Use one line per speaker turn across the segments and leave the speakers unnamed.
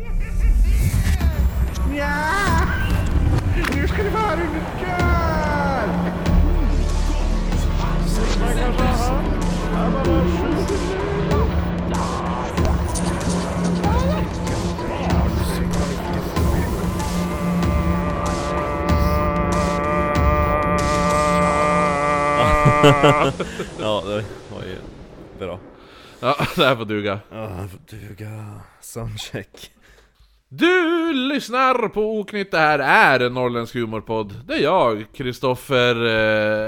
Ja, det var ju bra.
Ja, det här får duga.
Ja, det får duga. Soundcheck.
Du lyssnar på Oknytt, det här är en norrländsk humorpodd. Det är jag, Kristoffer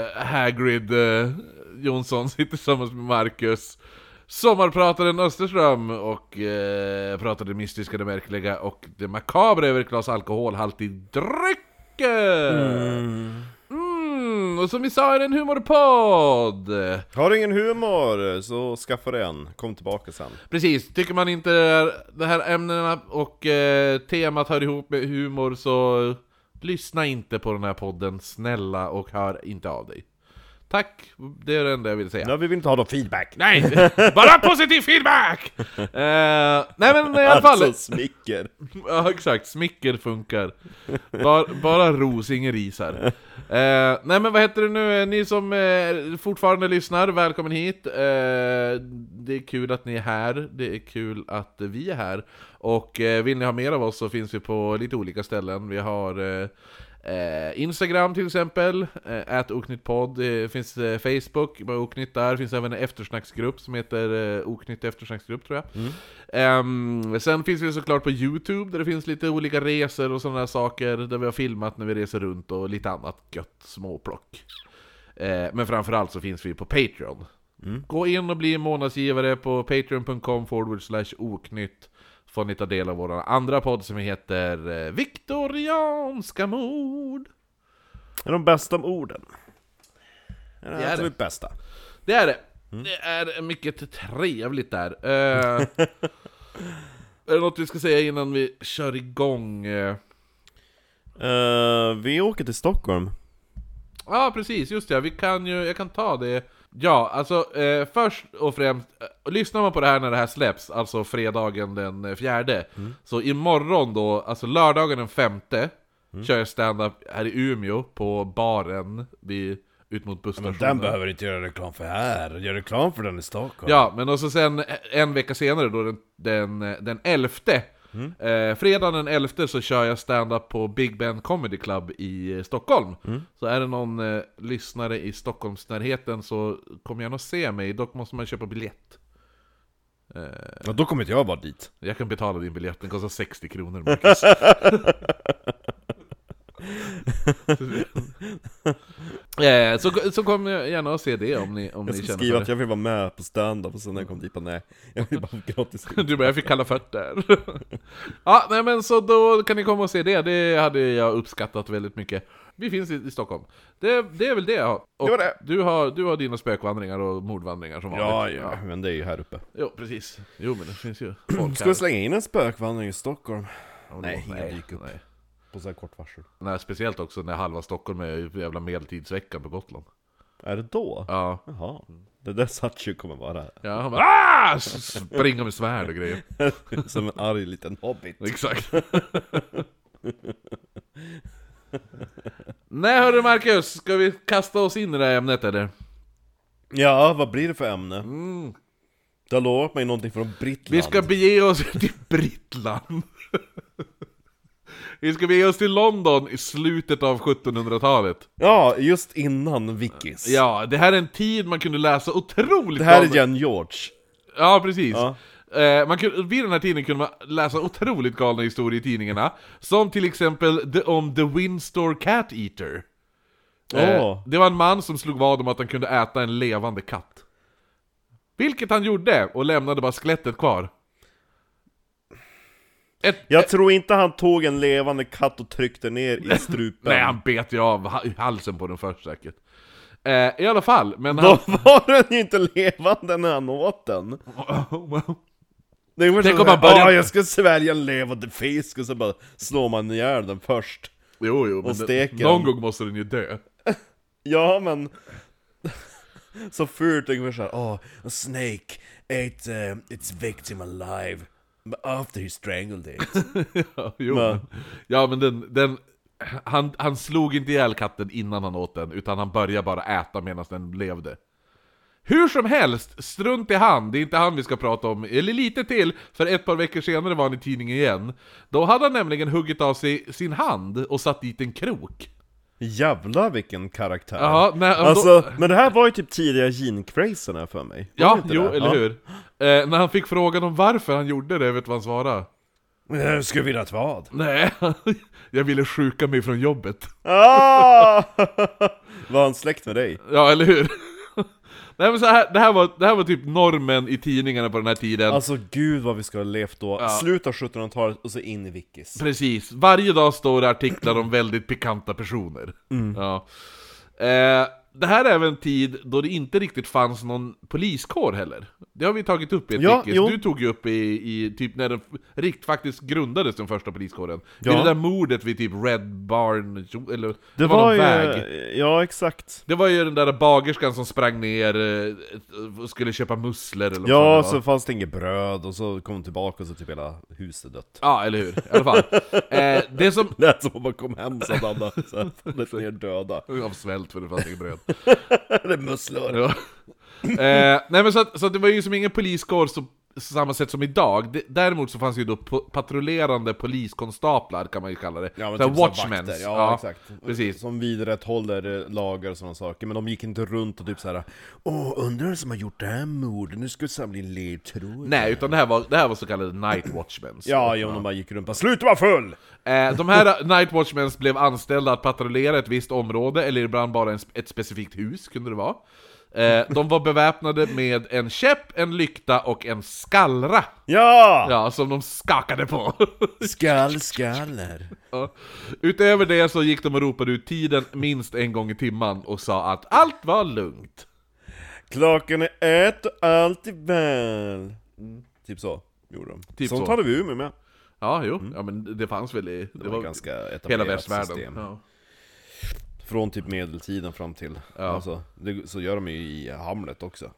eh, Hagrid eh, Jonsson, sitter tillsammans med Marcus. Sommarprataren Österström och eh, pratar det mystiska, det märkliga och det makabra över ett glas alkoholhaltig dryck!
Mm.
Mm, och som vi sa är det en humorpodd!
Har du ingen humor så skaffa dig en. Kom tillbaka sen.
Precis, tycker man inte det här- det här ämnena och eh, temat hör ihop med humor så eh, lyssna inte på den här podden, snälla, och hör inte av dig. Tack, det är det enda jag vill säga.
Ja, vi vill inte ha någon feedback.
Nej, bara positiv feedback! Eh, nej men i alla fall,
Alltså smicker.
ja, exakt, smicker funkar. Bara, bara ros, ingen ris här. Eh, nej men vad heter det nu, ni som eh, fortfarande lyssnar, välkommen hit. Eh, det är kul att ni är här, det är kul att vi är här. Och eh, vill ni ha mer av oss så finns vi på lite olika ställen. Vi har eh, Eh, Instagram till exempel, eh, oknyttpodd, det finns eh, Facebook med oknytt där, det finns även en eftersnacksgrupp som heter eh, oknytt eftersnacksgrupp tror jag. Ehm, sen finns vi såklart på Youtube där det finns lite olika resor och sådana där saker där vi har filmat när vi reser runt och lite annat gött småplock. Eh, men framförallt så finns vi på Patreon. Gå in och bli månadsgivare på patreon.com forward slash oknytt. Får ni ta del av vår andra podd som heter eh, Viktorianska mord.
Det är de bästa om orden. Det är
Det är
det absolut bästa.
Det är det. Det är mycket trevligt där. Eh, är det något vi ska säga innan vi kör igång? eh?
Eh, vi åker till Stockholm.
Ja, precis, just det. Vi kan ju, jag kan ta det. Ja, alltså eh, först och främst, eh, lyssnar man på det här när det här släpps, alltså fredagen den eh, fjärde, så imorgon då, alltså lördagen den femte, kör jag stand-up här i Umeå på baren vid, ut mot busstationen.
behöver inte göra reklam för här. Gör reklam för den i Stockholm.
Ja, men och så sen eh, en vecka senare då, den, den, den 11
Mm.
eh, Fredagen den 11 så kör jag stand-up på Big Ben Comedy Club i eh, Stockholm
Mm.
Så är det någon eh, lyssnare i Stockholmsnärheten så kommer gärna och se mig, dock måste man köpa biljett Eh,
Och då kommer inte jag vara dit.
Jag kan betala din biljett, den kostar 60 kronor Marcus Eh, så, så kom jag gärna och se det om ni, om
Jag
ni
ska
känner
skriva
för
att jag vill vara med på stand-up och sen när jag kom dit, bara, nej. Jag vill bara ha gratis.
Du bara, jag fick kalla fötter. ja, nej men så då kan ni komma och se det. Det hade jag uppskattat väldigt mycket. Vi finns i, i Stockholm. Det, det är väl det jag har. Och
Det var det.
Du, har, du har dina spökvandringar och mordvandringar som
Ja,
vanligt.
ja, men det är ju här uppe.
Jo, precis. Jo, men det finns ju folk
Ska vi
här.
slänga in en spökvandring i Stockholm? Nej, inga
nej,
dyker upp.
nej.
På så här kort varsel.
nej, speciellt också när halva Stockholm är ju jävla medeltidsveckan på Gotland.
Är det då?
Ja,
Jaha. Det där Satchu kommer vara
ja han bara "Ah!" Springa med svärd och grejer.
som en arg liten hobbit.
Exakt. Nej hörru Marcus, ska vi kasta oss in i det här ämnet eller?
Ja, vad blir det för ämne? Mm, Du har lovat mig någonting från Brittland.
Vi ska bege oss till Brittland. Vi ska bege oss till London i slutet av 1700-talet.
Ja, just innan Vickis.
Ja, det här är en tid man kunde läsa otroligt
Det här
galna-
är Jan George.
Ja, precis.
Ja.
Eh, man kunde, vid den här tiden kunde man läsa otroligt galna historier i tidningarna. Som till exempel the, om The Windsor Cat Eater. Eh.
Åh.
Det var en man som slog vad om att han kunde äta en levande katt. Vilket han gjorde, och lämnade bara skelettet kvar. Ett,
Jag tror inte han tog en levande katt och tryckte ner i strupen.
nej, han bet ju av ha- halsen på den först säkert. Eh, I alla fall, men han...
Då var den ju inte levande när han åt den. Det är ungefär
Tänk
så
om man
här,
börjar-
"Ah, jag ska svälja en levande fisk och så bara slår man ihjäl den först.
jo, jo, men
steker
den, någon
den.
gång måste den ju dö.
Ja men... så fult ungefär såhär, oh, a snake ate eh, its victim alive but after he strangled it.
Ja, jo.
Men-
Ja men den, den han, han slog inte ihjäl katten innan han åt den, utan han började bara äta medan den levde. Hur som helst, strunt i han, det är inte han vi ska prata om, eller lite till, för ett par veckor senare var han i tidningen igen. Då hade han nämligen huggit av sig sin hand och satt dit en krok.
Jävlar vilken karaktär!
Jaha, nej, om då,
Alltså, men det här var ju typ tidiga Gene-crazen här för mig Var det
ja,
inte
jo,
det?
eller
Ja.
hur? Eh, när han fick frågan om varför han gjorde det, vet du vad han svarade?
Jag skulle vilja ett vad?
Nej, jag ville sjuka mig från jobbet.
Ah! Var han släkt med dig?
Ja, eller hur? Nej men så här, det, här var, det här var typ normen i tidningarna på den här tiden.
Alltså gud vad vi ska ha levt då,
Ja.
slut av 1700-talet och så in i Vickis
Precis, varje dag står det artiklar om väldigt pikanta personer.
Mm.
Ja. Eh, det här är även en tid då det inte riktigt fanns någon poliskår heller. Det har vi tagit upp i ett
Ja,
Vickis.
jo.
Du tog ju upp i, i typ när den f- rikt faktiskt grundades, den första poliskåren.
Ja.
Vid det där mordet vid typ Red Barn, jo- eller
Det
någon
var ju,
väg.
ja exakt
Det var ju den där bagerskan som sprang ner eh, och skulle köpa musslor eller vad fan det
Ja,
var.
så fanns det inget bröd och så kom hon tillbaka och så typ hela huset dött
Ja, eller hur? I alla fall. Eh, det som...
Lät som om man kom hem sen alla fallit ner döda
Av svält för det fanns inget bröd.
Eller musslor
Ja. eh, nej men så, att, så att det var ju som ingen poliskår så, samma sätt som idag. D- däremot så fanns ju då po- patrullerande poliskonstaplar kan man ju kalla det.
Ja men
Så här
typ
watchmens.
watchmens, ja,
Ja,
exakt
precis.
Som vidrätthåller eh, lagar och sådana saker, men de gick inte runt och typ såhär Åh, undrar vem som har gjort det här mordet, nu ska vi samla in ledtrådar
Nej, utan det här var, det här var så kallade night watchmens.
Ja, jo, de bara gick runt och bara 'Sluta vara full!'
Eh, de här night watchmens blev anställda att patrullera ett visst område, eller ibland bara en, sp- ett specifikt hus, kunde det vara. Eh, de var beväpnade med en käpp, en lykta och en skallra,
Ja!
ja, som de skakade på.
Skall, skaller.
Ja. Utöver det så gick de och ropade ut tiden minst en gång i timman och sa att allt var lugnt.
Klockan är ett och allt är väl. Typ så gjorde de.
Typ
Sånt
så.
hade vi Umeå med.
Ja, jo, ja, men det fanns väl i... Det,
Mm. Det var, ganska
hela
etablerat
västvärlden.
system.
Ja.
Från typ medeltiden fram till... Alltså, det, så gör de ju i Hamlet också.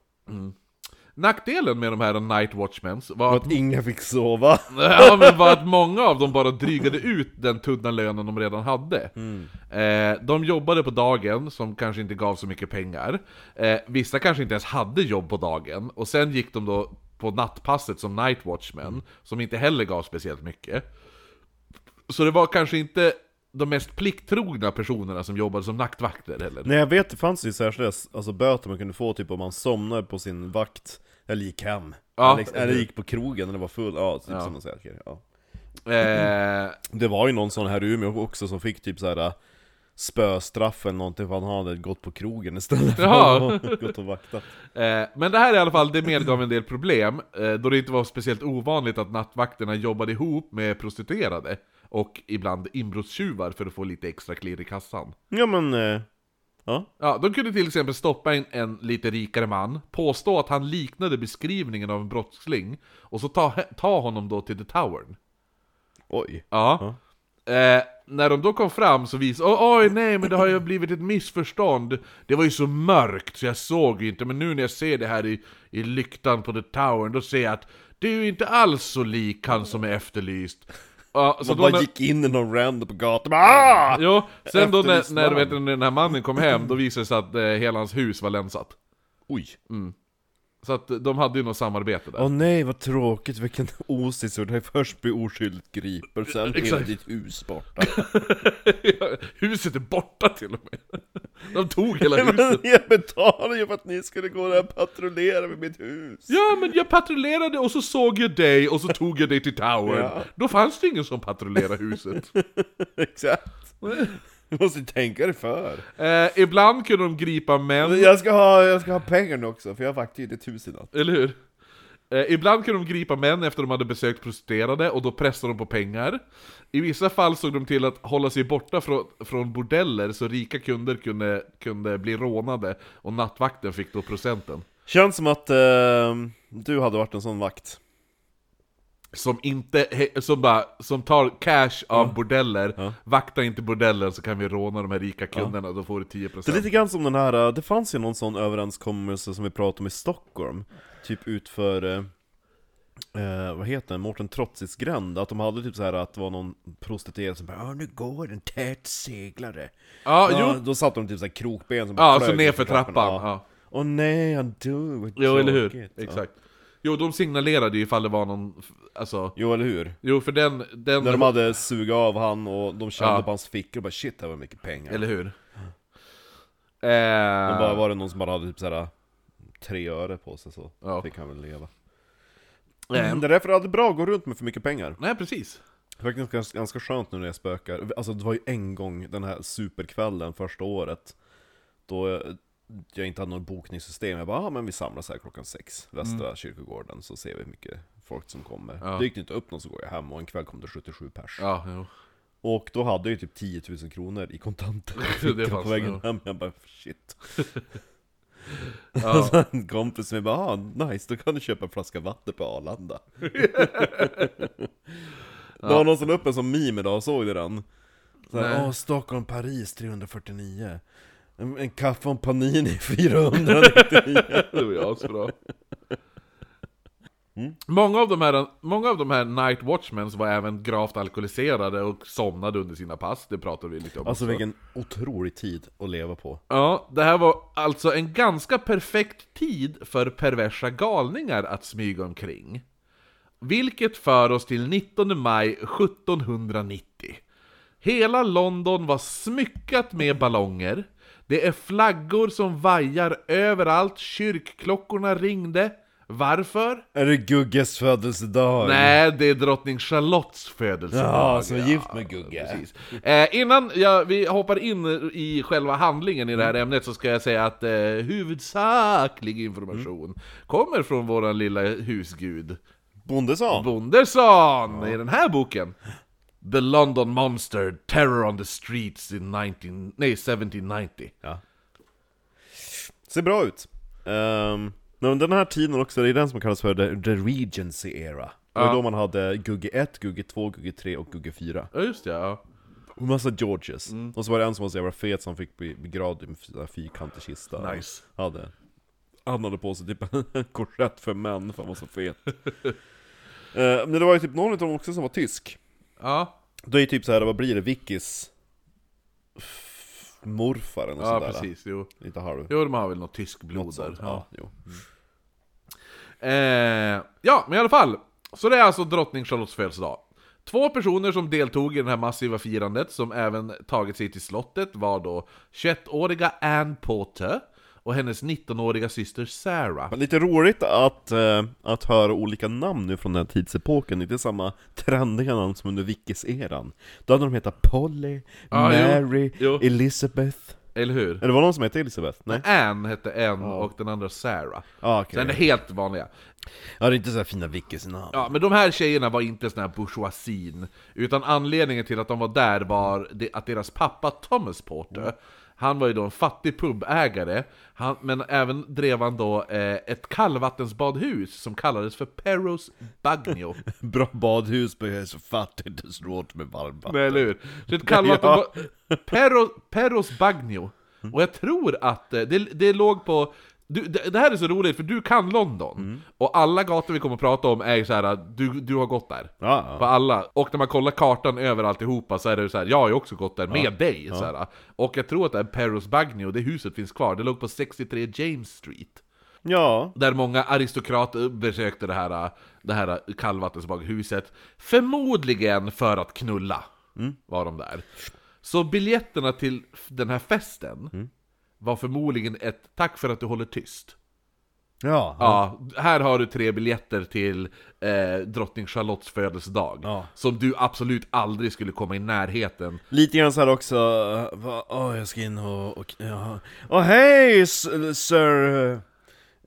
Nackdelen med de här night watchmens var att,
Att ingen fick sova.
ja, men var att många av dem bara drygade ut den tunna lönen de redan hade. Eh, de jobbade på dagen, som kanske inte gav så mycket pengar. Eh, vissa kanske inte ens hade jobb på dagen, och sen gick de då på nattpasset som night watchmen, som inte heller gav speciellt mycket. Så det var kanske inte de mest plikttrogna personerna som jobbade som nattvakter heller.
Nej jag vet, det fanns ju särskilda alltså, böter man kunde få typ om man somnade på sin vakt. Eller gick hem.
Ja.
Eller, liksom- eller gick på krogen när det var full. Ja, typ sådana saker. Ja.
Eh,
Det var ju någon sån här i Umeå också som fick typ så här äh, spöstraff eller någonting för han hade gått på krogen istället för
Jaha.
att gått och vaktat.
Eh, Men det här i alla fall, det medgav en del problem, eh, då det inte var speciellt ovanligt att nattvakterna jobbade ihop med prostituerade och ibland inbrottstjuvar för att få lite extra klirr i kassan.
Ja men, eh, ja.
Ja, de kunde till exempel stoppa en, en lite rikare man, påstå att han liknade beskrivningen av en brottsling, och så ta, ta honom då till The Towern.
Oj.
Ja. Eh, när de då kom fram så visade oh, oj nej men det har ju blivit ett missförstånd. Det var ju så mörkt så jag såg ju inte, men nu när jag ser det här i, i lyktan på The Towern, då ser jag att det är ju inte alls så lik han som är efterlyst. Ja, så
Man
då
bara
när-
gick in i någon random på gatan och bara, "Ah!"
Jo, sen då när,
Efterlyst
när
namn.
vet, du, när den här mannen kom hem, då visade det sig att eh, hela hans hus var länsat.
Oj.
Så att eh, de hade ju något samarbete där.
Åh nej vad tråkigt, vilken osis. Och det här först blir oskyldigt griper, sen hela
Exakt.
ditt hus borta.
Huset är borta till och med. De tog hela
Nej,
huset.
men jag betalade ju för att ni skulle gå där och patrullera med mitt hus.
Ja, men jag patrullerade och så såg jag dig och så tog jag dig till towern.
Ja.
Då fanns det ingen som patrullerade huset.
Exakt. Du måste ju tänka dig för.
Eh, ibland kunde de gripa män,
Jag ska ha, jag ska ha pengar nu också, för jag har faktiskt ett hus i natt.
eller hur? Eh, ibland kunde de gripa män efter de hade besökt prostituerade och då pressade de på pengar. I vissa fall såg de till att hålla sig borta från, från bordeller så rika kunder kunde, kunde bli rånade och nattvakten fick då procenten.
Känns som att eh, du hade varit en sån vakt.
Som inte, he- som bara, som tar cash av bordeller, vakta inte bordellen så kan vi råna de här rika kunderna, då får du 10%
Det är lite grann som den här, eh, det fanns ju någon sån överenskommelse som vi pratade om i Stockholm, typ utför, eh, eh, vad heter den, Mårten Trotzis gränd, att de hade typ så här att det var någon prostituerad som bara "Ja, nu går en tät seglare'
Ja,
ja,
jo.
Då satt de typ så här krokben som bara
Ja, så
flög
nerför
nerför
trappan. Ja.
Åh nej, han dog, vad
Jo, eller hur?
tråkigt. Ja.
Exakt. Jo, de signalerade ju ifall det var någon, f- alltså...
Jo, eller hur?
Jo, för den... den
När de hade sugit av han och de kände
Ja.
på hans fickor och bara shit, det här var mycket pengar.
Eller hur?
Men
Eh,
bara var det någon som bara hade typ såhär tre öre på sig så
Ja.
fick han väl leva. Ehm.
eh,
Mm. Det är därför det är aldrig bra att gå runt med för mycket pengar.
nej, precis.
Faktiskt ganska, ganska skönt nu när jag spökar. Alltså det var ju en gång den här superkvällen första året. Då jag, jag inte hade något bokningssystem. Jag bara, ah, men vi samlas här klockan sex, Västra kyrkogården, så ser vi hur mycket folk som kommer.
Mm. Ja.
Det gick inte upp någon så går jag hem och en kväll kom det 77 pers.
Ja, jo.
Och då hade jag ju typ 10 000 kronor i kontanter i
Det
fickan på
fanns det,
vägen
ja.
hem. Jag bara, shit.
Ja.
Så en kompis med bara, ah, nice, då kan du köpa en flaska vatten på Arlanda. Det var någon som la upp en sån meme idag, såg du den?
Nej.
Såhär, åh Stockholm, Paris 349. En, en kaffe och en panini 499.
Det var ju asbra. Många, av de här, många av de här Night Watchmen var även gravt alkoholiserade och somnade under sina pass, det pratade vi lite om
alltså
också.
vilken otrolig tid att leva på.
Ja, det här var alltså en ganska perfekt tid för perversa galningar att smyga omkring. Vilket för oss till 19 maj 1790. Hela London var smyckat med ballonger. Det är flaggor som vajar överallt, kyrkklockorna ringde. Varför?
Är det Gugges födelsedag?
Nej, det är drottning Charlottes födelsedag.
Ja, som är gift med Gugge.
Precis. Eh, innan jag, vi hoppar in i själva handlingen i det
Mm.
här ämnet så ska jag säga att eh, huvudsaklig information
Mm.
kommer från våran lilla husgud
Bondesson?
Bonderson i den här boken. The London Monster, Terror on the Streets in 19, nej, 1790.
Ja. Ser bra ut. Um, men den här tiden också, det är den som kallas för the, the Regency Era. Det var
Ja.
då man hade Gugge 1, Gugge 2, Gugge 3 och Gugge 4.
Ja, just det, ja.
Och massa Georges.
Mm.
Och så var det en som var så jävla fet som fick bli begravd i en sån här fyrkantig kista.
Nice.
Hade. Han hade på sig typ en korsett för män, för han var så fet. Eh, men det var ju typ någon av dem också som var tysk.
Ja,
Då är ju typ så här, vad blir det, Vickis f- morfar eller något
ja
sånt där.
precis, jo.
Lite halv...
Jo, de har väl något tyskt blod
något
där.
sånt.
Ja.
Ja, jo.
Eh, ja, men i alla fall. Så det är alltså drottning Charlottes födelsedag. Två personer som deltog i det här massiva firandet, som även tagit sig till slottet, var då 21-åriga Anne Potter och hennes 19-åriga syster Sarah.
Men Lite roligt att, eh, att höra olika namn nu från den här tidsepoken, inte samma trendiga namn som under Vickis-eran. Då hade de hetat Polly,
Ja, jo.
Mary,
Jo.
Elizabeth...
Eller hur?
Eller var det någon som hette Elizabeth? Nej?
Anne hette en och den andra Sarah.
Ah, okej.
Sen är helt vanliga.
Ja, det är inte så här fina Vickis-namn.
Ja, men de här tjejerna var inte såna här bourgeoisin, utan anledningen till att de var där var det, att deras pappa Thomas Porter, han var ju då en fattig pubägare, han, men även drev han då eh, ett kallvattensbadhus som kallades för Perros Bagnio.
Bra badhus, men jag är så fattig, det är svårt med varmvatten.
Nej, eller hur? Så ett kallvatten...
Ja.
Perros, Perros Bagnio. Och jag tror att eh, det, det låg på... Du, det, det här är så roligt, för du kan London. Och alla gator vi kommer att prata om är ju så här att du, du har gått där.
Ja,
På
ja.
alla. Och när man kollar kartan över alltihopa så är det så här, jag har ju också gått där med dig. Så här. Och jag tror att det är Perros Bagnio, det huset finns kvar, det låg på 63 James Street.
ja.
Där många aristokrater besökte det här, det här kallvattensbaghuset. Förmodligen för att knulla, var de där. Så biljetterna till f- den här festen var förmodligen ett tack för att du håller tyst.
ja.
Ja, här har du tre biljetter till eh, drottning Charlottes födelsedag.
Ja.
Som du absolut aldrig skulle komma i närheten.
Lite grann såhär också, eh, va- åh jag ska in och, och ja. Åh hej s- sir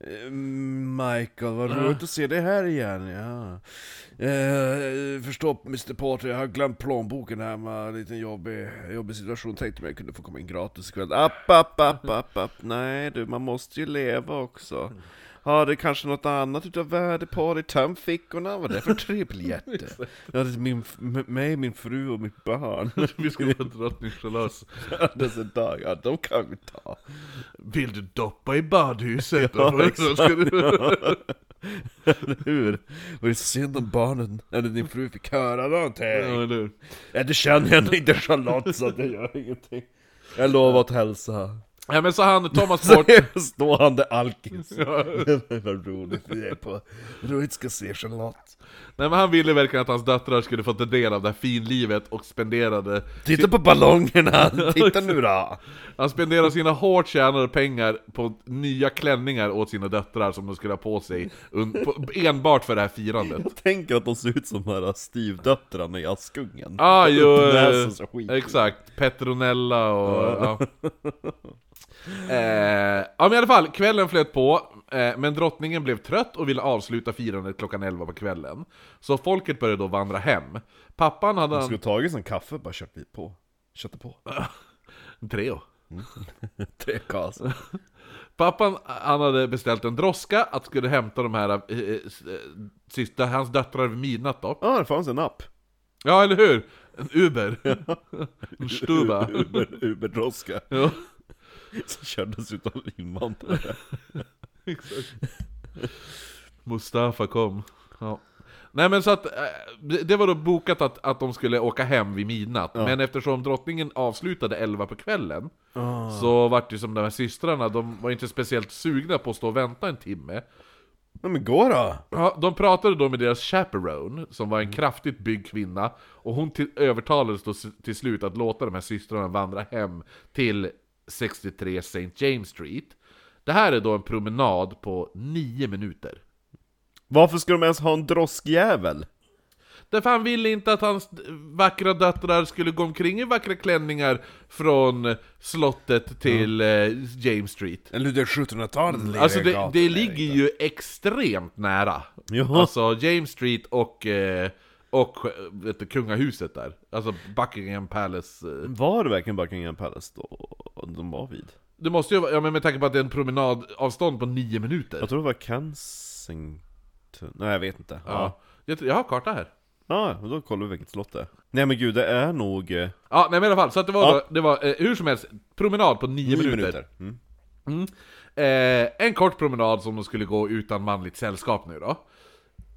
eh, Michael, vad roligt att se dig här igen, ja. Eh, förstå Mr Porter, jag har glömt plånboken hemma, liten jobbig, jobbig situation, tänkte om jag kunde få komma in gratis ikväll. App, app, app, app, app, nej du, man måste ju leva också. Har du kanske något annat utav värde på dig? Töm fickorna, vad är det för tre biljetter? Jag hade min, f- m- mig, min fru och mitt barn.
Vi ska på drottning Charlottes.
Dessa dagar, de kan vi ta.
Vill du doppa i badhuset?
Ja, exakt.
Ska du-
Eller hur? Och det är synd om barnen, eller din fru fick höra
Ja,
någonting.
eller hur?
Ja, du känner jag henne inte Charlotte så det gör ingenting. Jag lovar att hälsa.
Ja men så han Thomas Bort...
Så står han där alkis. Vad roligt det är på roligt ska se Charlotte.
Nej men han ville verkligen att hans döttrar skulle få ta del av det här finlivet och spenderade...
Titta på ballongerna, titta nu då!
Han spenderade sina hårt tjänade pengar på nya klänningar åt sina döttrar som de skulle ha på sig un- på, enbart för det här firandet.
Jag tänker att de ser ut som de här Steve-döttrarna i Askungen.
Ah, jo,
Näsen så skit.
eh, exakt. Petronella och... Ja. Eh, ja men i alla fall, kvällen flöt på, eh, men drottningen blev trött och ville avsluta firandet klockan 11 på kvällen. Så folket började då vandra hem. Pappan hade...
De
Han...
skulle tagit en kaffe och bara kört vid på. Köttet på.
Treo.
Tre kas.
Pappan, eh, han hade beställt en droska att skulle hämta de här, eh, eh, sista, hans döttrar vid midnatt då.
Ja, ah, det fanns en app.
Ja, eller hur? En Uber. en Stuba.
Uber- Uberdroska.
Ja.
Som kördes utav invandrare.
Mustafa kom. Ja. Nej men så att, eh, det- det var då bokat att, att de skulle åka hem vid midnatt, men eftersom drottningen avslutade 11 på kvällen, så vart det som de här systrarna, de var inte speciellt sugna på att stå och vänta en timme.
Ja, men gå då!
Ja, de pratade då med deras chaperone, som var en kraftigt byggd kvinna, och hon till, övertalades då s- till slut att låta de här systrarna vandra hem till 63 St. James Street. Det här är då en promenad på 9 minuter.
Varför ska de ens ha en droskjävel?
Därför han ville inte att hans vackra döttrar skulle gå omkring i vackra klänningar från slottet till eh, James Street.
Eller det är 1700-talet
Alltså det, det ligger ju extremt nära.
Jaha.
Alltså James Street och, eh, och eh, vet du, kungahuset där. Alltså Buckingham Palace. eh.
Var det verkligen Buckingham Palace då de var vid?
Det måste ju vara, ja men med tanke på att det är en promenadavstånd på nio minuter.
Jag tror det var Kensington, nej jag vet inte Ja,
Ja. Jag, tror- jag har karta här.
ja men då kollar vi vilket slott det är Nej men gud, det är nog... eh,
Ja, nej men i alla fall, så att det var,
Ja.
då, det var eh, hur som helst, promenad på nio,
nio
minuter.
Mm.
Eh, en kort promenad som de skulle gå utan manligt sällskap nu då.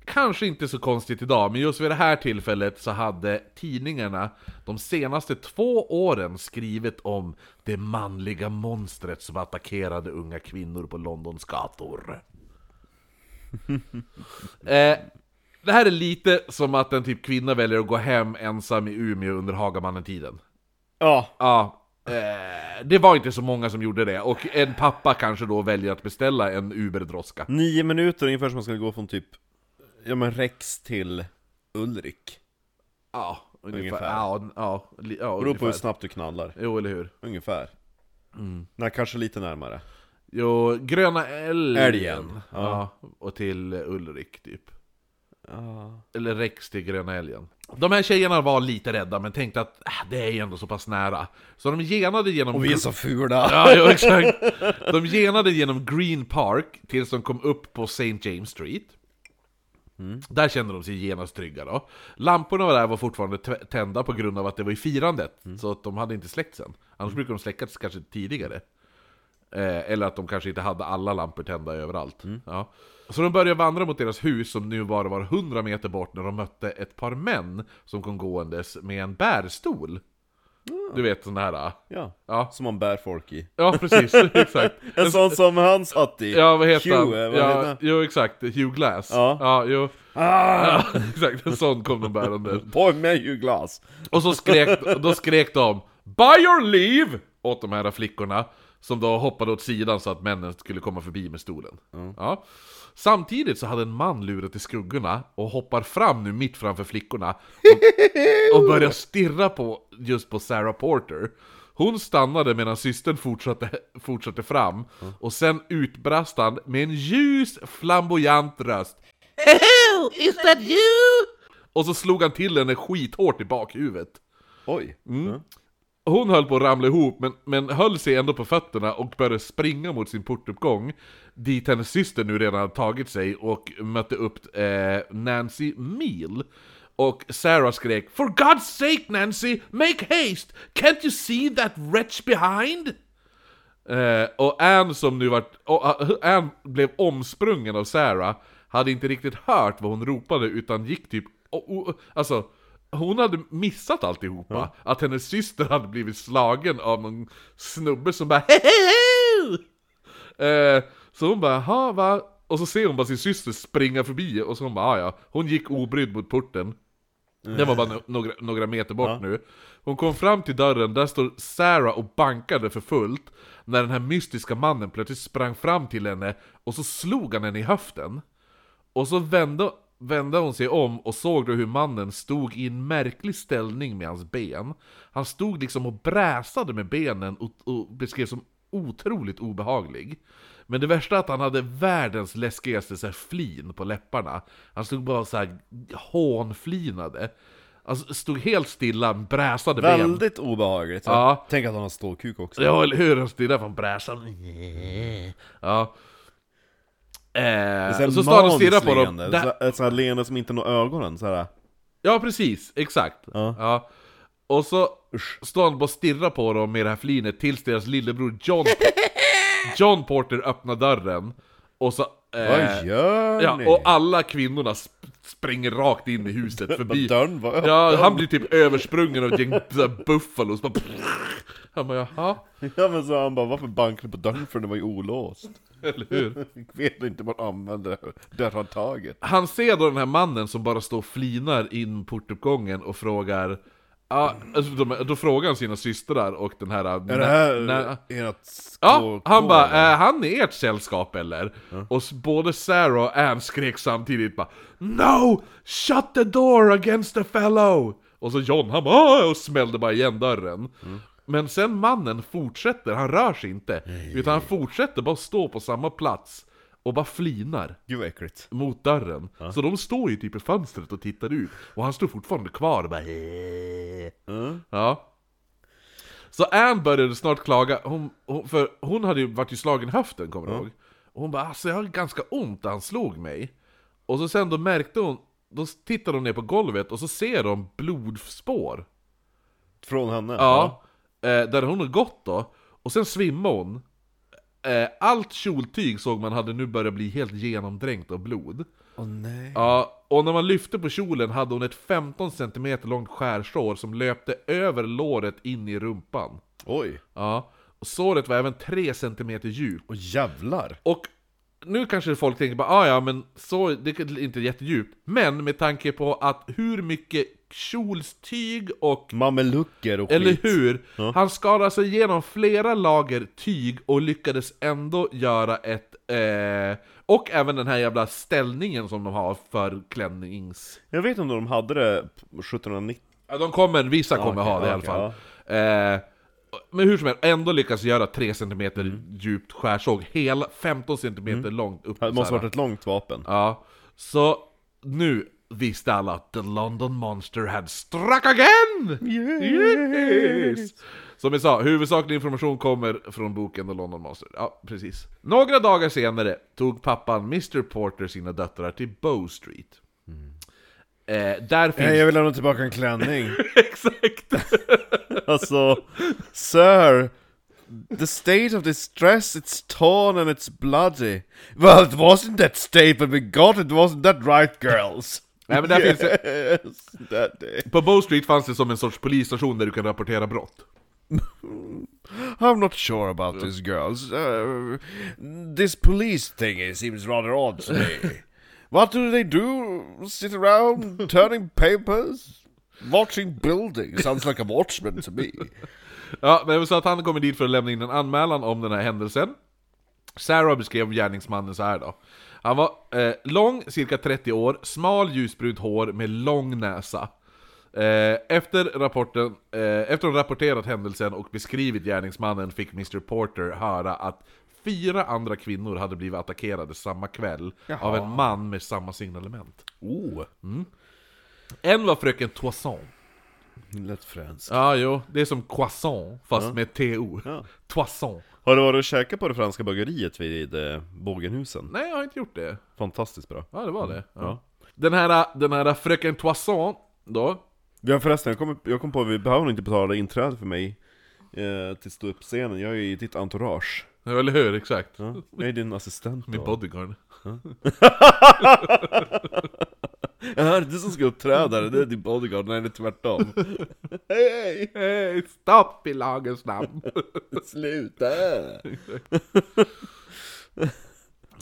Kanske inte så konstigt idag, men just vid det här tillfället så hade tidningarna de senaste två åren skrivit om det manliga monstret som attackerade unga kvinnor på Londons gator. Eh, det här är lite som att en typ kvinna väljer att gå hem ensam i Umeå under Hagamannen-tiden.
Ja,
Ja, eh, det var inte så många som gjorde det, och en pappa kanske då väljer att beställa en Uber-droska.
nio minuter ungefär som man ska gå från typ, ja men Rex till Ulrik
Ja, ungefär.
Ungefär.
Ja, ja, li- ja
Beror på hur
ungefär.
snabbt du knallar,
Jo, eller hur?
ungefär
Mm.
Nej, kanske lite närmare
Jo, Gröna älgen.
Älgen,
Ja. och till Ulrik, typ. Eller Rex till Gröna älgen. De här tjejerna var lite rädda, men tänkte att äh, det är ju ändå så pass nära. Så de genade genom...
Och vi är så fula!
Ja, jo, exakt. De genade genom Green Park tills de kom upp på St. James Street. Där kände de sig genast trygga då. Lamporna var där var fortfarande t- tända på grund av att det var i firandet, så att de hade inte släckts än. Annars brukar de släckas kanske tidigare. Eh, eller att de kanske inte hade alla lampor tända överallt. Ja. Så de började vandra mot deras hus som nu bara var 100 meter bort när de mötte ett par män som kom gåendes med en bärstol. Du vet sån här...
Ja,
Ja,
som man bär folk i
Ja precis, exakt.
En sån som han satt i!
Alltså- Ja vad heter
Hugh,
han?
eh, vad heter
Ja,
han?
jo exakt, Hugh Glass.
Ja.
ja jo.
Ah!
Ja, exakt, en sån kom de bärande.
På med ju glas!
Och så skrek, då skrek de 'By your leave!' åt de här flickorna. Som då hoppade åt sidan så att männen skulle komma förbi med stolen. Ja. Samtidigt så hade en man lurat i skuggorna och hoppar fram nu mitt framför flickorna. Och, och börjar stirra på just på Sarah Porter. Hon stannade medan systern fortsatte, fortsatte fram. Och sen utbrast han med en ljus flamboyant röst. Hello, is that you? Och så slog han till henne skithårt i bakhuvudet.
Oj! Mm.
Hon höll på att ramla ihop, men, men höll sig ändå på fötterna och började springa mot sin portuppgång, dit hennes syster nu redan hade tagit sig och mötte upp eh, Nancy Meal. Och Sarah skrek 'For God's sake Nancy, make haste! Can't you see that wretch behind?' Eh, och Ann som nu vart... och, eh, Ann blev omsprungen av Sarah, hade inte riktigt hört vad hon ropade utan gick typ... Och, och, alltså, hon hade missat alltihopa. Att hennes syster hade blivit slagen av någon snubbe som bara "Hehehe!" Woo! Eh, så hon bara, ha va? Och så ser hon bara sin syster springa förbi och så hon bara, "Ah, ja. Hon gick obrydd mot porten. Den var bara no- några, några meter bort
Ja.
nu. Hon kom fram till dörren, där står Sarah och bankade för fullt. När den här mystiska mannen plötsligt sprang fram till henne och så slog han henne i höften. Och så vände, vände hon sig om och såg då hur mannen stod i en märklig ställning med hans ben. Han stod liksom och bräsade med benen och, och beskrevs som otroligt obehaglig. Men det värsta är att han hade världens läskigaste så här, flin på läpparna. Han stod bara så här hånflinade. Alltså stod helt stilla, bräsade ben.
Väldigt obehagligt.
Ja.
Tänk att han har stålkuk också.
Ja, eller hur? Han stirrar från bräsan. Ja. Eh,
här
så står han och stirrar på dem. Eh,
mansleende,
Där-
så- Ett sånt här leende som inte når ögonen. Så här.
Ja, precis. Exakt.
Ja.
Och så står han bara och stirrar på dem med det här flinet tills deras lillebror John, John Porter öppnar dörren. Och så... eh,
Vad gör
ja,
ni?
och alla kvinnorna sp- springer rakt in i huset förbi.
Dörren var öppen.
Ja, han blir typ översprungen av ett gäng så här buffalos. Bara, han bara jaha,
Ja men så han bara, varför bankade du på dörren för den var ju olåst?
eller hur?
Vet inte man använder dörrhandtaget.
Han ser då den här mannen som bara står och flinar in portuppgången och frågar Ja, alltså de, då frågar han sina systrar och den här...
Är det här
nä-
ert
ja,
skål-
han bara
skål?
är han är ert sällskap eller?” Och s- både Sarah och Ann skrek samtidigt bara ”No! Shut the door against the fellow!” Och så John han bara "Åh!" och smällde bara igen dörren. Men sen mannen fortsätter, han rör sig inte, utan han fortsätter bara stå på samma plats och bara flinar
Gud vad äckligt.
mot dörren. Så de står ju typ i fönstret och tittar ut, och han står fortfarande kvar och bara
Mm.
Ja. Så Ann började snart klaga, hon, hon, för hon hade ju varit ju slagen i höften kommer du ihåg? Och hon bara alltså jag har ganska ont där han slog mig. Och så sen då märkte hon, då tittade hon ner på golvet och så ser de blodspår.
Från henne?
Ja. Eh, där hon har gått då. Och sen svimmade hon. Eh, allt kjoltyg såg man hade nu börjat bli helt genomdränkt av blod.
Åh nej.
Ja, och när man lyfte på kjolen hade hon ett 15 cm långt skärsår som löpte över låret in i rumpan.
Oj.
Ja, och såret var även 3 cm djupt.
Och jävlar.
Och nu kanske folk tänker bara ah, ja men så, det är inte jättedjupt. Men med tanke på att hur mycket kjolstyg och
Mamelucker och
eller
skit.
hur?
Ja.
Han skar alltså igenom flera lager tyg och lyckades ändå göra ett... Eh, och även den här jävla ställningen som de har för klännings...
Jag vet inte om de hade det på 1790.
Ja, de kommer, vissa
Ja,
kommer
okej,
ha det i
ja,
alla
okej,
fall. Eh, men hur som helst, ändå lyckas göra 3 cm djupt skärsåg, hela 15 cm långt upp.
Mm.
så
Det måste
här.
varit ett långt vapen.
Ja, så nu visste alla att the London Monster had struck again! Yes! Som vi sa, huvudsaklig information kommer från boken The London Monster. Ja, precis. Några dagar senare tog pappan Mr Porter sina döttrar till Bow Street. Eh, där finns...
Mm. Nej, jag vill lämna tillbaka en klänning.
Exakt!
alltså, sir. The state of this dress, it's torn and it's bloody. Well, it wasn't that statement we got, it wasn't that right girls.
Nej, men där finns det,
Yes, that day.
på Bow Street fanns det som en sorts polisstation där du kan rapportera brott.
I'm not sure about these girls. Uh, this police thingy seems rather odd to me. what do they do? Sit around turning papers? Watching buildings? Sounds like a watchman to me.
Ja, men det var så att han kommer dit för att lämna in en anmälan om den här händelsen. Sarah beskrev gärningsmannen så här då. Han var eh, lång, cirka 30 år, smal ljusbrunt hår med lång näsa. Eh, efter, rapporten, eh, efter hon rapporterat händelsen och beskrivit gärningsmannen fick Mr Porter höra att fyra andra kvinnor hade blivit attackerade samma kväll av en man med samma signalement.
Oh,
En var fröken Toisson.
lät franskt.
Ja, jo. Det är som croissant, fast med TO.
Ja.
Toisson.
Har du varit och käkat på det franska bageriet vid eh, Bågenhusen?
Nej, jag har inte gjort det.
Fantastiskt bra.
Ja, det var det. Ja.
Ja.
Den, här, den här fröken Toisson då.
Ja, förresten, jag kom, jag kom på att vi behöver inte betala inträde för mig eh, till ståuppscenen. Jag är ju i ditt entourage.
Ja, Eller hur? Exakt.
Ja. Jag är din assistent.
Min
då.
bodyguard.
Ja, det är du som ska uppträda, det är din bodyguard, nej det är tvärtom Hej hej!
Hey, stopp i lagens namn!
Sluta!
ja.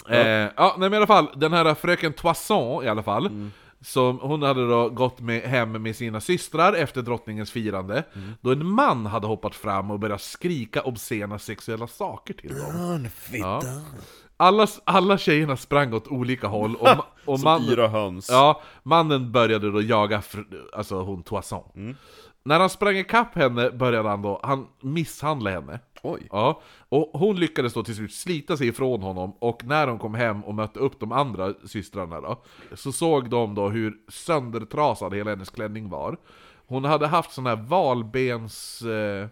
Eh, ja, nej men i alla fall, den här fröken Toisson i alla fall Som hon hade då gått med, hem med sina systrar efter drottningens firande Då en man hade hoppat fram och börjat skrika obscena sexuella saker till dem
Ah, Örnfitta!
Alla, alla tjejerna sprang åt olika håll och, ma- och
Som
mannen,
yra höns
ja, mannen började då jaga fr- alltså hon Toisson
Mm.
När han sprang ikapp henne började han då, han misshandla henne
Oj!
Ja, och hon lyckades då till slut slita sig ifrån honom och när hon kom hem och mötte upp de andra systrarna då Så såg de då hur söndertrasad hela hennes klänning var Hon hade haft sån här valbens... Eh,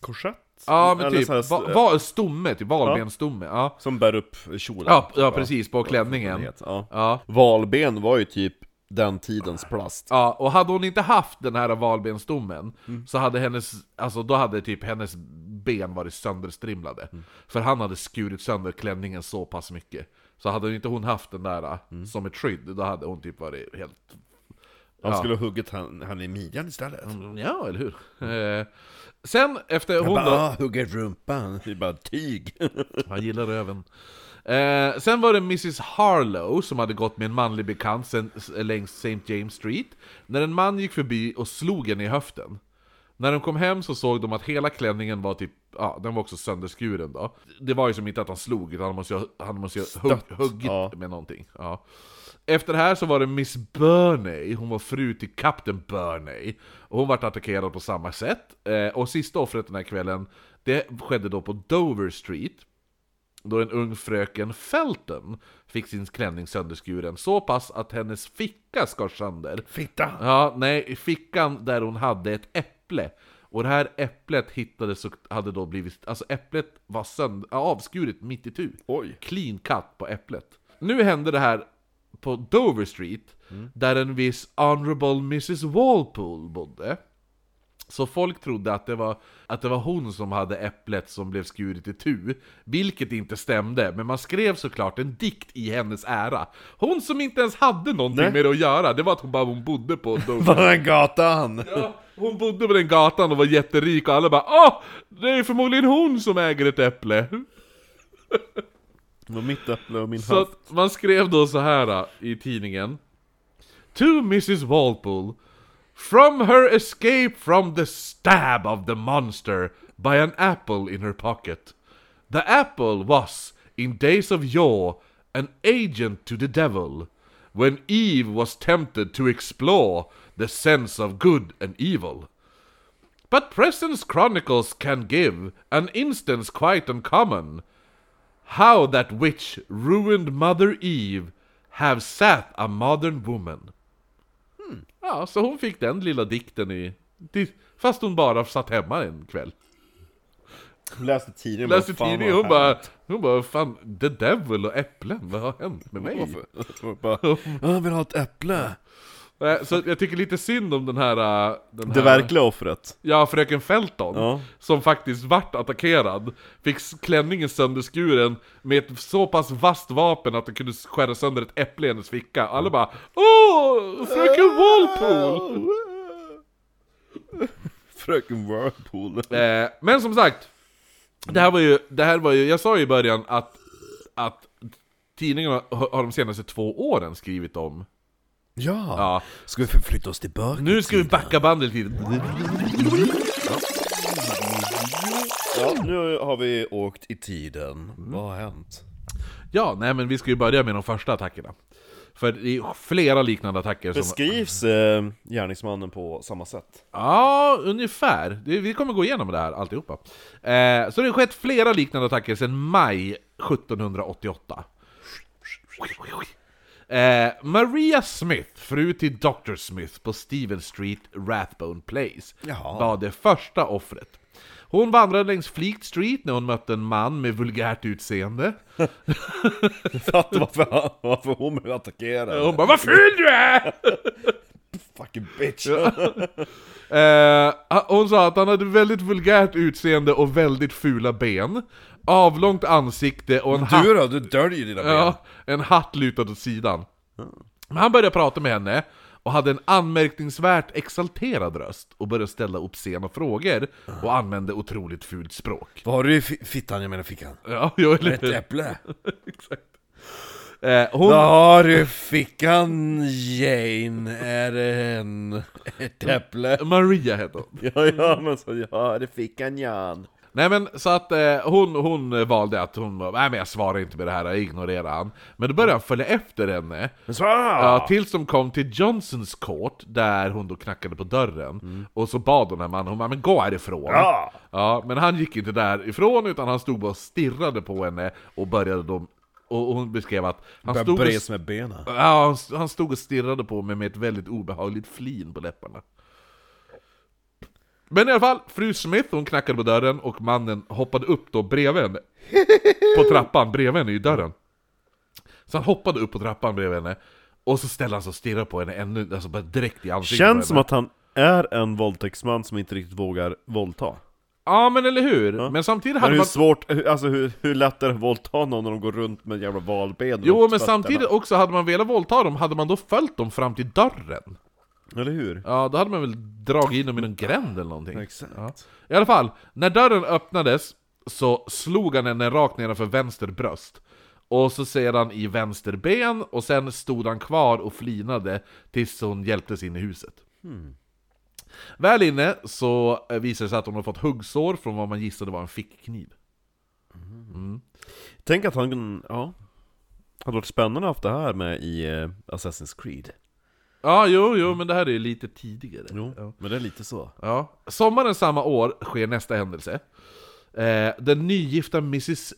Korsett?
ja men
Eller
typ,
så här,
va, va, stomme, typ valbensstomme, ja.
Som bär upp kjolen
Ja, ja precis, på klänningen
Ja.
Ja,
Valben var ju typ den tidens plast
Ja, och hade hon inte haft den här valbensstommen så hade hennes, alltså då hade typ hennes ben varit sönderstrimlade. För han hade skurit sönder klänningen så pass mycket. Så hade inte hon haft den där äh, som ett skydd, då hade hon typ varit helt...
Han
Ja.
skulle ha huggit han- henne i midjan istället
mm, Ja, eller hur? Eh, Sen efter hon
bara,
då...
"Ah, hugga rumpan Det är bara tyg
Han gillar röven. Eh, sen var det Mrs Harlow som hade gått med en manlig bekant sen, s- längs St. James Street. När en man gick förbi och slog henne i höften. När de kom hem så såg de att hela klänningen var typ, ja den var också sönderskuren då. Det var ju som inte att han slog, utan han måste ju ha- han måste ju ha hugg, huggit
Ja.
med någonting. Ja. Efter det här så var det Miss Burney, hon var fru till Captain Burney. Och hon vart attackerad på samma sätt. Eh, och sista offret den här kvällen, det skedde då på Dover Street. Då en ung fröken Felton fick sin klänning sönderskuren så pass att hennes ficka skars sönder.
Fitta!
Ja, nej, i fickan där hon hade ett äpple. Och det här äpplet hittades och hade då blivit, alltså äpplet var sönder, ja, avskuret mitt i
Oj.
Clean cut på äpplet. Nu hände det här på Dover Street,
Mm.
där en viss Honorable Mrs Walpole bodde. Så folk trodde att det, var, att det var hon som hade äpplet som blev skurit i tu, vilket inte stämde, men man skrev såklart en dikt i hennes ära. Hon som inte ens hade någonting
Nej.
med det att göra, det var att hon bara hon bodde på Dover
Var den gatan?
Ja, hon bodde på den gatan och var jätterik och alla bara Åh! Det är förmodligen hon som äger ett äpple!
Det var mitt äpple och min
Så
hand
att man skrev då så här äh, i tidningen To Mrs Walpole From her escape from the stab of the monster by an apple in her pocket The apple was, in days of yore, an agent to the devil When Eve was tempted to explore the sense of good and evil But Preston's chronicles can give an instance quite uncommon How that witch ruined Mother Eve have sat a modern woman. Hmm. Ja, så hon fick den lilla dikten i... till- Fast hon bara satt hemma en kväll.
Läste tidningen
Läste
fan vad
tidningen hon
härligt.
bara... Hon bara, fan, the devil och äpplen, vad har hänt med mig?
Och bara,
Mm.
Jag vill ha ett äpple!
Nej, Eh, Så jag tycker lite synd om den här... äh, Den här
Det verkliga offret.
Ja, fröken Felton.
Ja.
Som faktiskt vart attackerad. Fick s- klänningen sönderskuren med ett så pass vasst vapen att det kunde skära sönder ett äpple i hennes ficka. Och alla bara Åh! Fröken Walpole!
Fröken Whirlpool.
Eh, men som sagt. Det här var ju, det här var ju, jag sa ju i början att, att tidningarna har har de senaste två åren skrivit om.
Ja.
Ja.
Ska vi förflytta oss tillbaka?
Nu ska vi backa bandet lite.
Ja, nu har vi åkt i tiden.
Mm.
Vad har hänt?
Ja, nej men vi ska ju börja med de första attackerna. För det är flera liknande attacker som...
Beskrivs eh, gärningsmannen på samma sätt?
Ja, ungefär. Det- Vi kommer gå igenom det här alltihopa. Eh, så det har skett flera liknande attacker sedan maj 1788. Eh, Maria Smith, fru till Dr. Smith på Steven Street, Rathbone Place,
Jaha.
var det första offret. Hon vandrade längs Fleet Street när hon mötte en man med vulgärt utseende.
Fattar varför, varför hon blev attackerad?
Hon bara 'Vad ful du är!'
Fucking bitch!
Eh, hon sa att han hade väldigt vulgärt utseende och väldigt fula ben, avlångt ansikte och en hatt,
Du då, du döljer dina ben.
ja, en hatt lutad åt sidan. Men han började prata med henne och hade en anmärkningsvärt exalterad röst och började ställa obscena frågor och använde otroligt fult språk.
Vad har du i fi- fittan, jag menar fickan?
Ja, jo, eller
Ett äpple?
Exakt. Eh, hon,
Vad har du i fickan, Jane? Är det en... Ett äpple?
Maria hette hon.
Ja, ja, men så, ja, det fick han Jan.
Nej men så att eh, hon, hon valde att hon var, nej men jag svarar inte med det här, jag ignorerar han. Men då började han följa efter henne,
Men så, ah!
ja. tills de kom till Johnsons court, där hon då knackade på dörren. Och så bad hon den här mannen, hon bara 'Men gå härifrån'
Mm. Ja.
Ja, men han gick inte därifrån utan han stod bara och stirrade på henne och började då... Och och hon beskrev att han
Börjar
stod, och,
bres med benen.
ja, han st- han stod och stirrade på mig med ett väldigt obehagligt flin på läpparna. Men i alla fall, fru Smith hon knackade på dörren och mannen hoppade upp då bredvid henne. På trappan bredvid henne i dörren. Så han hoppade upp på trappan bredvid henne. Och så ställde han sig och stirrade på henne ännu, alltså bara direkt i ansiktet på henne.
Känns som att han är en våldtäktsman som inte riktigt vågar våldta.
Ja men eller hur? Men samtidigt
Men
hade
hur
man...
svårt, hur- alltså hur, hur lätt är det att våldta någon när de går runt med jävla valben
Jo, men
mot fötterna?
samtidigt också, hade man velat våldta dem, hade man då följt dem fram till dörren?
Eller hur?
Ja, då hade man väl dragit in dem i någon gränd eller någonting.
Exakt.
Ja. I alla fall, när dörren öppnades så slog han henne rakt nedanför vänster bröst. Och så sedan i vänster ben, och sen stod han kvar och flinade tills hon hjälptes in i huset.
Hmm.
Väl inne så eh, visade det sig att hon har fått huggsår från vad man gissade var en fickkniv.
Tänk att han, ja. Hade varit spännande att ha haft det här med i eh, Assassin's Creed.
Ja, jo, jo, men det här är ju lite tidigare.
Jo,
Ja.
men det är lite så.
Ja. Sommaren samma år sker nästa händelse. Eh, den nygifta mrs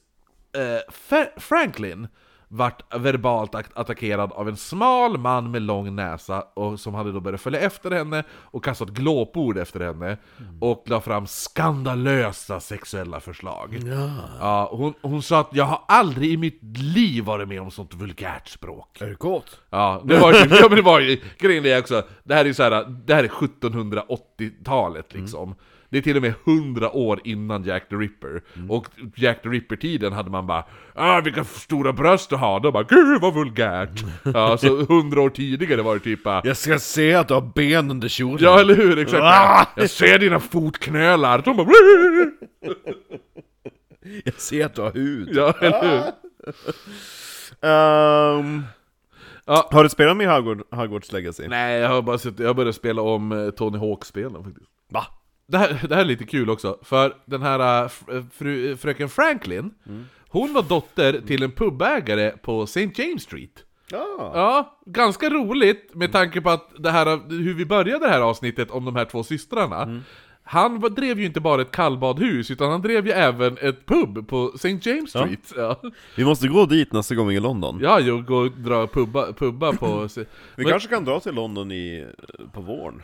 eh, Fa- Franklin vart verbalt att- attackerad av en smal man med lång näsa och som hade då börjat följa efter henne och kastat glåpord efter henne och la fram skandalösa sexuella förslag.
Ja.
Ja, hon, hon sa att jag har aldrig i mitt liv varit med om sånt vulgärt språk.
Är det gott?
Ja, det var ju, ja, men det var ju grejen det är också, det här är ju så här, det här är 1780-talet liksom. Det är till och med 100 år innan Jack the Ripper. Och Jack the Ripper-tiden hade man bara ah, vilka stora bröst du har!' Då bara 'Gud vad vulgärt!' Ja, så 100 år tidigare var det typ bara,
Jag ska se att du har ben under kjolen.
Ja eller hur, exakt!
Ah!
Jag ser dina fotknölar! De bara "Bruh!"
Jag ser att du har hud.
Ja, eller hur?
Ehm,
Ja.
Har du spelat med Hogwarts, Hogwarts Legacy?
Nej, jag har bara sett, jag började spela om eh, Tony Hawk-spelen faktiskt.
Va?
Det här, det här är lite kul också, för den här eh, fr- eh, fru, eh, fröken Franklin
Mm.
Hon var dotter till en pubägare på St. James Street
Ja.
Ja, ganska roligt med tanke på att det här, hur vi började det här avsnittet om de här två systrarna
Mm.
Han var, drev ju inte bara ett kallbadhus, utan han drev ju även ett pub på St. James Street Ja,
Vi måste gå dit nästa gång vi är i London.
ja jo, gå och dra pubba, pubba på...
Vi
Men-
kanske kan dra till London i, eh, på våren.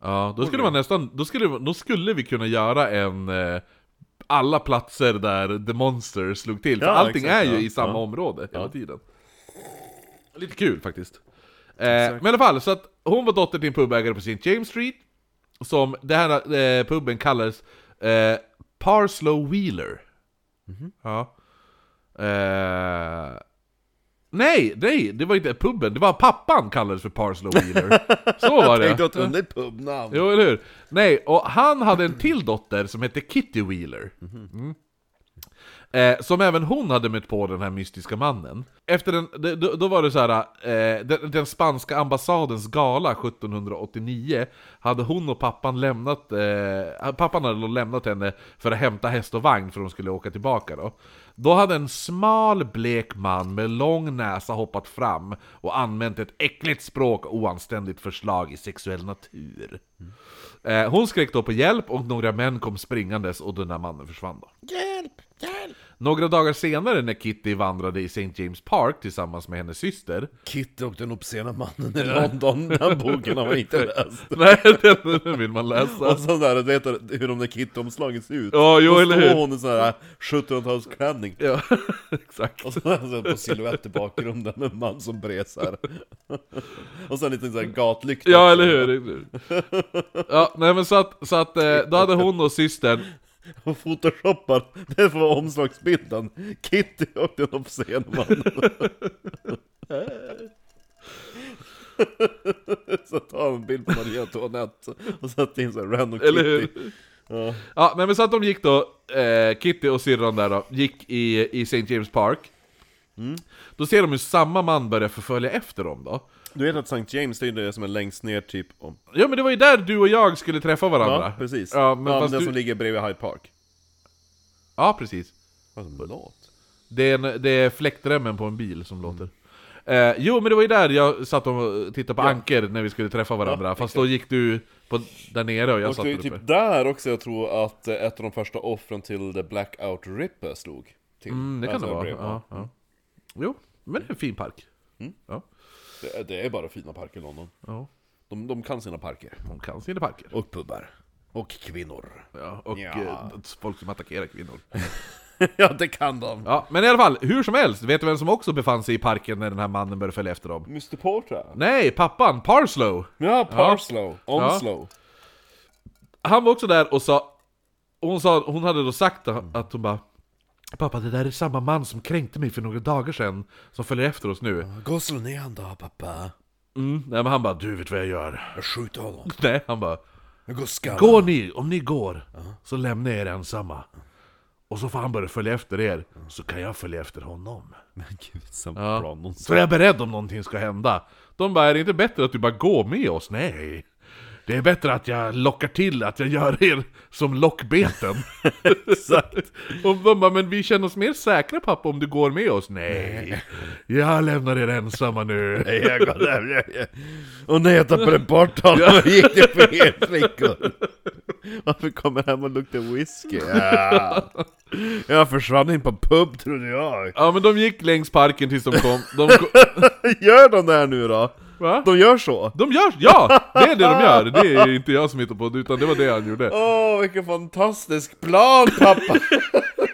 Ja, då skulle man nästan, då skulle, då skulle vi kunna göra en eh, alla platser där The Monster slog till, för
Ja,
allting
exakt,
är ju
ja,
i samma
ja.
område hela
Ja.
tiden. Lite kul faktiskt. Eh, men i alla fall, så att hon var dotter till en pubägare på St. James Street, som den här eh, puben kallades eh, Parslow Wheeler.
Mhm.
Ja. Eh, nej, nej, det var inte puben, det var pappan kallades för Parslow Wheeler. Så var det.
åt under pubnamn.
Jo, eller hur? Nej, och han hade en till dotter som hette Kitty Wheeler. Mm. Eh, som även hon hade mött på den här mystiska mannen. Efter den, det- då, då var det så här, eh, den, den spanska ambassadens gala 1789 hade hon och pappan lämnat, eh, pappan hade då lämnat henne för att hämta häst och vagn för de skulle åka tillbaka då. Då hade en smal blek man med lång näsa hoppat fram och använt ett äckligt språk och oanständigt förslag i sexuell natur. Eh, hon skrek då på hjälp och några män kom springandes och den där mannen försvann då.
Hjälp, hjälp!
Några dagar senare när Kitty vandrade i St. James Park tillsammans med hennes syster
Kitty och den obscena mannen i London, den boken har man inte läst.
Nej, den den vill man läsa!
Och så där, du vet hur de där Kitty-omslagen ser ut.
Ja, jo
Då
eller
står
hur!
hon i sån här 1700-talsklänning.
Ja, exakt.
Och så så på silhuett i bakgrunden, en man som bresar. Och sen en liten sån här gatlykta.
Ja, eller hur? eller hur? Ja, nej men så att, så att eh, då hade hon och systern
Och photoshoppar, det får vara omslagsbilden. Kitty och den obscena mannen. Så tar han en bild på Maria Antoinette och sätter in så här random
Eller
Kitty.
hur?
Ja.
Ja, nej, men så att de gick då, eh, Kitty och syrran där då, gick i, i St. James Park.
Mm.
Då ser de hur samma man börjar förfölja efter dem då.
Du vet att St. James, det är ju det som är längst ner typ om...
Ja men det var ju där du och jag skulle träffa varandra.
Ja, precis.
Ja, men fast
den
du...
som ligger bredvid Hyde Park. Alltså,
ja precis.
Vad som låt.
Det är, en, det är fläktremmen på en bil
Mm.
som låter. Eh, jo men det var ju där jag satt och tittade på Anker när vi skulle träffa varandra, fast då gick du på, där nere och jag
Och
satt
det är
där
ju
uppe.
typ där också jag tror att eh, ett av de första offren till The Blackout Ripper slog till.
Mm, det kan
Alltså,
det vara.
bredvid.
Ja, ja. Jo, men det är en fin park.
Mm.
Ja,
Det, är- det är bara fina parker i London.
ja.
De, de kan sina parker.
De kan sina parker.
Och pubbar. Och kvinnor.
Ja, och
Ja.
eh, folk som attackerar kvinnor.
ja, det kan de.
Ja, men i alla fall, hur som helst, vet du vem som också befann sig i parken när den här mannen började följa efter dem?
Mr Porter.
Nej, pappan, Parslow!
Ja, Parslow.
Ja.
Onslow.
Han var också där och sa och hon, sa, hon hade då sagt att att hon bara Pappa, det där är samma man som kränkte mig för några dagar sedan Som följer efter oss nu
Gå och slå ner han då, pappa.
mm. Nej men han bara, du vet vad jag gör
Jag skjuter honom.
Nej, han bara
Jag går skallar.
Går ni, om ni går Så lämnar jag er ensamma Och så får han börja följa efter er Så kan jag följa efter honom
Men gud, samt
Ja.
plan någonsin.
Så är jag beredd om någonting ska hända De bara, är det inte bättre att du bara går med oss? Nej Det är bättre att jag lockar till, att jag gör er som lockbeten
Exakt.
Och de bara, men vi känner oss mer säkra pappa om du går med oss. Nej, jag lämnar er ensamma nu.
Jag går där. Och nej, jag tappade bort honom. Vad gick det för er flickor? Varför kommer han och luktar whisky? Ja. Jag försvann in på pub, trodde jag.
Ja men de gick längs parken tills de kom. De ko-
Gör de det här nu då?
Va?
De gör så?
De gör, ja! Det är det de gör. Det är inte jag som hittar på det, utan det var det han gjorde.
Åh, vilken fantastisk plan pappa!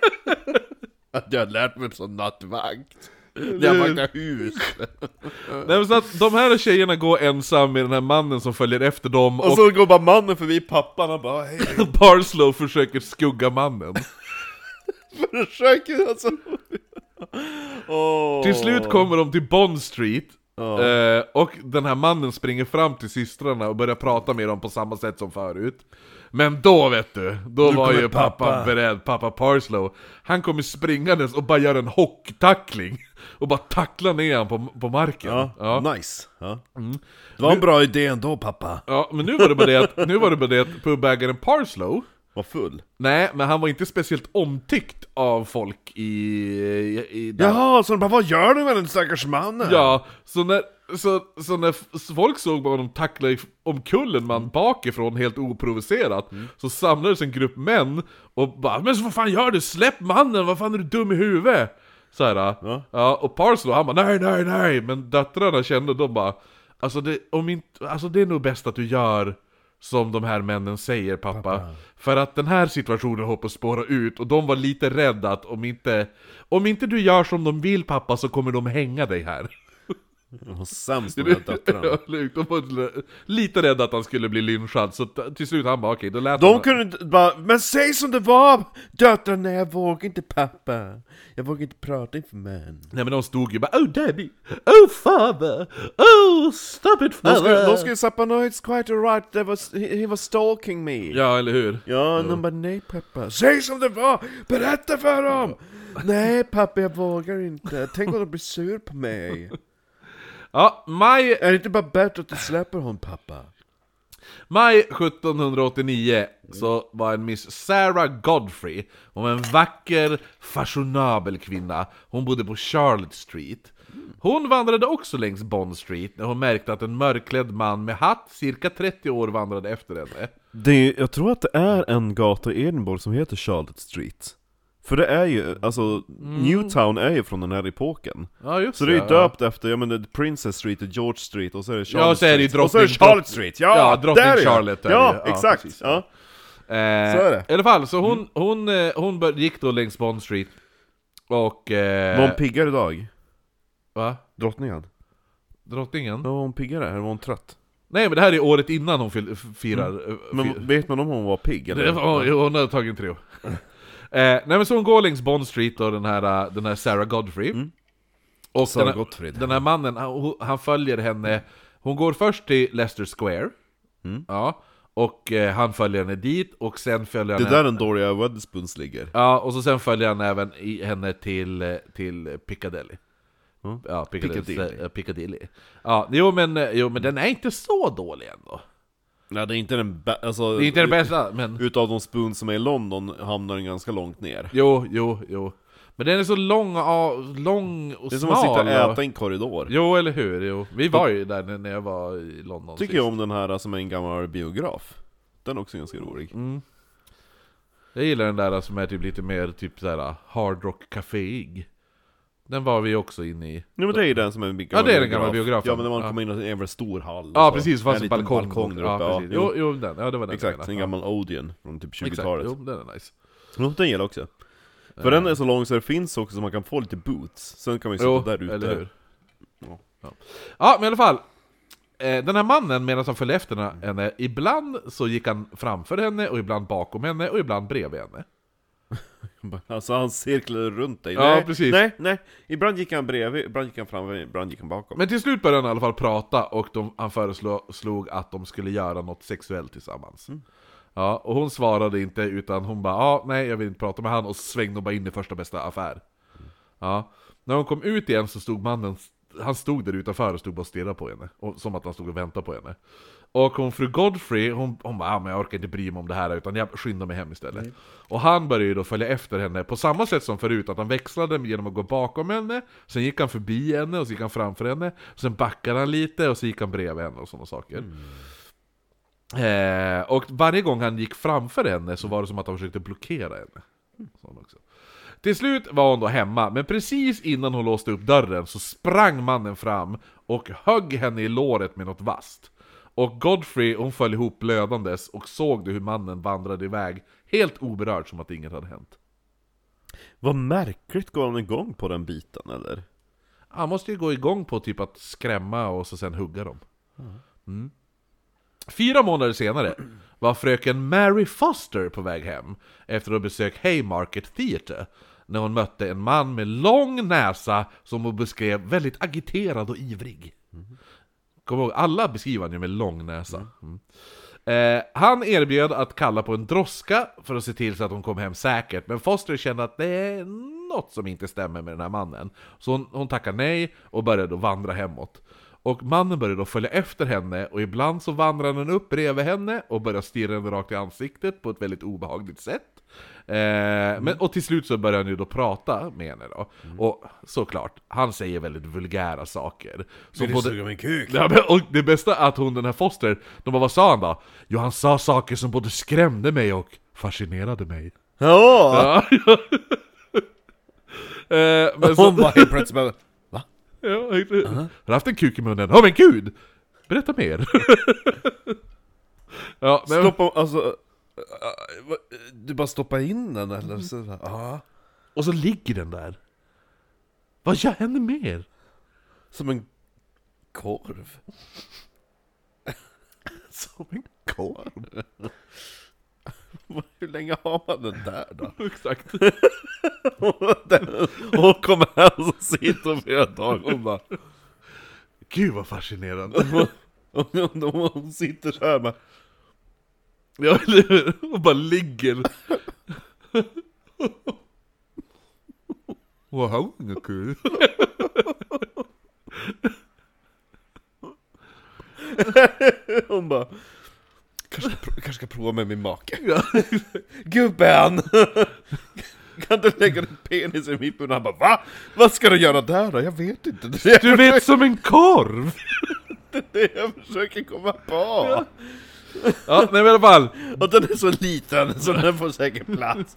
Att jag har lärt mig som nattvakt. När jag vaktar hus.
Nej men så att de här tjejerna går ensam med den här mannen som följer efter dem
Och
och
så går bara mannen förbi pappan och bara hej.
Parslow försöker skugga mannen.
Försöker alltså. Åh.
Till slut kommer de till Bond Street.
Ja.
eh, Och den här mannen springer fram till systrarna och börjar prata med dem på samma sätt som förut. Men då vet du, då
Nu
var
kommer
ju pappa,
pappa.
beredd, pappa Parslow. Han kommer springandes och bara gör en hocktackling. Och bara tacklar ner han på, på marken.
Ja,
Ja. Ja.
nice. Ja. Det var en bra idé ändå pappa.
men nu var det bara det att, nu var det bara det att pubägaren Parslow,
Var full.
nej, men han var inte speciellt omtyckt av folk i... i, i där.
Jaha, så de bara vad gör du med den stackars mannen?
Ja, så när, så, så när f- folk såg honom tackla i- omkull en man bakifrån helt oprovocerat, så samlades en grupp män och bara 'Men så vad fan gör du? Släpp mannen! Vad fan är du dum i huvudet?' Så här, äh. ja. och Parslow han bara 'Nej, nej, nej' Men döttrarna kände, de bara 'Alltså det, om inte, alltså det är nog bäst att du gör' Som de här männen säger pappa. För att den här situationen håller på att spåra ut och de var lite rädda att om inte, om inte du gör som de vill pappa så kommer de hänga dig här.
De var sämst de här döttrarna.
Ja, Luke, de var lite rädda att han skulle bli lynchad, så t- till slut han bara okej, då lät
De
han...
kunde inte bara, men säg som det var! Döttrarna, jag vågar inte pappa. Jag vågar inte prata inför män.
Nej men de stod ju bara Oh daddy! Oh father! Oh stop it
De skulle,
father!
de skulle sappa no it's quite alright, That was, he, he was stalking me.
Ja, eller hur?
Ja, de bara nej pappa, säg som det var! Berätta för dem! Nej pappa, jag vågar inte. Tänk om de blir sur på mig.
Ja, maj,
Är det inte bara bättre att du släpper honom pappa?
maj 1789 så var en Miss Sarah Godfrey, hon var en vacker, fashionabel kvinna. Hon bodde på Charlotte Street. Hon vandrade också längs Bond Street när hon märkte att en mörkklädd man med hatt, cirka 30 år, vandrade efter henne.
Det är, jag tror att det är en gata i Edinburgh som heter Charlotte Street. För det är ju, alltså, Newtown är ju från den här epoken.
Ja, just
Så det är ju
ja.
döpt efter, ja men det är Princess Street, det är George Street och så är det Charlotte
Ja, och så är det ju
Street. och så är det
drottning-
Charlotte Street, ja!
Ja, drottning
där är det.
Charlotte är det ju.
Ja,
Ja,
exakt!
precis.
ja.
Eh,
Så är det. Mm.
I alla fall, så hon, hon, eh, hon bör, gick då längs Bond Street och... Eh,
Var hon piggare idag?
va?
Drottningen?
Drottningen?
Ja, var hon piggare? Eller var hon trött?
Nej men det här är året innan hon fil- f- firar... eh, fir-
Mm. Men vet man om hon var pigg eller?
det var, jo, hon hade tagit en trio. eh, nej men så hon går längs Bond Street och den här, eh, den här Sarah Godfrey. Och
Mm. Sarah
den här,
Gottfried.
den här mannen, han, han följer henne Hon går först till Leicester Square.
Mm.
Ja, och eh, han följer henne dit och sen följer han
Det där är en Doria Weatherspoons ligger.
Ja, och så sen följer han även i, henne till, eh, till Piccadilly.
Mm.
Ja, Piccadilly.
Piccadilly.
Piccadilly. Piccadilly. Ja, jo, men, eh, jo men den är inte så dålig ändå.
Nej det är inte den bä- alltså,
Det är inte den bästa, men...
Utav de spoons som är i London hamnar den ganska långt ner.
Jo, jo, jo. Men den är så lång och, lång och smal.
Det är som att sitta och
och-
äta i en korridor.
Jo, eller hur? Jo. Vi var ju där när- när jag var i London
Tycker
sist.
jag om den här som är en gammal biograf. Den är också ganska rolig.
Mm. Jag gillar den där som är typ lite mer typ såhär hard rock kaféig. Den var vi också inne i.
Nej men det är ju den som är en gammal
Ja, det är den gamla biografen.
Ja men när man
Ja.
kommer in i en jävla stor hall.
Ja
så
precis, det fanns
en
en
liten
balkong.
balkong där uppe.
ja,
Ja,
precis. Jo, jo, den. Ja, det var den jag
Exakt,
menade.
en gammal Odeon från typ
ja. Exakt,
20-talet.
jo, den är nice.
Jo, den gillar jag också. För den är så lång så det finns också så man kan få lite boots. Sen kan man ju sitta
Jo,
där ute.
eller hur?
Ja.
Ja. ja, men i alla fall. Eh, Den här mannen, medan han följde efter henne, ibland så gick han framför henne, och ibland bakom henne, och ibland bredvid henne.
Alltså han cirklade runt dig.
Ja,
nej,
precis.
nej, nej. Ibland gick han bredvid, ibland gick han framför, ibland gick han bakom.
Men till slut började han i alla fall prata och de, han föreslog att de skulle göra något sexuellt tillsammans. Ja, och hon svarade inte utan hon bara ah, nej jag vill inte prata med han och svängde hon bara in i första bästa affär. Ja, när hon kom ut igen så stod mannen, han stod där utanför och stod bara och stirrade på henne. Och, som att han stod och väntade på henne. Och hon fru Godfrey, hon, hon bara ah, men jag orkar inte bry mig om det här utan jag skyndar mig hem istället. Och han började ju då följa efter henne på samma sätt som förut, att han växlade genom att gå bakom henne, sen gick han förbi henne och så gick han framför henne, sen backade han lite och så gick han bredvid henne och sådana saker. Eh, och varje gång han gick framför henne så var det som att han försökte blockera henne. Sån också. Till slut var hon då hemma, men precis innan hon låste upp dörren så sprang mannen fram och högg henne i låret med något vasst. Och Godfrey, hon föll ihop blödandes och såg du hur mannen vandrade iväg, helt oberörd som att inget hade hänt.
Vad märkligt, går han igång på den biten eller?
Han måste ju gå igång på typ att skrämma och så sen hugga dem. Mm. Fyra månader senare var fröken Mary Foster på väg hem efter att ha besökt Haymarket Theatre när hon mötte en man med lång näsa som hon beskrev väldigt agiterad och ivrig. Kom ihåg, alla beskriver han ju med lång näsa. Mm. Eh, han erbjöd att kalla på en droska för att se till så att hon kom hem säkert, men Foster kände att det är något som inte stämmer med den här mannen. Så hon, hon tackade nej och började då vandra hemåt. Och mannen började då följa efter henne, och ibland så vandrade han upp bredvid henne och började stirra henne rakt i ansiktet på ett väldigt obehagligt sätt. Eh, men, och till slut så börjar han ju då prata med henne då. Och såklart, han säger väldigt vulgära saker. Som både-
min kuk?
Ja, men, och det bästa är att hon, den här Foster, de bara, vad sa han då? Jo, han sa saker som både skrämde mig och fascinerade mig.
Ja!
Ja, ja. Eh, men så,
Hon bara helt plötsligt bara, Va?
ja, Har du haft en kuk i munnen? Ja men gud! Berätta mer! ja, men,
Stoppa, alltså... äh, äh, vad, äh, Du bara stoppa in den eller? Så, bara, ja.
och så ligger den där. Vad gör henne mer?
Som en korv?
Som en korv.
Hur länge har man den där då?
Exakt.
Hon kommer här och sitter och flera dagar och bara...
Gud vad fascinerande.
Och hon- hon- Hon sitter så här bara...
Ja, eller hur? Och bara ligger. Och han var inget kul.
Hon bara... Kanske, ska pro- kanske ska prova med min make.
Ja.
Gubben! Kan du lägga din penis i min mun? Han bara va? Vad ska du göra där då? Jag vet inte. Det är
Du vet som en korv!
det jag försöker komma på.
Ja, nej men i alla fall.
Och den är så liten så den får säkert plats.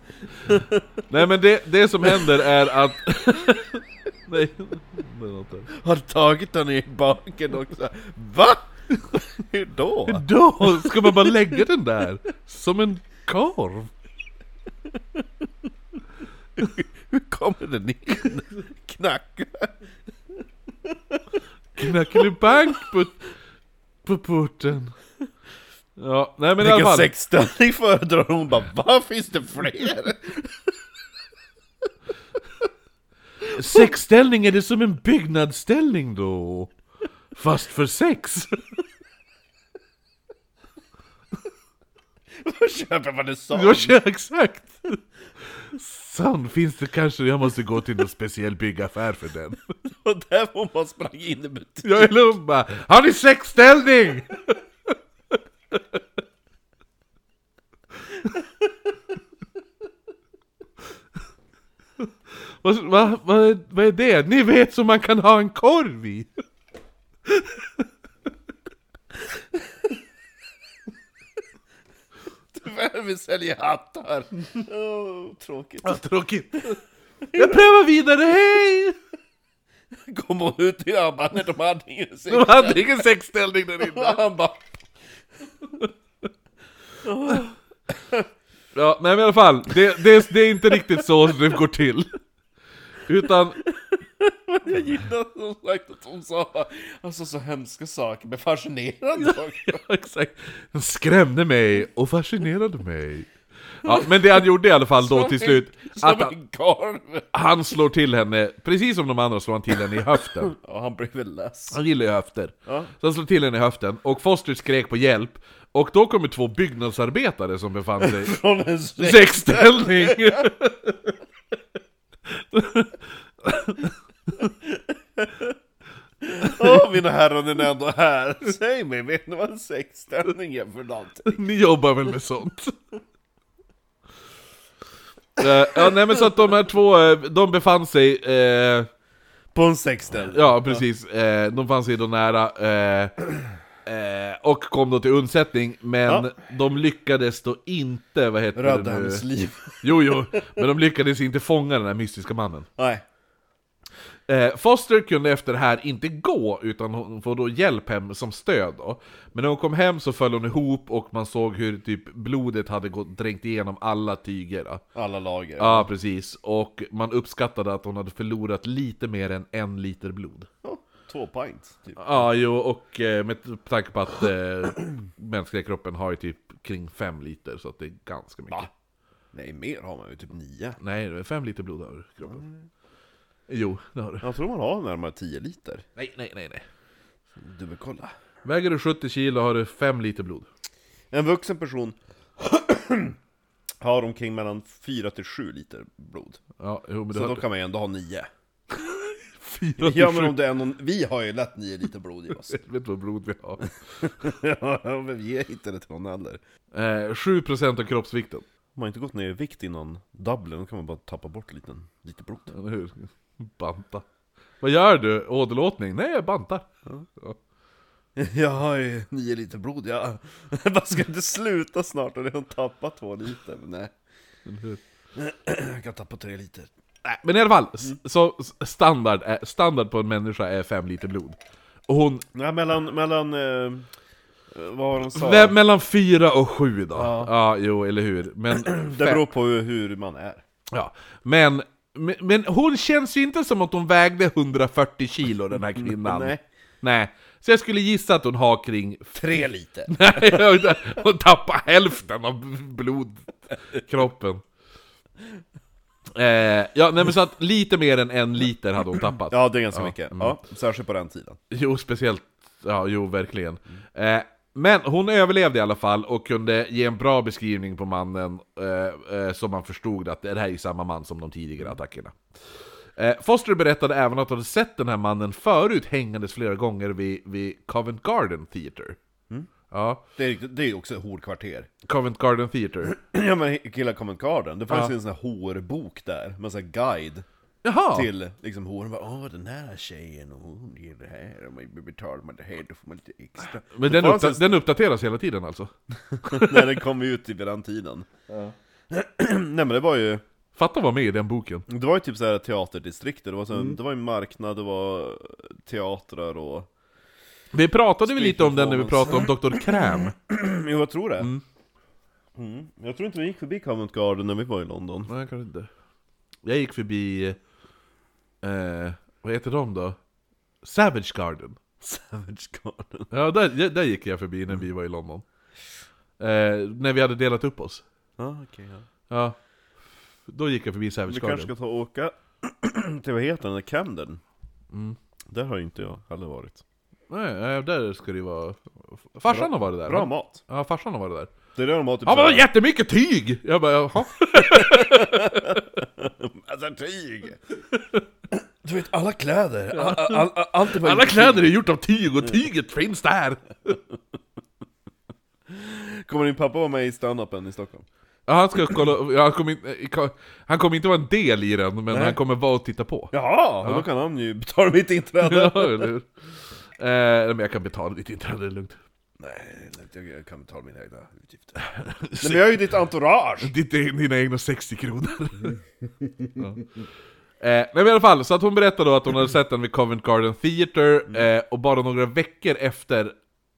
Nej men det, det som händer är att... Nej. det var inte.
Har du tagit den i baken också? Va? Hur då?
Då ska man bara lägga den där. Som en korv.
Hur kommer den in? Knack.
Knackelibank på, på porten. Ja, nej men i alla
Vilken
fall.
sexställning föredrar hon? Bara va? Finns det fler?
Sexställning, är det som en byggnadsställning då? Fast för sex!
Då köper man en sån!
Jag känner exakt! Sand finns det kanske, jag måste gå till någon speciell byggaffär för den.
Och där får man sprang in i butiken!
Jag är lugn bara, har ni sexställning? Vad, vad, vad, är- vad är det? Ni vet som man kan ha en korv i?
Tyvärr, vi säljer hattar! Åh, tråkigt.
Vad tråkigt. Jag prövar vidare, hej!
Kom hon ut i armarna, de hade ingen sex.
De hade ingen sexställning där
Och
inne.
han bara...
Ja, nej men i alla fall, det, det, det är inte riktigt så det går till. Utan
Jag gillar som sagt att hon sa alltså, så hemska saker, men fascinerande saker.
Ja, exakt. Den skrämde mig och fascinerade mig. Ja, men det han gjorde i alla fall då till slut, att
Som
han,
en korv!
han slår till henne, precis som de andra slår han till henne i höften.
Ja, han blev väl less.
Han gillar ju höfter.
Ja.
Så han slår till henne i höften, och Foster skrek på hjälp, och då kommer två byggnadsarbetare som befann sig
Från en
i
sex.
sexställning!
Åh, mina herrar, ni är ändå här. Säg mig, vet ni vad en sexställning är för något?
Ni jobbar väl med sånt? Eh, Ja, nej men så att de här två, eh, de befann sig eh,
På en sexställning?
Ja, precis. Eh, de fanns ju då nära. Eh, eh, och kom då till undsättning, men
Ja.
de lyckades då inte, vad heter
Rädda
det
hennes
nu?
liv.
Jo, jo, men de lyckades inte fånga den här mystiska mannen.
Nej.
Eh, Foster kunde efter det här inte gå, utan hon får då hjälp hem som stöd då. Men när hon kom hem så föll hon ihop och man såg hur typ blodet hade gått, dränkt igenom alla tyger. Då.
Alla lager.
Ja, precis. Och man uppskattade att hon hade förlorat lite mer än en liter blod.
Ja, Två pint, typ.
Ja, jo, och eh, med t- tanke på att eh, mänskliga kroppen har ju typ kring 5 liter, så att det är ganska mycket.
Va? Nej, mer har man ju, typ nio.
Nej, det är 5 liter blod har kroppen. Jo, det har du.
Jag tror man har närmare 10 liter.
Nej, nej, nej, nej.
Dubbelkolla.
Väger du 70 kilo har du 5 liter blod.
En vuxen person har omkring mellan 4 till 7 liter blod.
Ja, jo, men du
Så då
har
kan man ju ändå ha 9.
4
Ja men om det är någon, vi har ju lätt 9 liter blod i oss.
Vet du vad blod vi har?
ja, men vi är inte det till någon heller.
Eh, 7% av kroppsvikten.
Om man inte gått ner i vikt innan Dublin, då kan man bara tappa bort lite, lite blod.
Eller hur? Banta. Vad gör du? Åderlåtning? Nej, jag bantar. Ja.
Jag har ju 9 liter blod, jag bara ska inte sluta snart och redan tappa 2 liter. Men nej,
Eller hur?
jag kan tappa 3 liter.
Nej, Men i alla fall, s- så s- standard, är, standard på en människa är 5 liter blod. Och hon,
Nej, mellan, mellan, eh, vad var de sa?
vem, mellan 4 och 7 då. Ja.
Ja.
jo, eller hur. Men,
Det
fem-
beror på hur- hur man är.
ja. men, men, men hon känns ju inte som att hon vägde 140 kilo den här kvinnan.
Nej.
Nej. Så jag skulle gissa att hon har kring...
Tre liter.
Nej, hon tappar hälften av blodkroppen. Eh, ja, nej men så att lite mer än en liter hade hon tappat.
Ja, det är ganska
Ja, mm.
mycket. Ja, särskilt på den tiden.
Jo, speciellt. Ja, jo, verkligen. Eh, men hon överlevde i alla fall och kunde ge en bra beskrivning på mannen eh, eh, så man förstod att det här är ju samma man som de tidigare attackerna. Eh, Foster berättade även att hon hade sett den här mannen förut hängandes flera gånger vid, vid Covent Garden Theatre. Ja,
Det är, det är ju också horkvarter.
Covent Garden Theatre.
Ja men killar Covent Garden, det fanns
Ja.
ju en sån här horbok där, med en sån här guide
Jaha!
till liksom horen. Bara, Åh den här tjejen, och hon ger det här, och man betalar man det här, då får man lite extra.
Men den,
Det fanns
uppda- den uppdateras hela tiden alltså?
en- När den kom ut i den tiden. Nej men det var ju,
Fatta vad med i den boken.
det var ju typ så här teaterdistrikter, det var, så, det var ju marknad, det var teatrar och...
Vi pratade väl
Street
lite om den när vi
performance.
pratade om Dr. Kräm?
Jo jag tror det. Mm. Jag tror inte vi gick förbi Covent Garden när vi var i London.
Nej, kanske inte. Jag gick förbi... Eh, vad heter de då? Savage Garden.
Savage Garden.
Ja, där, där gick jag förbi när vi var i London. Eh, när vi hade delat upp oss.
Ah, okay, ja.
Ja. Då gick jag förbi Savage
Vi
Garden.
kanske ska ta och Mm. åka till, vad heter den, Camden? Där har ju inte jag heller varit.
Nej, nej, där ska det ju vara... Farsan har varit där.
Bra
Han-
mat.
Ja, farsan har varit där.
Det är det de har typ
Han bara
såhär,
'Jättemycket tyg!' Jag bara 'Jaha'
Alltså tyg! Du vet, alla kläder, all, all, all, allt är bara
Alla kläder är gjort av tyg Mm. och tyget finns där!
Kommer din pappa vara med i standupen i Stockholm?
Ja, han ska kolla, ja, han kommer inte, han kommer inte vara en del i den, men
Nej.
han kommer vara och titta på.
Jaha! Ja. Då kan han ju betala mitt inträde!
Ja, eller hur? Eh, men jag kan betala ditt inträde, det är lugnt.
Nej, jag kan betala mina egna utgifter. Nej, men jag är ju ditt entourage!
Ditt, e-, dina egna 60 kronor.
Mm.
ja. eh, men i alla fall, så att hon berättade då att hon hade sett den vid Covent Garden Theatre,
Mm.
eh, och bara några veckor efter...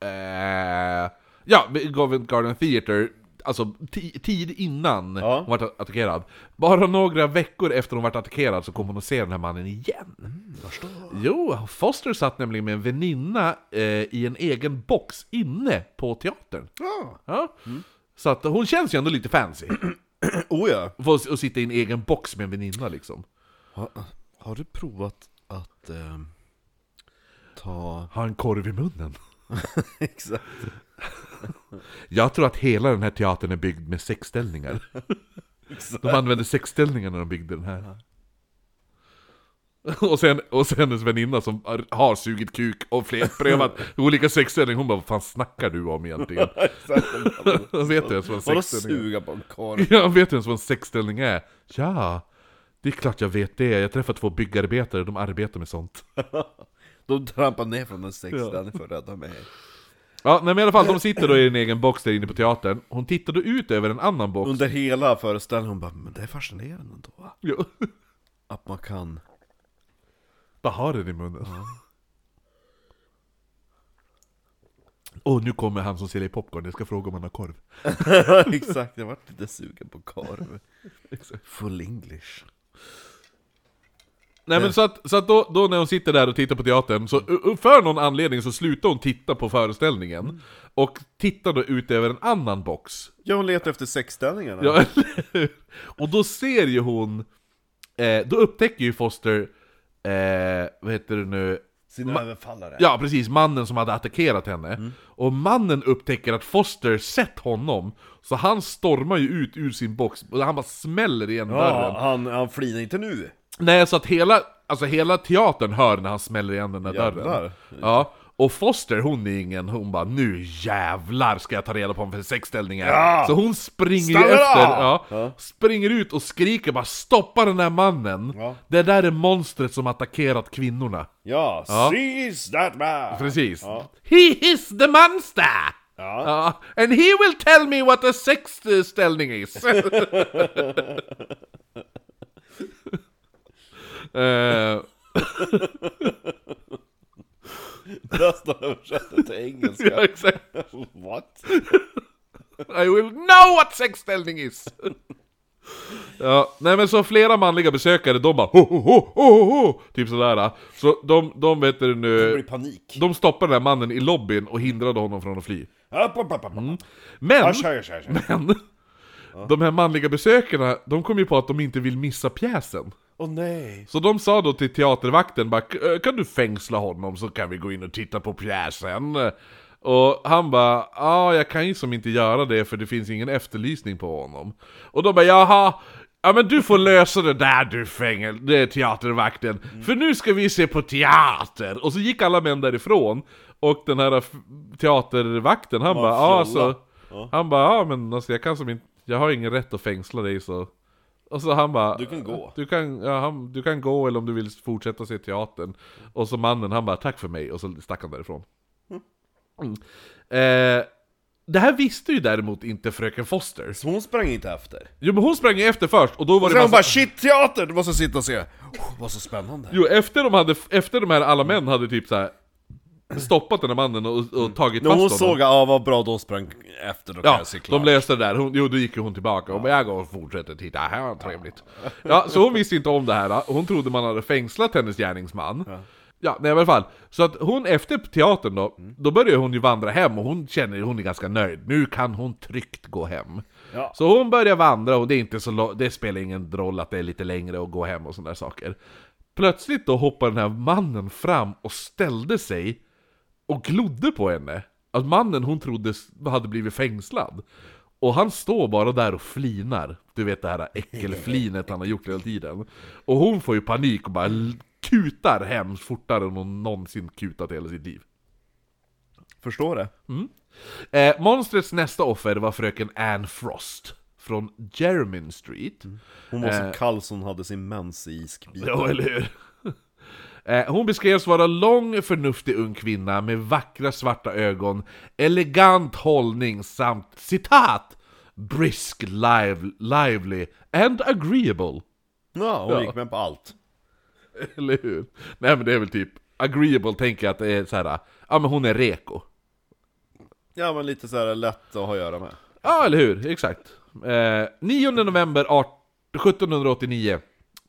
Eh, ja, vid Covent Garden Theatre, alltså ti- tid innan
Ja.
hon vart attackerad. Bara några veckor efter hon vart attackerad så kom hon att se den här mannen igen.
Mm,
Jo, Foster satt nämligen med en väninna eh, i en egen box inne på teatern.
Ja. Mm.
Ja. Så att hon känns ju ändå lite fancy.
Oh ja!
Få s- Och sitta i en egen box med en väninna liksom.
Har, har du provat att ehm, ta...
Ha en korv i munnen.
Exakt.
Jag tror att hela den här teatern är byggd med sexställningar. De använde sexställningar när de byggde den här. Och sen, och sen hennes väninna som har- har sugit kuk och fler prövat olika sexställningar, hon bara vad fan snackar du om egentligen?
Exakt.
Hon vet ju ens vad en
Vadå
sexställning är.
suga på en korv?
Jag vet ju ens vad en sexställning är. Ja, det är klart jag vet det. Jag träffade två byggarbetare, de arbetar med sånt.
De trampar ner från en sexställning för att rädda mig.
Ja, nej, men i alla fall, de sitter då i en egen box där inne på teatern. Hon tittade ut över en annan box.
Under hela föreställningen, hon bara 'Men det är fascinerande ändå,
Ja.
att man kan'
Bara har den i munnen. Och nu kommer han som säljer popcorn, jag ska fråga om han har korv.
Exakt, jag vart lite sugen på korv. Full English.
Nej men så att, så att då, då när hon sitter där och tittar på teatern, så u- u- för någon anledning så slutar hon titta på föreställningen.
Mm.
Och tittar då ut över en annan box.
Ja, hon letar efter sexställningarna.
Ja, eller hur? Och då ser ju hon, eh, då upptäcker ju Foster, eh, vad heter det nu,
Sin överfallare.
Ja, precis. Mannen som hade attackerat henne. Och mannen upptäcker att Foster sett honom, så han stormar ju ut ur sin box, och han bara smäller igen dörren.
Ja, han, han flinar inte nu.
Nej, så att hela, alltså hela teatern hör när han smäller igen den där dörren.
Jävlar.
Ja. Och Foster, hon är ingen, hon bara 'Nu jävlar ska jag ta reda på om för sexställning är'
Ja.
Så hon springer
Stanna
ju efter,
då!
ja,
Ja.
springer ut och skriker bara 'Stoppa den där mannen!
Ja.
Det där är monstret som attackerat kvinnorna'
Ja,
Ja.
seize that man!
Precis.
Ja.
He is the monster!
Ja.
Ja, and he will tell me what a sex eh, ställning is. Eh,
Nästan översatte till
ja,
engelska.
exakt.
What?
I will know what sex ställning is. ja, nej men så flera manliga besökare, de bara ho, ho, ho, ho, ho, ho, typ sådär. Så de, de vet du
Det blir
nu,
panik.
de stoppade den här mannen i lobbyn och hindrade honom från att fly.
Upp, upp, upp, upp.
Men
Ja, kör, kör, kör.
Men de här manliga besökarna, de kom ju på att de inte vill missa pjäsen.
Åh nej.
Så de sa då till teatervakten bara, "K- eh, kan du fängsla honom så kan vi gå in och titta på pjäsen? Och han bara, ja jag kan ju som inte göra det för det finns ingen efterlysning på honom. Och de bara, jaha, ja men du får lösa det där du fängel, det är teatervakten, för nu ska vi se på teater! Och så gick alla män därifrån, och den här f- teatervakten, han bara, ja
fjolla."
alltså,
Ja.
han bara, ja men alltså jag kan som inte, jag har ingen rätt att fängsla dig så och så han bara
Du kan gå.
du kan, ja, han, du kan gå eller om du vill fortsätta se teatern Och så mannen han bara tack för mig och så stack han därifrån mm. eh, Det här visste ju däremot inte fröken Foster
Så hon sprang inte efter?
Jo men hon sprang ju efter först och då var
Och
det
sen hon
massa...
bara 'Shit, teater! Du måste sitta och se!' Oh, vad så spännande!
Jo efter de, hade, efter de här alla män hade typ så här stoppat den här mannen och, och tagit
När
fast
hon
honom
såg, ja vad bra, då sprang efter, då kan
Ja,
jag se klart.
de löste det där. Hon, jo, då gick ju hon tillbaka. Hon bara, jag går och fortsätter titta, här var trevligt. Ja, så hon visste inte om det här. Hon trodde man hade fängslat hennes gärningsman. Ja. nej i alla fall. Så att hon efter teatern då, då börjar hon ju vandra hem och hon känner hon är ganska nöjd. Nu kan hon tryggt gå hem.
Ja.
Så hon börjar vandra och det, är inte så lo- det spelar ingen roll att det är lite längre och gå hem och sådana där saker. Plötsligt då hoppar den här mannen fram och ställde sig och glodde på henne. Att mannen hon trodde s- hade blivit fängslad. Och han står bara där och flinar. Du vet det här äckelflinet han har gjort hela tiden. Och hon får ju panik och bara l- kutar hem fortare än hon någonsin kutat i hela sitt liv.
Förstår det?
Eh, monstrets nästa offer var fröken Anne Frost. Från Jermyn Street.
Hon var
Eh.
så kall så hon hade sin mens i iskbiten.
Ja, eller hur? Eh, Hon beskrevs vara lång, förnuftig ung kvinna med vackra svarta ögon, elegant hållning samt citat! Brisk, live, lively and agreeable.
Ja, hon
Ja.
gick med på allt.
Eller hur? Nej men det är väl typ, agreeable tänker jag att det är så här. ja men hon är reko.
Ja men lite så här lätt att ha att göra med.
Ja, eller hur? Exakt. Eh, 9 november art- 1789,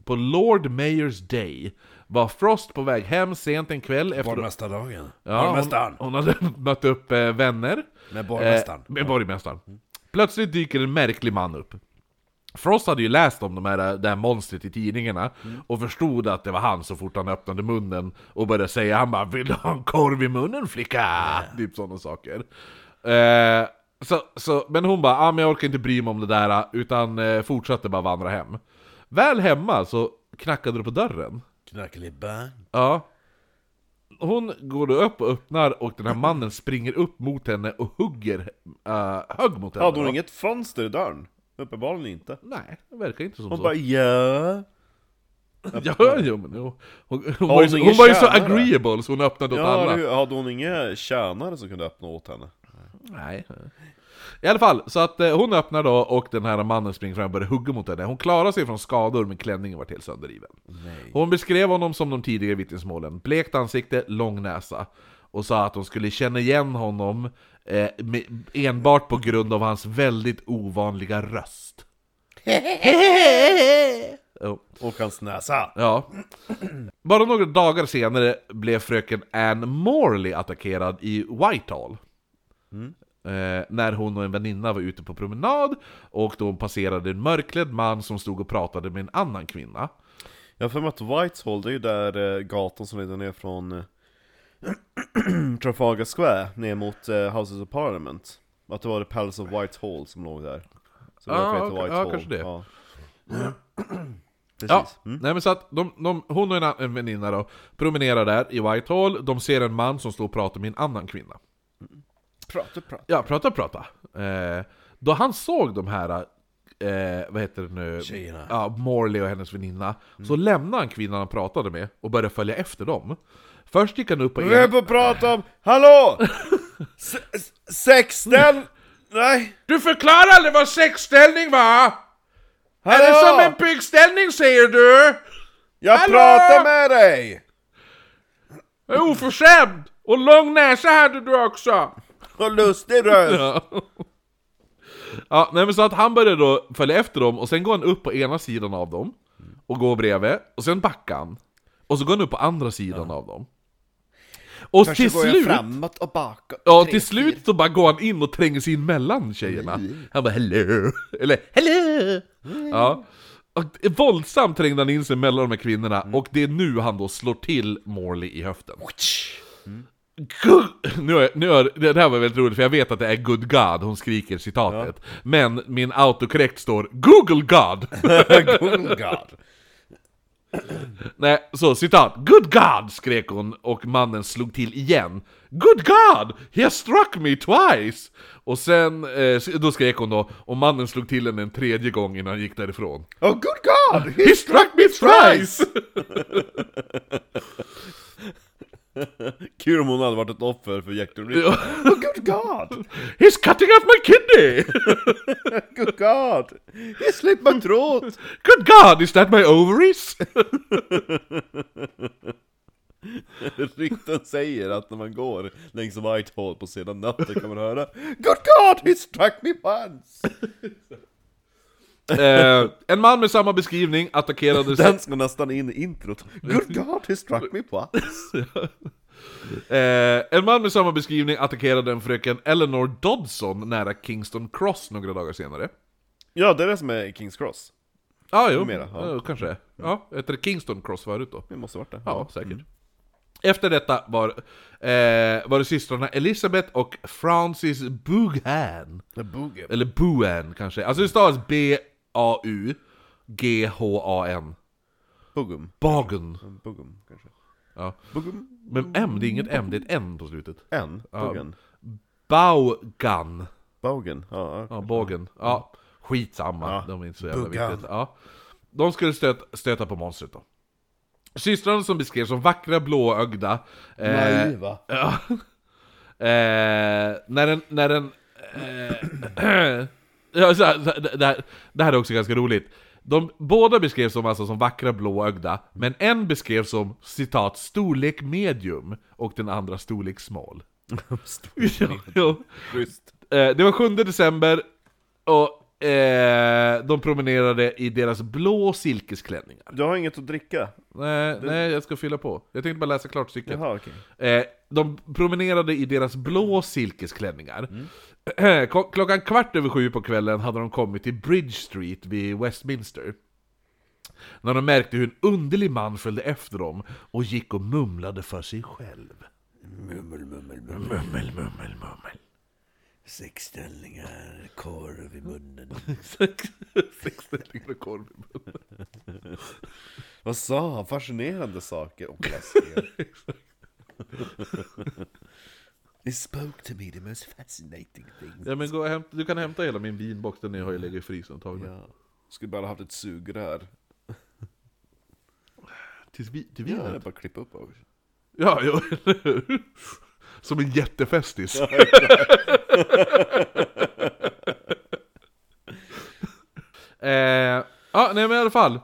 på Lord Mayors Day, var Frost på väg hem sent en kväll efter...
Borgmästardagen.
Ja, hon, hon hade mött upp eh, vänner.
Med
Eh, med borgmästaren. Plötsligt dyker en märklig man upp. Frost hade ju läst om de här, eh, det här monstret i tidningarna och förstod att det var han så fort han öppnade munnen och började säga han bara 'Vill du ha en korv i munnen flicka?' Typ sådana saker. Eh, så, så, men hon bara ah, men 'Jag orkar inte bry mig om det där' utan eh, fortsatte bara vandra hem. Väl hemma så knackade det på dörren.
Knackelibba.
Ja. Hon går då upp och öppnar och den här mannen springer upp mot henne och hugger, uh, högg mot henne.
Hade hon
va?
inget fönster i dörren? Uppenbarligen inte.
Nej, det verkar inte som
Hon
så.
bara ja.
ja, jo, men jo. Hon, hon,
Har
var, ju,
hon
så-
ingen
hon var ju så
tjänare?
agreeable så hon öppnade åt
Ja,
alla.
eller hur? hade hon inga tjänare som kunde öppna åt henne?
Nej. I alla fall, så att eh, hon öppnar då och den här mannen springer fram och börjar hugga mot henne. Hon klarar sig från skador men klänningen var helt sönderriven. Hon beskrev honom som de tidigare vittnesmålen. Blekt ansikte, lång näsa. Och sa att hon skulle känna igen honom eh, med, enbart på grund av hans väldigt ovanliga röst. Jo.
Och hans näsa.
Ja. Bara några dagar senare blev fröken Anne Morley attackerad i Whitehall.
Mm.
Eh, när hon och en väninna var ute på promenad och då passerade en mörklädd man som stod och pratade med en annan kvinna.
Jag har för mig att Whitehall, det är ju där eh, gatan som leder ner från eh, Trafalgar Square ner mot eh, Houses of Parliament. Att det var det Palace of Whitehall som låg där. Så det
Ah,
var därför det heter
okej. Ja,
Whitehall.
kanske det.
Ja.
Ja,
Precis. Mm.
nej men så att de, de, hon och en annan väninna då promenerar där i Whitehall, de ser en man som står och pratar med en annan kvinna.
Prata, prata.
Ja, prata, prata. Eh, då han såg de här, eh, vad heter det nu?
Tjejerna.
Ja, Morley och hennes väninna. Så lämnade han kvinnan han pratade med och började följa efter dem. Först gick han upp på
Vi är
en...
på att prata om, hallå! Se- se- Sexten! Nej!
Du förklarar aldrig vad sexställning var! Är
Hallå!
det som en byggställning säger du?
Jag
Hallå!
pratar med dig!
Jag är Oförskämd! Och lång näsa hade du också!
Och lustig röst!
Ja. Ja, nej men så att han börjar då följa efter dem och sen går han upp på ena sidan av dem och går bredvid och sen backar han. Och så går han upp på andra sidan av dem. Och till slut,
framåt och bakåt.
ja, till slut så bara går han in och tränger sig in mellan tjejerna. Han bara 'hello' eller 'hello' Ja. Och våldsamt trängde han in sig mellan de här kvinnorna och det är nu han då slår till Morley i höften. Gud, nu är, nu är, det här var väldigt roligt för jag vet att det är Good God hon skriker citatet. Men min autokorrekt står Google God.
Good God.
Nej, så citat. Good God skrek hon och mannen slog till igen. Good God! He has struck me twice! Och sen, eh, då skrek hon då, och mannen slog till henne en tredje gång innan han gick därifrån.
Oh good God!
He struck me twice!
Kul om hon hade varit ett offer för jäktolyckan. Oh good God!
He's cutting out my kidney!
Good Oh God! He slipped my throat!
Good God, is that my ovaries?
Rykten säger att när man går längs Whitehall på sena natten kan man höra Good God! He struck me once!
eh, en man med samma beskrivning attackerades...
Den ska nästan in i introt. Good God! He struck me once!
Eh, en man med samma beskrivning attackerade en fröken Eleanor Dodson nära Kingston Cross några dagar senare.
Ja, det är det som är Kings Cross.
Ah, jo,
Numera, ja. Mm.
ja. kanske. Ja, heter det Kingston Cross förut då?
Det måste varit det.
Ja, säkert. Efter detta var, eh, var det systrarna Elisabeth och Frances Bughan. Eller Buan kanske. Alltså det stavas B-A-U-G-H-A-N.
Bugum.
Bagen.
Bugum kanske.
Ja.
Bugum?
Men M, det är inget M, det är ett N på slutet.
En?
Ja.
Buggen?
Baugan.
Baugen? Ja, ja.
Ja, bågen. Ja, skitsamma.
Ja.
De är inte så jävla
Buggan.
viktigt. Ja. De skulle stöta, stöta på monstret då. Systrarna som beskrevs som vackra blåögda. eh,
Naiva.
ja. eh, när den... När den eh, ja, så, här- så, här- det- det, här, det här är också ganska roligt. De båda beskrevs som, alltså, som vackra blåögda, men en beskrevs som citat ”storlek medium” och den andra storlek small.
Äh. Stor.
Ja.
Schysst.
Eh, Det var 7 december och eh, de promenerade i deras blå silkesklänningar.
Du har inget att dricka?
Nej, nej, jag ska fylla på. Jag tänkte bara läsa klart stycket.
Jaha, okej.
Eh, de promenerade i deras blå silkesklänningar. Ko- Klockan kvart över sju på kvällen hade de kommit till Bridge Street vid Westminster. När de märkte hur en underlig man följde efter dem och gick och mumlade för sig själv.
Mummel, mummel, mummel.
Mummel, mummel, mummel.
Sex ställningar, korv i munnen.
Sex- Sex ställningar och korv i munnen.
Vad sa han? Fascinerande saker och läskiga.
They spoke to me the most fascinating thing.
Ja men gå och hämta, du kan hämta hela min vinbox, den jag har ju legat i frysen ett tag nu.
ja. Skulle bara haft ett sugrör.
Till, vi, till
Ja, det är
vinet?
bara att klippa upp av.
Ja, ja, eller hur? Som en jättefestis. eh, ja, nej men i alla fall.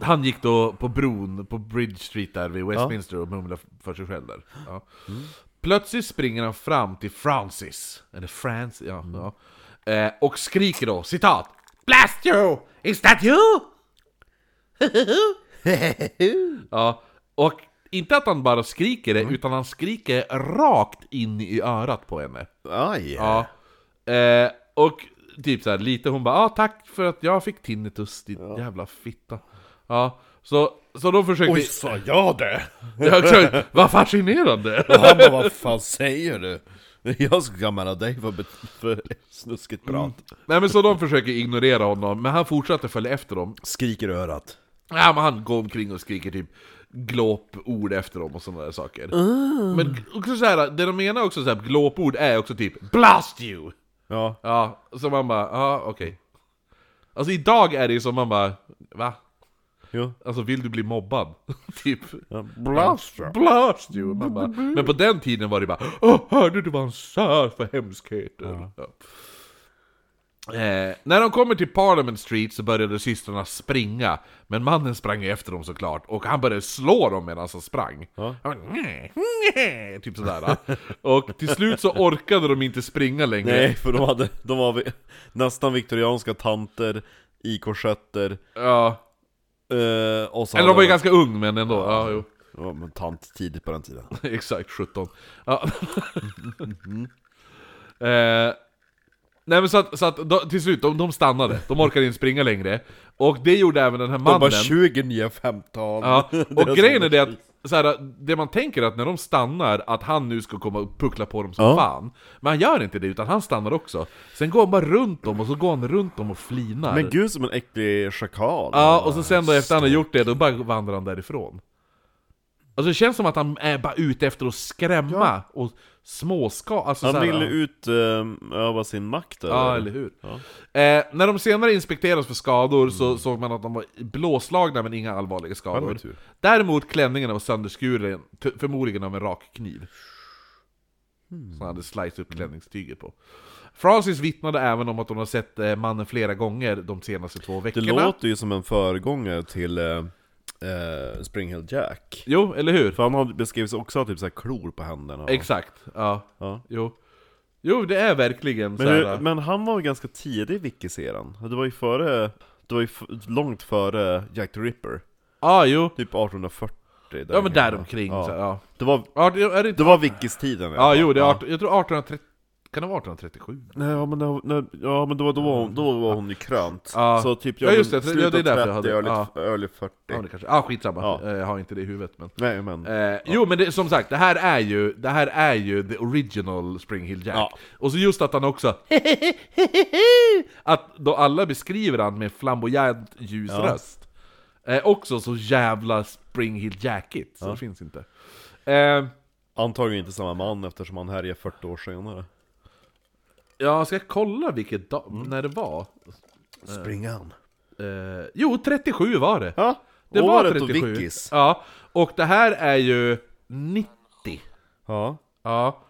Han gick då på bron på Bridge Street där vid Westminster och mumlade för sig själv där. Ja. Plötsligt springer han fram till Francis, eller Francis, ja. ja. Eh, och skriker då, citat. Blast you! Is that you? Ja, och inte att han bara skriker det, utan han skriker rakt in i örat på henne.
Aj!
Ja. Eh, och typ så här, lite, hon bara ah, tack för att jag fick tinnitus, din jävla fitta. Ja, så, så då försökte...
Oj, sa jag det?
Ja, exakt. Vad fascinerande!
Och han bara, vad fan säger du? Jag ska anmäla dig för, bet- för snuskigt prat.
Nej men så de försöker ignorera honom, men han fortsätter följa efter dem.
Skriker i örat.
Ja, men han går omkring och skriker typ glåpord efter dem och sådana där saker. Men också så här, det de menar också så här, glåpord är också typ 'Blast you!'
Ja.
Ja, så man bara, ja okej. Alltså idag är det ju som man bara, va?
Jo.
Alltså vill du bli mobbad? typ.
Ja. Blast!
Blast you! Man bara, men på den tiden var det bara, åh hörde du vad han sa för hemskheter? Ja. Eh, när de kommer till Parliament Street så började systrarna springa Men mannen sprang ju efter dem såklart Och han började slå dem medan han sprang
Ja.
Han bara, "Nä, nä", Typ sådär Och till slut så orkade de inte springa längre
Nej, för de, hade, de var vi- nästan viktorianska tanter i korsetter.
Ja.
eh, och
Eller
så hade
de var ju ganska ung men ändå, ja jo.
Ja, men tant tidigt på den tiden.
Exakt, 17. Ja. eh, nej men så att, så att då, till slut, de, de stannade. De orkade inte springa längre. Och det gjorde även den här
De
mannen.
var 20, 9, 15.
Ja,
Det
och grejen är det att,
så-
så här, det man tänker är att när de stannar, att han nu ska komma och puckla på dem som
Ja.
fan. Men han gör inte det, utan han stannar också. Sen går han bara runt dem, och så går han runt dem och flinar.
Men gud som en äcklig schakal.
Ja, och så sen då efter han har gjort det, då bara vandrar han därifrån. Alltså det känns som att han är bara ute efter att skrämma och småska... Alltså så
Han
här,
ville
ja.
ut eh, öva sin makt över.
Ja, eller hur?
Ja. Mm.
Eh, när de senare inspekterades för skador så såg man att de var blåslagna men inga allvarliga
Ja, det
skador.
var typ- tur.
Däremot klänningen var sönderskuren, t- förmodligen av en rak kniv.
Hmm.
Som han hade slice upp klänningstyget på. Francis vittnade även om att hon har sett eh, mannen flera gånger de senaste två
Det
veckorna.
låter ju som en föregångare till eh, eh, Spring Hill Jack.
Jo, eller hur?
För han har beskrivits också ha typ så här klor på händerna.
Exakt, ja.
Ja.
Jo. jo, det är verkligen
Men,
så här.
hur, men han var ju ganska tidig i Vicky-serien. Det var ju före, det var ju f- långt före Jack the Ripper.
Ja, jo.
Typ 1840. där
Ja men
omkring.
däromkring.
Ja.
Ja. Så, här, ja.
Det var,
Ja, det- är det inte...
det var Vickis-tiden i alla
Ja,
fall.
jo, det är 18, jag tror 1830... Kan det ha varit när han var 37?
Nej, men, det- nej, ja, men då, då, var hon, då var hon ju krönt.
Ja.
Så typ
Ja, just
men
det. Ja,
slutet
det är därför jag
30,
hade-
early,
ja.
early 40.
Ja, det kanske. Ah, skitsamma.
Ja.
Eh, Jag har inte det i huvudet men...
Nej men,
Eh, Jo men det, som sagt, det här är ju, det här är ju the original Spring Hill Jack.
Ja.
Och så just att han också Att då alla beskriver han med flamboyant ljus
Ja.
röst. Eh, också så jävla Spring Hill Jackigt, så det finns inte. Eh,
antagligen inte samma man eftersom han härjar 40 år senare.
jag ska kolla vilket dag,
Mm.
när det var.
Springan.
Eh, jo, 37 var det.
Ja,
Det var
året och
37.
Vickis.
Ja, och det här är ju 90.
Ja.
Ja.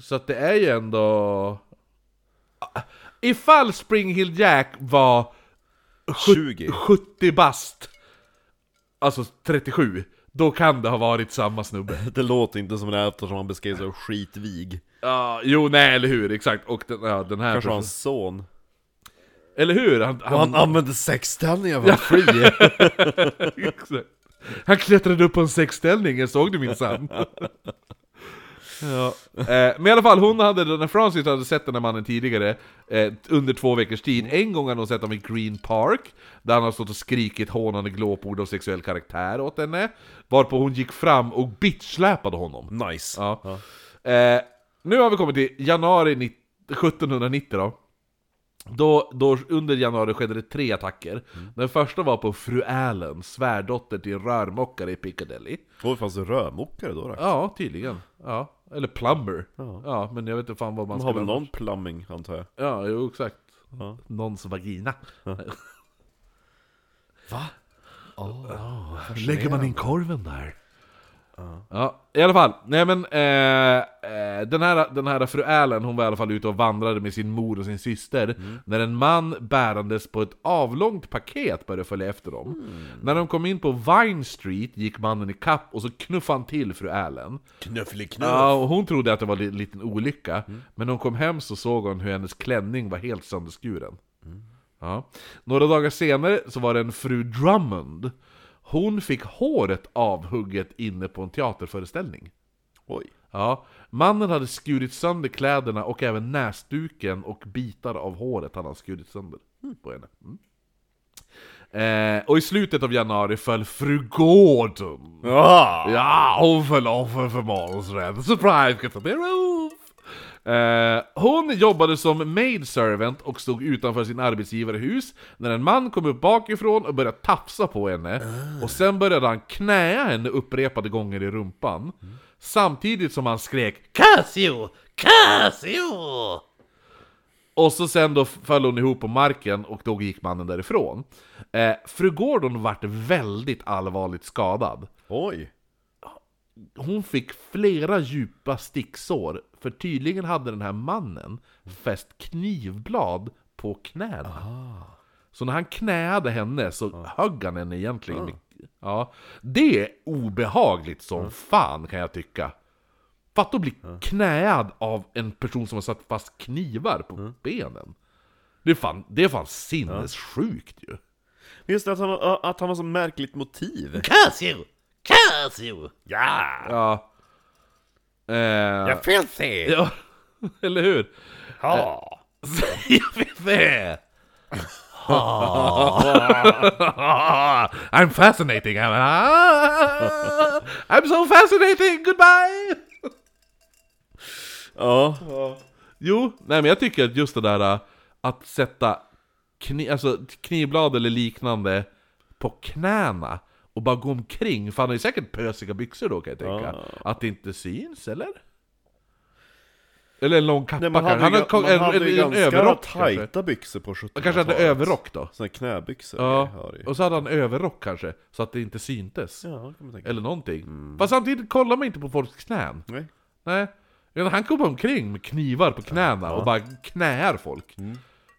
Så att det är ju ändå... Ah, Ifall Spring Hill Jack var
20.
70 bast, alltså 37, då kan det ha varit samma snubbe.
Det låter inte som det är eftersom han beskrevs som skitvig.
Ja, jo, nej, eller hur, exakt. Och den, ja, den här...
Kanske var hans son.
Eller hur? Han, han,
Han använde sexställningar för att fri.
Exakt. Han klättrade upp på en sexställning, jag såg det minsann. Ja. Eh, men i alla fall, hon hade, när Francis hade sett den här mannen tidigare, eh, under två veckors tid, en gång hade hon sett honom i Green Park, där han hade stått och skrikit hånande glåpord av sexuell karaktär åt henne, varpå hon gick fram och bitchsläpade honom.
Nice.
Ja. Eh, nu har vi kommit till januari nitt- 1790 då. Då, då under januari skedde det tre attacker. Den första var på fru Allen, svärdotter till en rörmokare i Piccadilly.
Då fanns det rörmokare då. då.
Ja, tydligen. Ja. Eller plumber. Ja.
Ja.
men jag vet inte fan vad man
Man har väl någon plumbing antar jag.
Ja, jo exakt.
Ja.
Någons vagina.
Va?
Ah, Lägger man in korven där? Ja, i alla fall. Nej men, eh, eh, den, här, den här fru Allen, hon var i alla fall ute och vandrade med sin mor och sin syster När en man bärandes på ett avlångt paket började följa efter dem När de kom in på Vine Street gick mannen i kapp och så knuffade han till fru Allen
Knuffeliknuff.
Ja, och Mm. hon trodde att det var en liten olycka, men när hon kom hem så såg hon hur hennes klänning var helt sönderskuren. Ja. Några dagar senare så var det en fru Drummond. Hon fick håret avhugget inne på en teaterföreställning.
Oj.
Ja. Mannen hade skurit sönder kläderna och även näsduken och bitar av håret hade han skurit sönder på henne. Mm. Eh, och i slutet av januari föll fru Gordon.
Ja.
Ja, hon föll offer för manusrädd. Surprise, get up roof! Eh, hon jobbade som maidservant och stod utanför sin arbetsgivarhus när en man kom upp bakifrån och började tafsa på henne och sen började han knäa henne upprepade gånger i rumpan samtidigt som han skrek Casio! Casio! Och så sen då föll hon ihop på marken och då gick mannen därifrån. Eh, fru Gordon vart väldigt allvarligt skadad.
Oj.
Hon fick flera djupa sticksår, för tydligen hade den här mannen fäst knivblad på knäna. Så när han knäade henne så högg han henne egentligen. med- Ja. Det är obehagligt som fan kan jag tycka. Fatta att bli knäad av en person som har satt fast knivar på benen. Det är fan, det är fan sinnessjukt ju.
Just det, att han, att han har så märkligt motiv.
Curse Casio!
Ja!
Ja. Eh,
Jag filthy!
ja. Eller hur?
Ja!
Fiffi! I'm fascinating. I'm, ah, I'm so fascinating. Goodbye.
Ja.
Jo, nej men jag tycker att just det där äh, att sätta kni, alltså, knivblad eller liknande på knäna och bara gå omkring, för han har ju säkert pösiga byxor då kan jag tänka. Att det inte syns, eller? Eller en lång kappa
Nej, man hade,
kanske.
ju,
Han
man
hade,
hade ju
en, en, en
ganska
överrock kanske.
tajta byxor på 1700-talet.
Han kanske hade överrock då.
Såna här knäbyxor.
Ja,
det har ju.
och så hade han överrock kanske, så att det inte syntes.
ja det kan man tänka.
Eller någonting. Fast samtidigt kollar man inte på folks knän.
Nej.
Nej. Ja, Han kom omkring med knivar på knäna och bara knäar folk.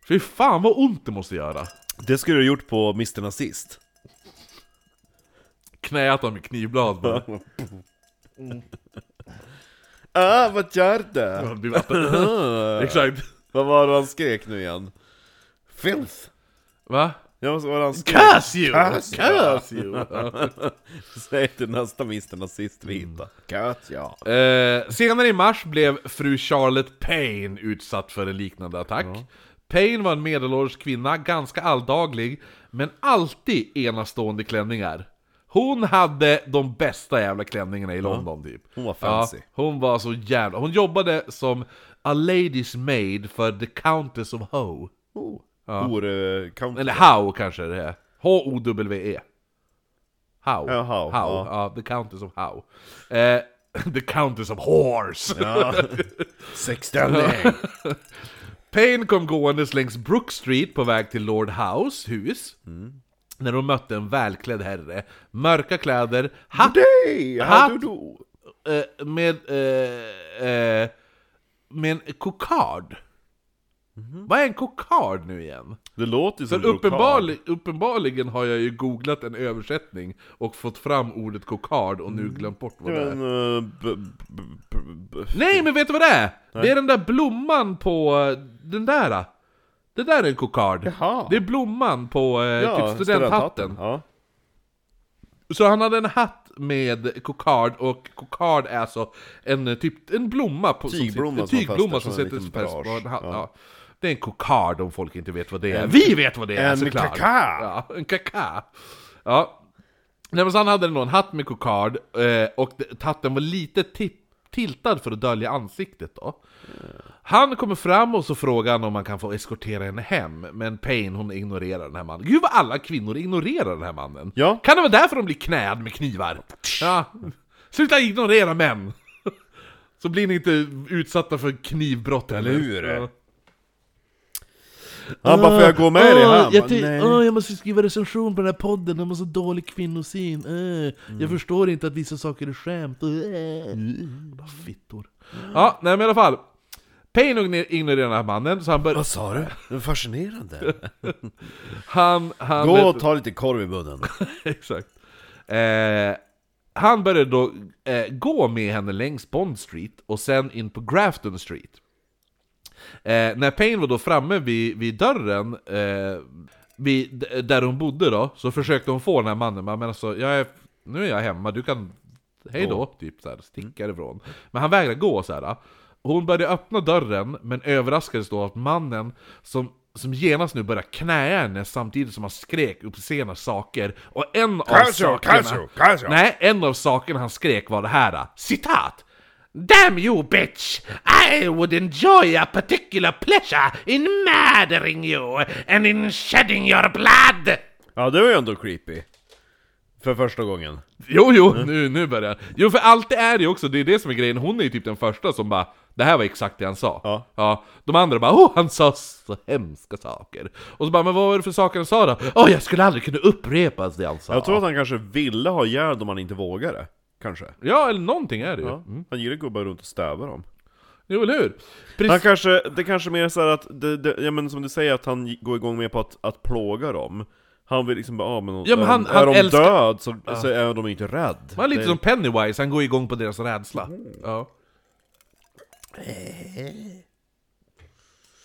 Fy fan vad ont det måste göra.
Det skulle du gjort på Mr Nazist.
Knäat dem med knivblad bara.
Ah, vad gör Ah. det?
Det blir vatten. Exakt.
vad var det han skrek nu igen? Filth!
Va?
Ja, så var det han skrev.
Casio!
Casio.
Casio! Ja.
Säg till nästa minsta nazist vi hittar. Gött ja.
Eh, senare i mars blev fru Charlotte Payne utsatt för en liknande attack. Payne var en medelålders kvinna, ganska alldaglig, men alltid enastående klänningar. Hon hade de bästa jävla klänningarna i London typ.
Hon var fancy.
Ja, hon var så jävla... Hon jobbade som a lady's maid för the Countess of Ho.
Oh. Hor, eh, count-
Eller How kanske det är. H-O-W-E. How.
Ja, How,
How.
ja.
Ja, the Countess of How. Eh, the Countess of Horse.
ja.
Sexställning!
Payne kom gåendes längs Brook Street på väg till Lord House hus.
Mm.
När hon mötte en välklädd herre. Mörka kläder, hatt
Hej,
Hatt.
hadu du.
eh, med, eh, eh, med en kokard.
Mm-hmm.
Vad är en kokard nu igen?
Det låter ju som
För uppenbarlig, uppenbarligen har jag ju googlat en översättning och fått fram ordet kokard och
Mm.
nu glömt bort vad det är.
Men, eh, b- b- b- b-
Nej men vet du vad det är? Det är den där blomman på eh, den där. Det där är en kokard.
Jaha.
Det är blomman på eh, typ studenthatten.
Ja.
Så han hade en hatt med kokard och kokard är alltså en eh, typ en blomma på,
Tygblomma
som,
som
sit- en tygblomma
fäster
som
som en
sätter
liten
fäst på
barrage.
en hatt. Ja.
Ja.
Det är en kokard om folk inte vet vad det är. Vi vet vad det är
en
såklart!
kaka.
Ja, en kaka! Ja. Nej men så han hade nog en hatt med kokard eh, och det- hatten var lite tipp tiltad för att dölja ansiktet då. Han kommer fram och så frågar han om man kan få eskortera henne hem, men Payne hon ignorerar den här mannen. Gud vad alla kvinnor ignorerar den här mannen!
Ja.
Kan det vara därför de blir knäd med knivar? Ja. Sluta ignorera män! Så blir ni inte utsatta för knivbrott heller.
Eller hur?
Ja.
Han bara, får jag gå med dig? Han bara,
Ah, jag, ty-
nej.
åh, jag måste skriva recension på den här podden, de har så dålig kvinnosyn. Äh,
Mm.
Jag förstår inte att vissa saker är skämt.
Mm.
Äh. Bara fittor. Ja, nej men i alla fall. Payne ign- ignorerar den här mannen, så han börjar...
Vad sa du? Fascinerande.
Han, han,
Gå och ta lite korv i munnen.
Exakt. Eh, han började då eh, gå med henne längs Bond Street och sen in på Grafton Street. Eh, när Payne var då framme vid, vid dörren, eh, vid, d- där hon bodde då, så försökte hon få den här mannen, men alltså, jag är, nu är jag hemma, du kan, hej då, typ så här, sticka ifrån. Men han vägrade gå så här. Hon började öppna dörren, men överraskades då av att mannen som som genast nu började knäa henne samtidigt som han skrek uppsena saker Och en av sakerna...
kanske.
Nej, en av sakerna han skrek var det här. Citat! Damn you bitch! I would enjoy a particular pleasure in murdering you and in shedding your blood!
Ja, det var ju ändå creepy. För första gången.
Jo, jo, nu, nu börjar jag. Jo, för alltid är det ju också, det är det som är grejen. Hon är ju typ den första som bara Det här var exakt det han sa.
Ja.
de andra bara Åh, han sa så hemska saker. Och så bara Men vad var det för saker han sa då? Åh, jag skulle aldrig kunna upprepa det han sa.
Jag tror att han kanske ville ha ihjäl dem han inte vågade. Kanske.
Ja, eller någonting är det ju.
Ja. Han gillar att gå bara runt och stäva dem.
Jo, eller hur?
Han
Precis.
kanske, det kanske mer är så här att, det, det, ja men som du säger, att han gi- går igång med på att, att plåga dem. Han vill liksom bara, ah, men,
Ja, men
är,
han-
de-
han
är de
älskar-
död så, så är de inte rädd.
Man är lite
Det-
som Pennywise, han går igång på deras rädsla. Ja.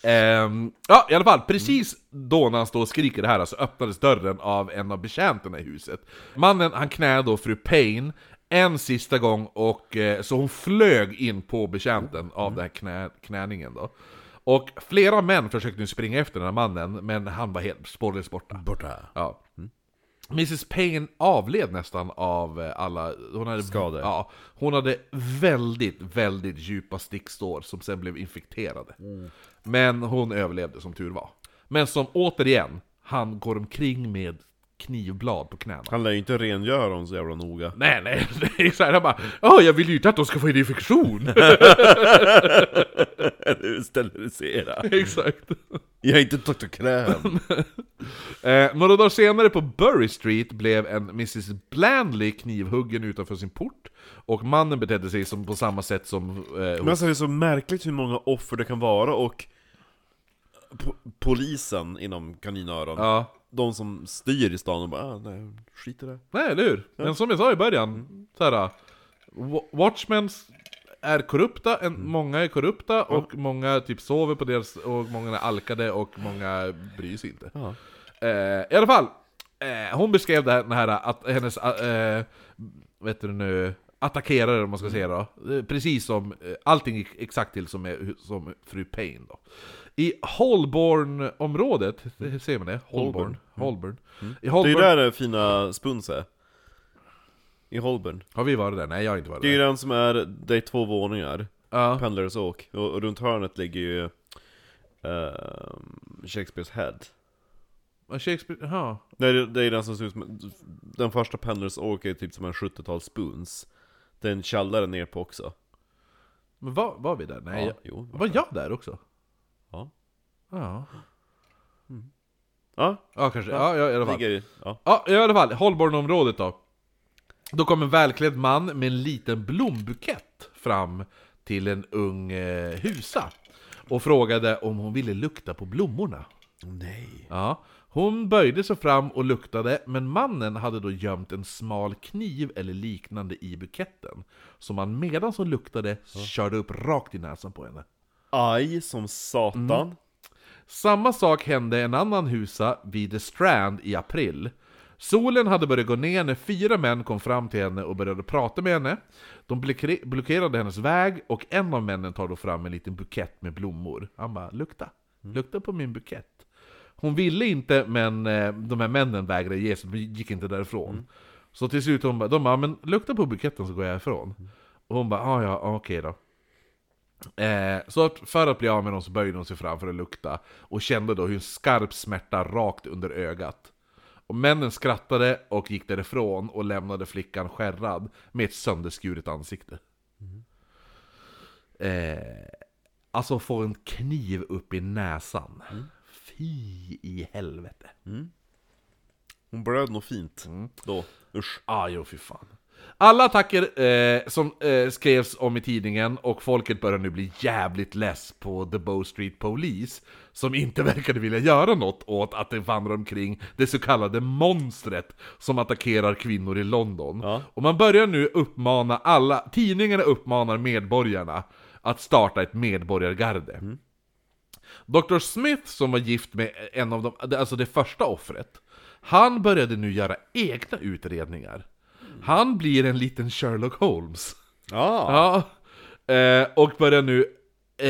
Ehm, ja, i alla fall, precis då när han står och skriker det här så öppnades dörren av en av betjänterna i huset. Mannen, han knäade då fru Payne en sista gång, och, eh, så hon flög in på betjänten av den här knä, knäningen då. Och flera män försökte nu springa efter den här mannen, men han var helt spårlöst borta.
Borta.
Ja. Mrs Payne avled nästan av eh, alla... Hon hade,
Skador.
Ja, hon hade väldigt, väldigt djupa sticksår som sen blev infekterade. Men hon överlevde som tur var. Men som återigen, han går omkring med knivblad på knäna.
Han lär ju inte rengöra dem så jävla noga.
Nej, nej, det är så här, han bara Åh, jag vill ju inte att de ska få en infektion!
Eller sterilisera.
Exakt.
Jag är inte Dr. Kräm.
Eh, några dagar senare på Bury Street blev en Mrs Blandley knivhuggen utanför sin port och mannen betedde sig som, på samma sätt som... Eh,
Men alltså det är så märkligt hur många offer det kan vara och po- polisen inom kaninöron,
ja.
de som styr i stan, de bara ah, nej, skit i det.
Nej, eller hur? Men som jag sa i början, så här, Wa- Watchmen är korrupta, en,
Mm.
många är korrupta och många typ sover på deras... och många är alkade och många bryr sig inte.
Ja.
Eh, I alla fall, eh, hon beskrev det här, den här att hennes, eh, vet du nu, attackerare om man ska säga då. Eh, Precis som, eh, allting gick exakt till som, är, som fru Payne då. I Holborn-området,
Mm.
det- ser man det? Holborn? Holborn. I
Det är ju
Holborn,
där det fina Spuns är. I Holborn.
har vi varit där? Nej jag har inte varit
Det är
där.
ju den som är, det är två våningar.
Ja.
Pendlares Åk. Och, och runt hörnet ligger ju ehm, Shakespeares Head.
Shakespeare, jaha.
Nej, det, det är den som ser ut som... Den första Pendlares Åk är typ som en 70-tals Spoons. Det är en källare ner på också.
Men var, var vi där? Nej,
Ja,
jag,
jo.
var jag där också?
Ja.
Ja,
Ja,
ja kanske. Ja, ja i alla fall.
ligger i... Ja.
Ja, i alla fall, Holbornområdet då. Då kom en välklädd man med en liten blombukett fram till en ung eh, husa och frågade om hon ville lukta på blommorna.
Nej.
Ja, hon böjde sig fram och luktade, men mannen hade då gömt en smal kniv eller liknande i buketten. Som han medan hon luktade körde upp rakt i näsan på henne.
Aj som satan.
Samma sak hände en annan husa vid The Strand i april. Solen hade börjat gå ner när fyra män kom fram till henne och började prata med henne. De blocke- blockerade hennes väg och en av männen tar då fram en liten bukett med blommor. Han bara ”lukta, lukta på min bukett”. Hon ville inte, men eh, de här männen vägrade ge sig, de gick inte därifrån. Så till slut hon bara, de bara ”men lukta på buketten så går jag ifrån”. Och hon bara ”ja, ja, okej då”. Eh, så att för att bli av med dem så böjde hon sig fram för att lukta och kände då hur en skarp smärta rakt under ögat. Och männen skrattade och gick därifrån och lämnade flickan skärrad med ett sönderskuret ansikte. Eh, alltså få en kniv upp i näsan. Fy i helvete.
Hon blöd nog fint. Då. Usch.
Ah, jo, fy fan. Alla attacker eh, som eh, skrevs om i tidningen och folket börjar nu bli jävligt less på The Bow Street Police som inte verkade vilja göra något åt att det vandrar omkring det så kallade monstret som attackerar kvinnor i London.
Ja.
Och man börjar nu uppmana alla, tidningarna uppmanar medborgarna att starta ett medborgargarde. Dr. Smith som var gift med en av de, alltså det första offret, han började nu göra egna utredningar. Han blir en liten Sherlock Holmes.
Ja.
Ja. Eh, och börjar nu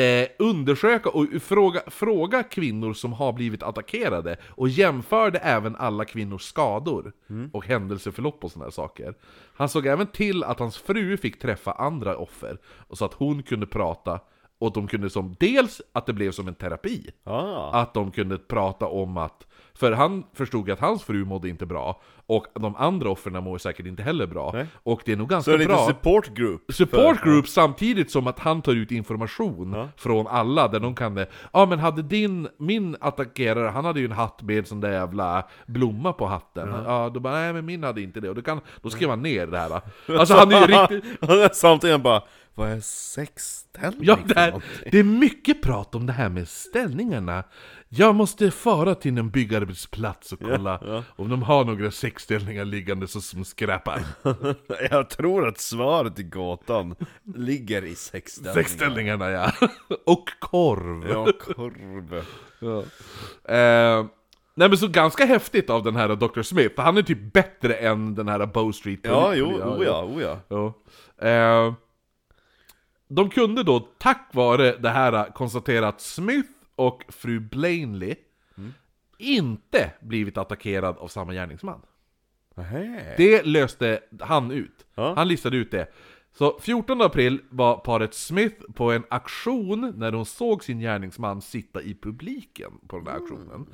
eh, undersöka och fråga, fråga kvinnor som har blivit attackerade och jämförde även alla kvinnors skador och händelseförlopp och sådana här saker. Han såg även till att hans fru fick träffa andra offer och så att hon kunde prata och de kunde som, dels att det blev som en terapi,
Ja.
att de kunde prata om att för han förstod att hans fru mådde inte bra, och de andra offren mår säkert inte heller bra.
Nej.
Och det är nog
Så det
ganska
är lite
bra
support group.
support group samtidigt som att han tar ut information
Ja.
från alla där de kan det. Ja men hade din, min attackerare, han hade ju en hatt med en sån där jävla blomma på hatten. Ja, då bara nej men min hade inte det. Och då, kan, då skrev han ner det här. Alltså han är ju riktigt...
Samtidigt bara, vad är sexställning
Ja,
för
det, här,
något?
det är mycket prat om det här med ställningarna. Jag måste fara till en byggarbetsplats och kolla om de har några sexställningar liggande så som skräpar.
Jag tror att svaret till gatan ligger i sexställning.
Sexställningarna ja. Och korv.
Ja, korv.
Eh, nej men så ganska häftigt av den här Dr. Smith, han är typ bättre än den här Bow Street
Ja, jo, oh ja, oh ja.
jo. Eh, De kunde då tack vare det här konstatera att Smith och fru Blainley inte blivit attackerad av samma gärningsman.
Nähä.
Det löste han ut.
Ja.
Han listade ut det. Så 14 april var paret Smith på en aktion när hon såg sin gärningsman sitta i publiken på den här aktionen.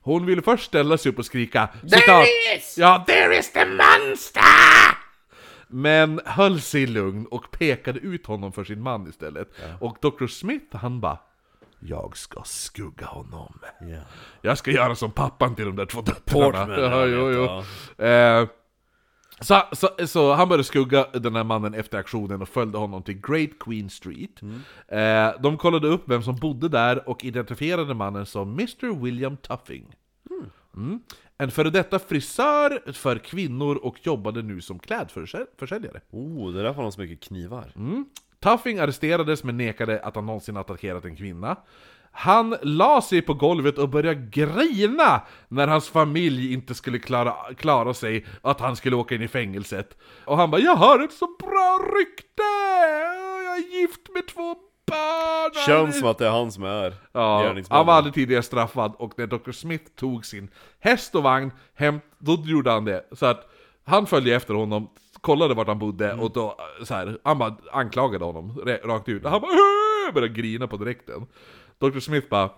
Hon ville först ställa sig upp och skrika citat, Ja, there is the monster! Men höll sig lugn och pekade ut honom för sin man istället. Och Dr. Smith, han bara jag ska skugga honom. Jag ska göra som pappan till de där två döttrarna.
Portman,
Ja,
jag
jo,
vet,
jo. Eh, så, så, så han började skugga den här mannen efter aktionen och följde honom till Great Queen Street. Eh, de kollade upp vem som bodde där och identifierade mannen som Mr. William Tuffing. Mm. En före detta frisör för kvinnor och jobbade nu som klädförsäljare.
Oh, det där var någon som mycket knivar.
Tuffing arresterades men nekade att han någonsin attackerat en kvinna. Han la sig på golvet och började grina när hans familj inte skulle klara, klara sig, att han skulle åka in i fängelset. Och han bara 'Jag har ett så bra rykte! Och Jag är gift med två barn!'
Känns som att det är han som är
Ja,
gärningsmannen.
han var aldrig tidigare straffad och när Dr. Smith tog sin häst och vagn hem, då gjorde han det. Så att han följde efter honom, kollade vart han bodde och då eh, så här, han bara anklagade honom re- rakt ut. Han bara "Åh!" började grina på direkten. Dr. Smith bara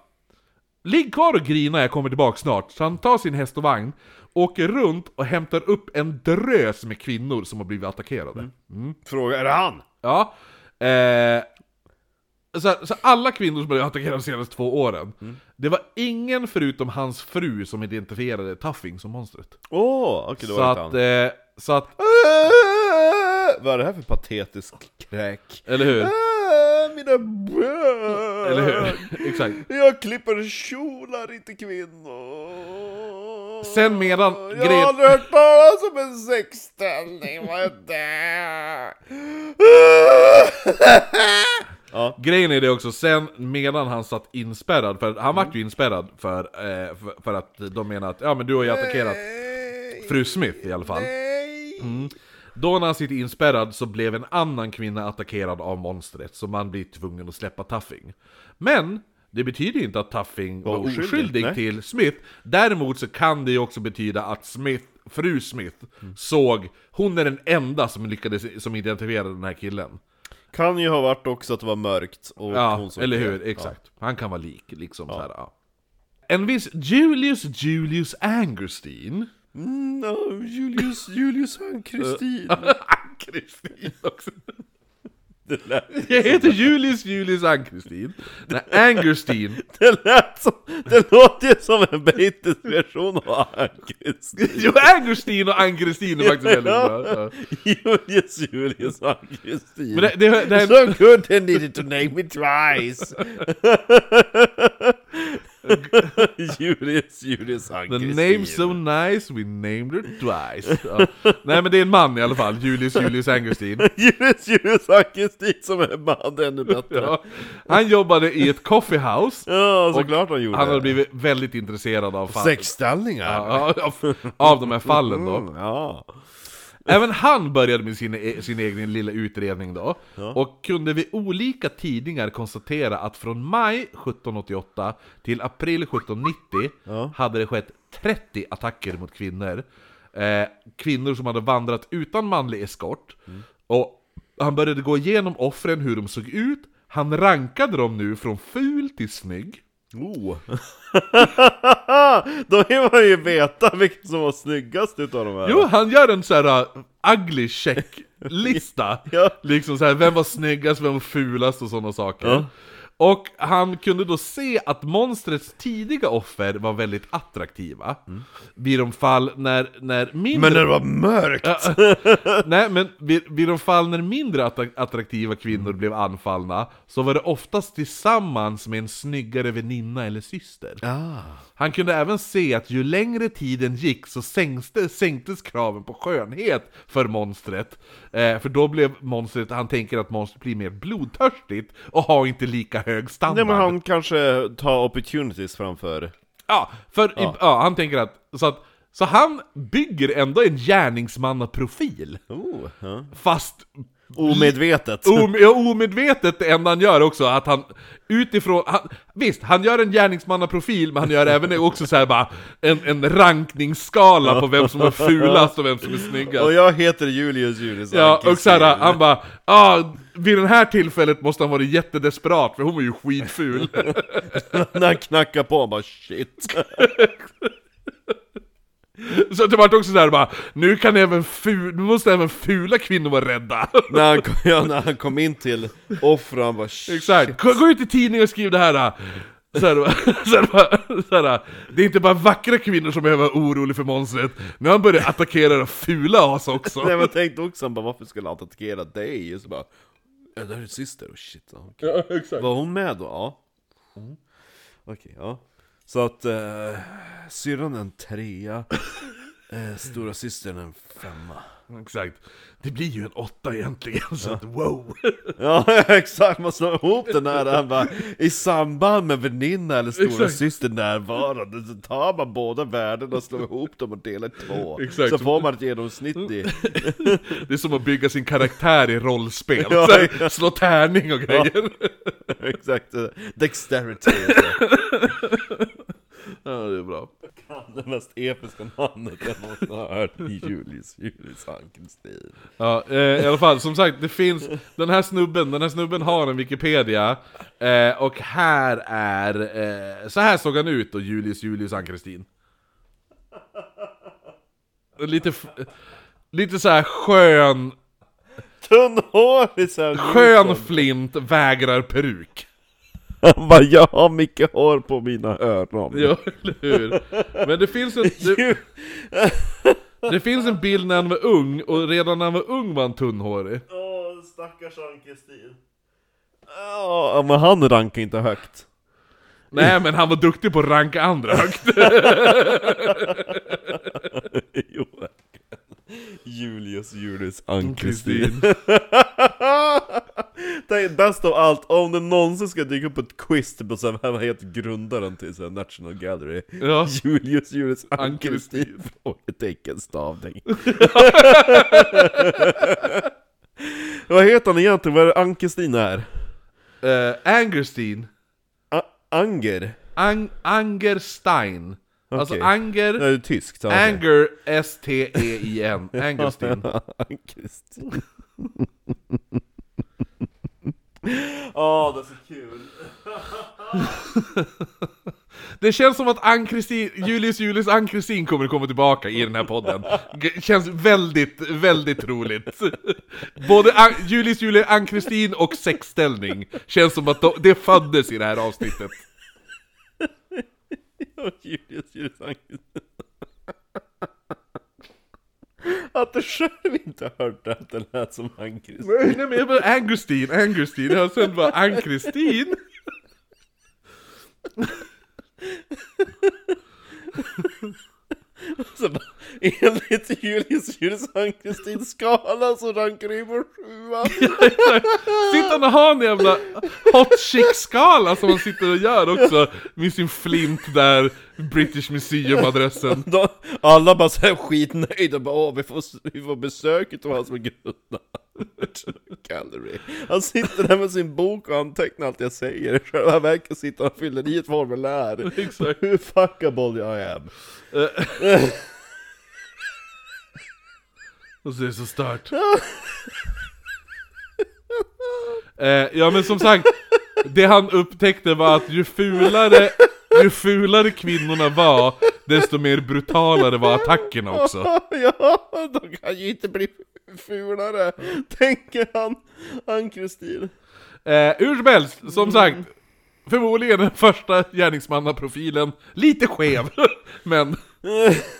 Ligg kvar och grina, jag kommer tillbaka snart. Så han tar sin häst och vagn, åker runt och hämtar upp en drös med kvinnor som har blivit attackerade.
Fråga, är det han?
Ja. Eh, så, så alla kvinnor som blivit attackerade de senaste två åren,
Mm.
det var ingen förutom hans fru som identifierade Tuffing som monstret.
Åh, okej då
Så
var det
att,
inte han. Äh!
eh, så att,
Vad är det här för patetisk kräk?
eller hur?
Äh, mina barn!
Eller hur? Exakt.
Jag klipper kjolar, inte kvinnor!
Sen medan
Jag
gre-
har aldrig hört talas om en sexställning, vad är det? ja.
Grejen är det också, sen medan han satt inspärrad, för han vart ju inspärrad för, eh, för, för att de menar att ja men du har ju attackerat fru Smith i alla fall. Mm.
Nej!
Då när han sitter inspärrad så blev en annan kvinna attackerad av monstret, så man blir tvungen att släppa Tuffing. Men det betyder ju inte att Tuffing var oskyldig,
oskyldig, nej.
till Smith. Däremot så kan det ju också betyda att Smith, fru Smith såg, hon är den enda som lyckades, som identifierade den här killen.
Kan ju ha varit också att det var mörkt och
Ja,
hon som
eller hur?
Ja.
Exakt. Han kan vara lik, liksom så här, ja. En viss Julius Julius Angerstein
No, Mm, Julius, Julius och Kristin.
Ann-Kristin också. Jag heter Julius Julius Ann-Kristin. Nej, Angerstein.
Det lät som, det låter ju som en baitisk version av Ann-Kristin.
Jo, Angerstein och Ann-Kristin är faktiskt väldigt bra. Ja.
Julius, Julius och Ann-Kristin.
Men det, det, det, här,
So good they needed to name it twice! Julius, Julius och
the
Ann-Kristin.
name so nice, we named her twice. Ja. Nej men det är en man i alla fall, Julius Julius Angerstein.
Julius, Julius och Ann-Kristin som är man, ännu bättre. Ja,
Ja. Han jobbade i ett coffeehouse.
såklart han gjorde
Han hade
det.
blivit väldigt intresserad av, fall,
Sexställningar!
ja, av, av de här fallen då.
Mm, Ja.
Även han började med sin, e-, sin egen lilla utredning då, och kunde vid olika tidningar konstatera att från maj 1788 till april 1790 hade det skett 30 attacker mot kvinnor. Eh, kvinnor som hade vandrat utan manlig eskort. Och han började gå igenom offren, hur de såg ut, han rankade dem nu från ful till snygg.
Oh. Då vill man ju veta vilken som var snyggast utav de här.
Jo, han gör en sån här uh, ugly check-lista.
Ja.
Liksom så här, vem var snyggast, vem var fulast och sådana saker.
Ja.
Och han kunde då se att monstrets tidiga offer var väldigt attraktiva. Vid de fall när, när mindre...
Mm. Men när det var mörkt!
Nej, men vid, vid de fall när mindre attra- attraktiva kvinnor blev anfallna så var det oftast tillsammans med en snyggare väninna eller syster.
Ah.
Han kunde även se att ju längre tiden gick så sänkte, sänktes kraven på skönhet för monstret. Eh, för då blev monstret, han tänker att monstret blir mer blodtörstigt och har inte lika hög
Nej
standard.
men han kanske tar opportunities framför...
Ja, för i- ja. han tänker att, så att så han bygger ändå en gärningsmannaprofil,
Oh, ja.
fast
Omedvetet!
Om, ja, omedvetet det enda han gör också, att han utifrån... Han, visst, han gör en gärningsmannaprofil, men han gör även också så här bara en, en rankningsskala på vem som är fulast och vem som är snyggast.
Och jag heter Julius Julius
Ja,
Ann-Kristin.
och så här, äh. han bara ah, vid det här tillfället måste han vara jättedesperat, för hon var ju skitful.
När han knackar på, han bara shit.
Så det vart också så här bara, nu kan även ful, nu måste även fula kvinnor vara rädda.
när, han kom, ja, när han kom in till offren, han bara shit.
Exakt, gå, gå ut i tidningen och skriv det här! äh. Så här, bara- så här, bara- så här, äh. det är inte bara vackra kvinnor som behöver vara oroliga för monstret, nu har han börjat attackera de fula as också!
Nej men jag tänkte också, han bara varför skulle han attackera dig? Och så bara, ja där är din syster, och shit. ja, okej. Var hon med då? Ja.
Mm.
Okej, ja. Så att eh, syrran är en trea. Eh, stora systern är en femma.
Exakt. Det blir ju en åtta egentligen, så att wow!
Ja exakt, man slår ihop den här, han bara, i samband med väninna eller stora
Exakt.
syster närvarande så tar man båda värdena och slår ihop dem och delar i två.
Exakt.
Så får man ett genomsnitt i.
Det är som att bygga sin karaktär i rollspel.
Ja.
Så här, Slå tärning och grejer.
Exakt, eh, dexterity.
Ja, det är bra.
Det mest episka namnet jag någonsin har hört i Julius, Julius Ankelsten.
Ja, eh, i alla fall, som sagt, det finns... Den här snubben, den här snubben har en Wikipedia. Eh, och här är... Eh, så här såg han ut då, Julius Julius Ann-Kristin. Lite... f- Lite så här skön...
Tunnhårig såhär
Skön flint vägrar peruk.
Han bara, jag har mycket hår på mina öron.
Ja, eller hur? Men det finns en... Det,
Ju-
Det finns en bild när han var ung, och redan när han var ung var han tunnhårig.
Åh, stackars Ann-Kristin. Ja, men han rankar inte högt.
Nej men han var duktig på att ranka andra högt.
jo, verkligen. Julius, Julius, Ann-Kristin.
Kristin.
Tänk, Där står allt, om det någonsin ska dyka upp ett quiz typ, på så här, vad heter grundaren till så här, National Gallery?
Ja.
Julius, Julius, Ann-Kristin?
Ann-Kristin.
Frågetecken, stavning. vad heter han egentligen? Vad är det Ann-Kristin är?
Uh, Angerstein.
A- Anger?
Ang Angerstein. Alltså
Okej.
Anger...
Nej, det är tyskt. ja, okej.
Anger E S-T-E-I-N. Angerstein.
Ann-Kristin. Åh, det är så kul.
Det känns som att Ann-Kristin, Julius Julius Ann-Kristin kommer att komma tillbaka i den här podden. G- Känns väldigt, väldigt roligt. Både An- Julius Julius Ann-Kristin och sexställning känns som att de, det föddes i det här avsnittet.
Ja, Julius, Julius Ann-Kristin. Att du själv inte har hört att det lät som Ann-Kristin.
Nej men jag bara Angerstein, Angerstein, jag har sen bara Ann-Kristin
Så bara, Enligt Julius, Julius Ann-Kristins skala så rankar du på sjua.
Sitter han och har en jävla hot chick-skala som han sitter och gör också Med sin flint där, British Museum-adressen
Då- Alla bara såhär skitnöjda, bara åh vi får, vi får besöket av han som är grundaren Gallery. Han sitter där med sin bok och antecknar allt jag säger, i själva verket sitter han och fyller i ett formulär.
Exakt.
Hur fuckable jag am.
Och så är det så stört eh, Ja men som sagt, det han upptäckte var att ju fulare, ju fulare kvinnorna var Desto mer brutalare var attackerna också
ja, de kan ju inte bli fulare, tänker han, Ann-Kristin.
Eh, hur som helst,
Mm.
som sagt. Förmodligen den första gärningsmannaprofilen. Lite skev, men...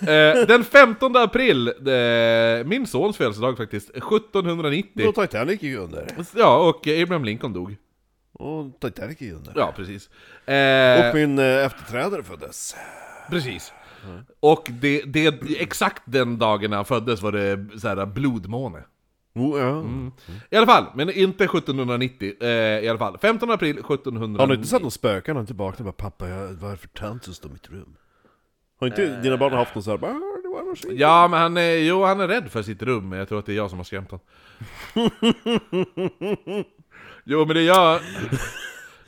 Eh, den 15 april, eh, min sons födelsedag faktiskt, 1790.
Då Titanic gick under.
Ja, och eh, Abraham Lincoln dog.
Och Titanic gick under.
Ja, precis. Eh,
Och min eh, efterträdare föddes.
precis. Och det, det, exakt den dagen han föddes var det så här blodmåne.
Oh, ja.
I alla fall, men inte 1790. Eh, I alla fall, 15 april 1790.
Har du inte sett någon spöken? Har inte vaknat och bara 'Pappa, jag, vad är det för tant som står i mitt rum?' Har inte dina barn haft någon sån här bara, "Ah, det var en maskin"?
Ja, men han är, jo, han är rädd för sitt rum, men jag tror att det är jag som har skrämt honom. jo, men det är jag...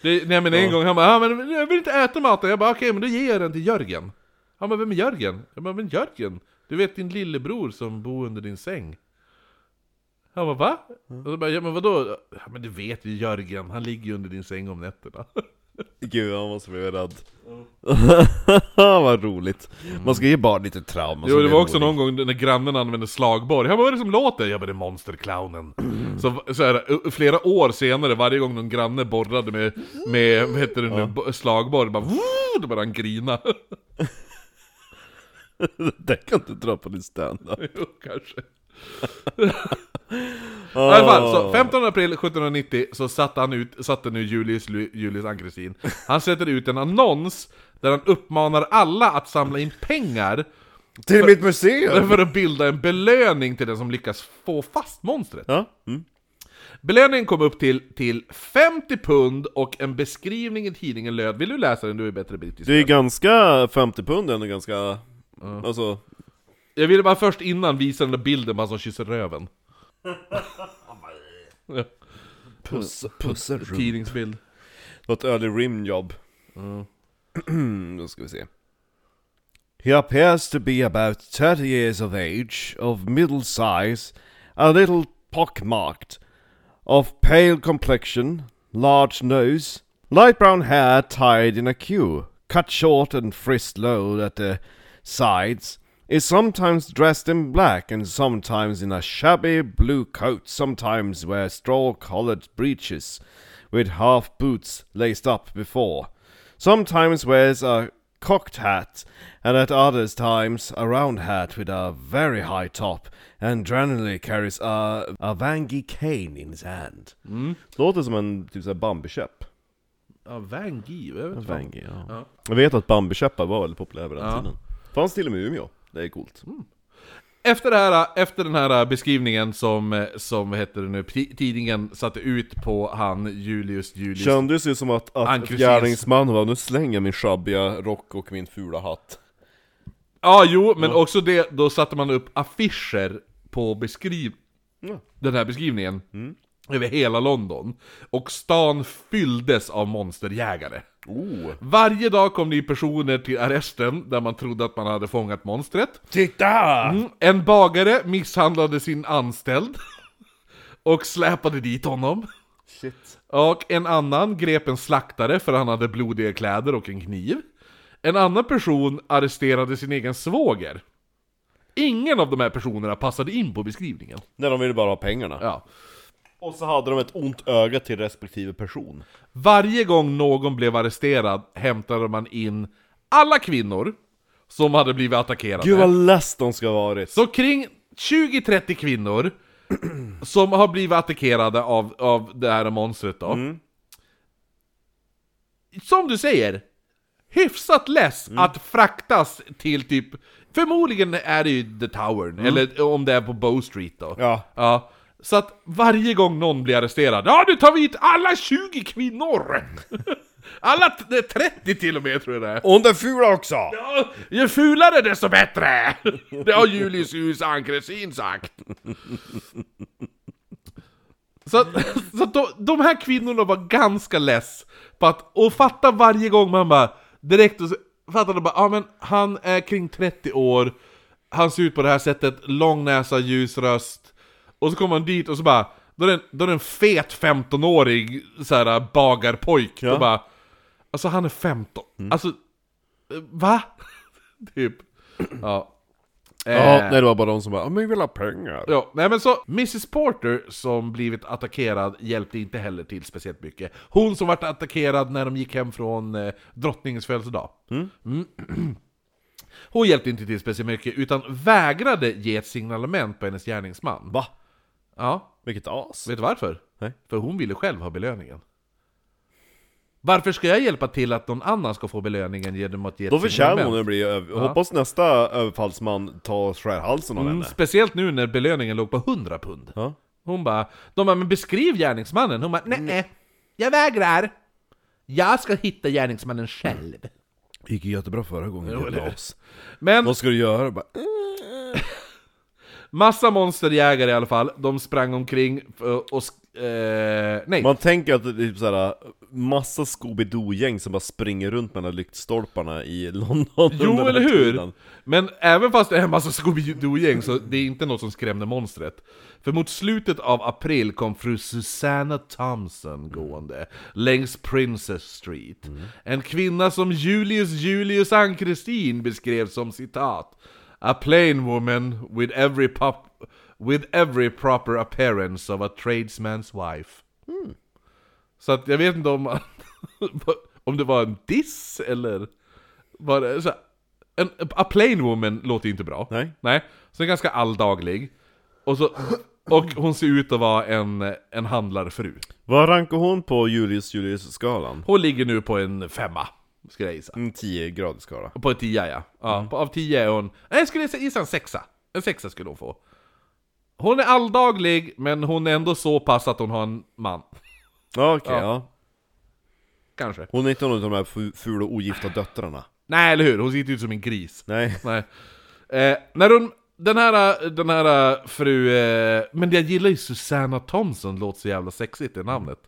Det, nej men en gång han bara ah, men jag vill inte äta maten, jag bara okej men då ger jag den till Jörgen Han bara vem är Jörgen? Jag bara men Jörgen, du vet din lillebror som bor under din säng Han bara va? Och så bara ja men vadå? Ja men du vet ju Jörgen, han ligger ju under din säng om nätterna
Gud, han måste bli rädd. vad roligt. Man ska ge barn lite trauma.
Jo,
som
det var också
tonåring.
någon gång när grannen använde slagborg. Han bara, vad är det som låter? Jag bara, det är monsterclownen. Så, så här, u- flera år senare, varje gång någon granne borrade med, med vad heter det nu, bo- slagborr, bara, "Woo!" då började han grina.
det kan du dra på din standup.
jo, kanske. I alla fall, så 15 april 1790 så satte han ut, satte nu Julius, Lu- Julius Ann-Kristin, han sätter ut en annons där han uppmanar alla att samla in pengar
Till mitt museum!
För att bilda en belöning till den som lyckas få fast monstret.
Ja, mm.
Belöningen kom upp till, till 50 pund och en beskrivning i tidningen löd Vill du läsa den? Du är bättre brittisk.
Det är ganska 50 pund ändå ganska... Alltså,
Jag ville bara först innan visa den där bilden på han som kysser röven. Ja,
Puss, pussar runt.
tidningsbild.
det var ett early rimjobb. Då ska vi se. He appears to be about 30 years of age, of middle size, a little pockmarked, of pale complexion, large nose, light brown hair tied in a queue, cut short and frizzed low at the sides, is sometimes dressed in black and sometimes in a shabby blue coat, sometimes wears straw-collared breeches with half boots laced up before, sometimes wears a cocked hat, and at others times a round hat with a very high top, and generally carries a, a vangy cane in his hand. Mm. Låter som en typ såhär bambiköpp.
Ja, Van Gee, jag vet inte vad.
Vangy, ja.
Ja.
Jag vet att bambiköppar var väldigt populära på den
Ja. Mm.
tiden. Fanns till och med i Umeå. Det är coolt.
Efter, det här, efter den här beskrivningen som, som vad heter det nu, ti- tidningen satte ut på han Julius Julius
Kändes ju som att, att
Ankrusins.
gärningsmannen var nu slänger jag min sjabbiga rock och min fula hatt.
Ja, jo, men också det, då satte man upp affischer på beskriv...
Ja. Mm.
Den här beskrivningen. Över hela London. Och stan fylldes av monsterjägare.
Oh.
Varje dag kom det personer till arresten där man trodde att man hade fångat monstret.
Titta!
Mm. En bagare misshandlade sin anställd. Och släpade dit honom.
Shit.
Och en annan grep en slaktare för han hade blodiga kläder och en kniv. En annan person arresterade sin egen svåger. Ingen av de här personerna passade in på beskrivningen.
När de ville bara ha pengarna.
Ja.
Och så hade de ett ont öga till respektive person.
Varje gång någon blev arresterad hämtade man in alla kvinnor som hade blivit attackerade.
Gud vad less de ska ha varit.
Så kring 20-30 kvinnor som har blivit attackerade av, av det här monstret då. Som du säger, hyfsat less att fraktas till typ... Förmodligen är det ju The Tower, eller om det är på Bow Street då.
Ja.
Ja, så att varje gång någon blir arresterad, ja nu tar vi hit alla 20 kvinnor! alla t- 30 till och med tror jag det är.
Och den fula också!
Ja, ju fulare desto bättre! Det har Julius Hus Ankresin sagt. Så, att- så att de, de här kvinnorna var ganska less på att, och fatta varje gång man bara, direkt och så- fattade bara, ja men han är kring 30 år, han ser ut på det här sättet, lång näsa, ljus röst, och så kommer man dit och så bara, då är det en, då är det en fet 15-årig så här, bagarpojk,
Ja.
då bara, alltså han är 15, alltså, eh, va? typ, ja.
Ja,
Eh,
nej det var bara de som bara "Ja, men vi vill ha pengar.
Ja, nej men så, Mrs Porter som blivit attackerad hjälpte inte heller till speciellt mycket. Hon som vart attackerad när de gick hem från eh, drottningens födelsedag. Mm. Hon hjälpte inte till speciellt mycket, utan vägrade ge ett signalement på hennes gärningsman.
Va?
Ja,
Vilket as.
vet du varför?
Nej.
För hon ville själv ha belöningen. Varför ska jag hjälpa till att någon annan ska få belöningen genom att ge
Då
ett
förtjänar
signalement?
hon att bli över... Hoppas nästa överfallsman tar och skär halsen av
Mm,
henne.
speciellt nu när belöningen låg på 100 pund.
Ja.
Hon bara, de bara 'Men beskriv gärningsmannen' Hon bara 'Nej, nej, jag vägrar! Jag ska hitta gärningsmannen själv'
Gick ju jättebra förra gången
Jo,
jävla
eller hur?
as.
Men
Vad ska du göra? Bara, eh.
massa monsterjägare i alla fall, de sprang omkring eh, och... sk- Eh, nej,
Man tänker att det är typ såhär, massa Scooby-Doo-gäng som bara springer runt mellan lyktstolparna i London under
jo
den
eller
här
hur?
tiden.
Men även fast det är en massa Scooby-Doo-gäng så det är inte något som skrämde monstret. För mot slutet av april kom fru Susanna Thompson gående längs Princess Street. En kvinna som Julius Julius Ann-Kristin beskrev som citat A plain woman with every, pop, with every proper appearance of a tradesman's wife. Så att jag vet inte om, om det var en diss eller... Var det, så här, en, a plain woman låter ju inte bra.
Nej.
Nej. Så den är ganska alldaglig. Och, så, och hon ser ut att vara en, en handlarfru.
Vad rankar hon på Julius Julius-skalan?
Hon ligger nu på en femma. skulle jag gissa.
En 10-gradig skala.
På en tia ja. ja på, av tio är hon... Nej, jag skulle gissa en sexa. En sexa skulle hon få. Hon är alldaglig, men hon är ändå så pass att hon har en man.
Ja, okej,
Ja.
ja.
Kanske.
Hon är inte någon av de här fu- fula ogifta döttrarna.
Nej, eller hur? Hon ser inte ut som en gris.
Nej.
Nej. Eh, när hon... Den här, den här fru... Eh, men jag gillar ju Susanna Thompson, låter så jävla sexigt i namnet.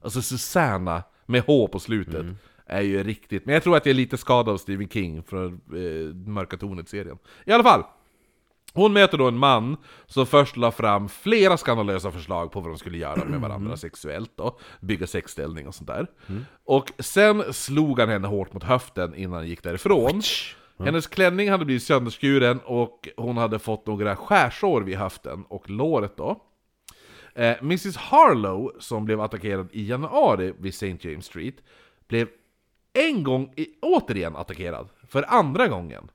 Alltså Susanna, med H på slutet, är ju riktigt... Men jag tror att jag är lite skadad av Stephen King från eh, Mörka Tornet-serien. I alla fall! Hon möter då en man som först la fram flera skandalösa förslag på vad de skulle göra med varandra sexuellt då, bygga sexställning och sånt där. Och sen slog han henne hårt mot höften innan han gick därifrån. Hennes klänning hade blivit sönderskuren och hon hade fått några skärsår vid höften och låret då. Eh, Mrs Harlow, som blev attackerad i januari vid St. James Street, blev en gång i, återigen attackerad, för andra gången.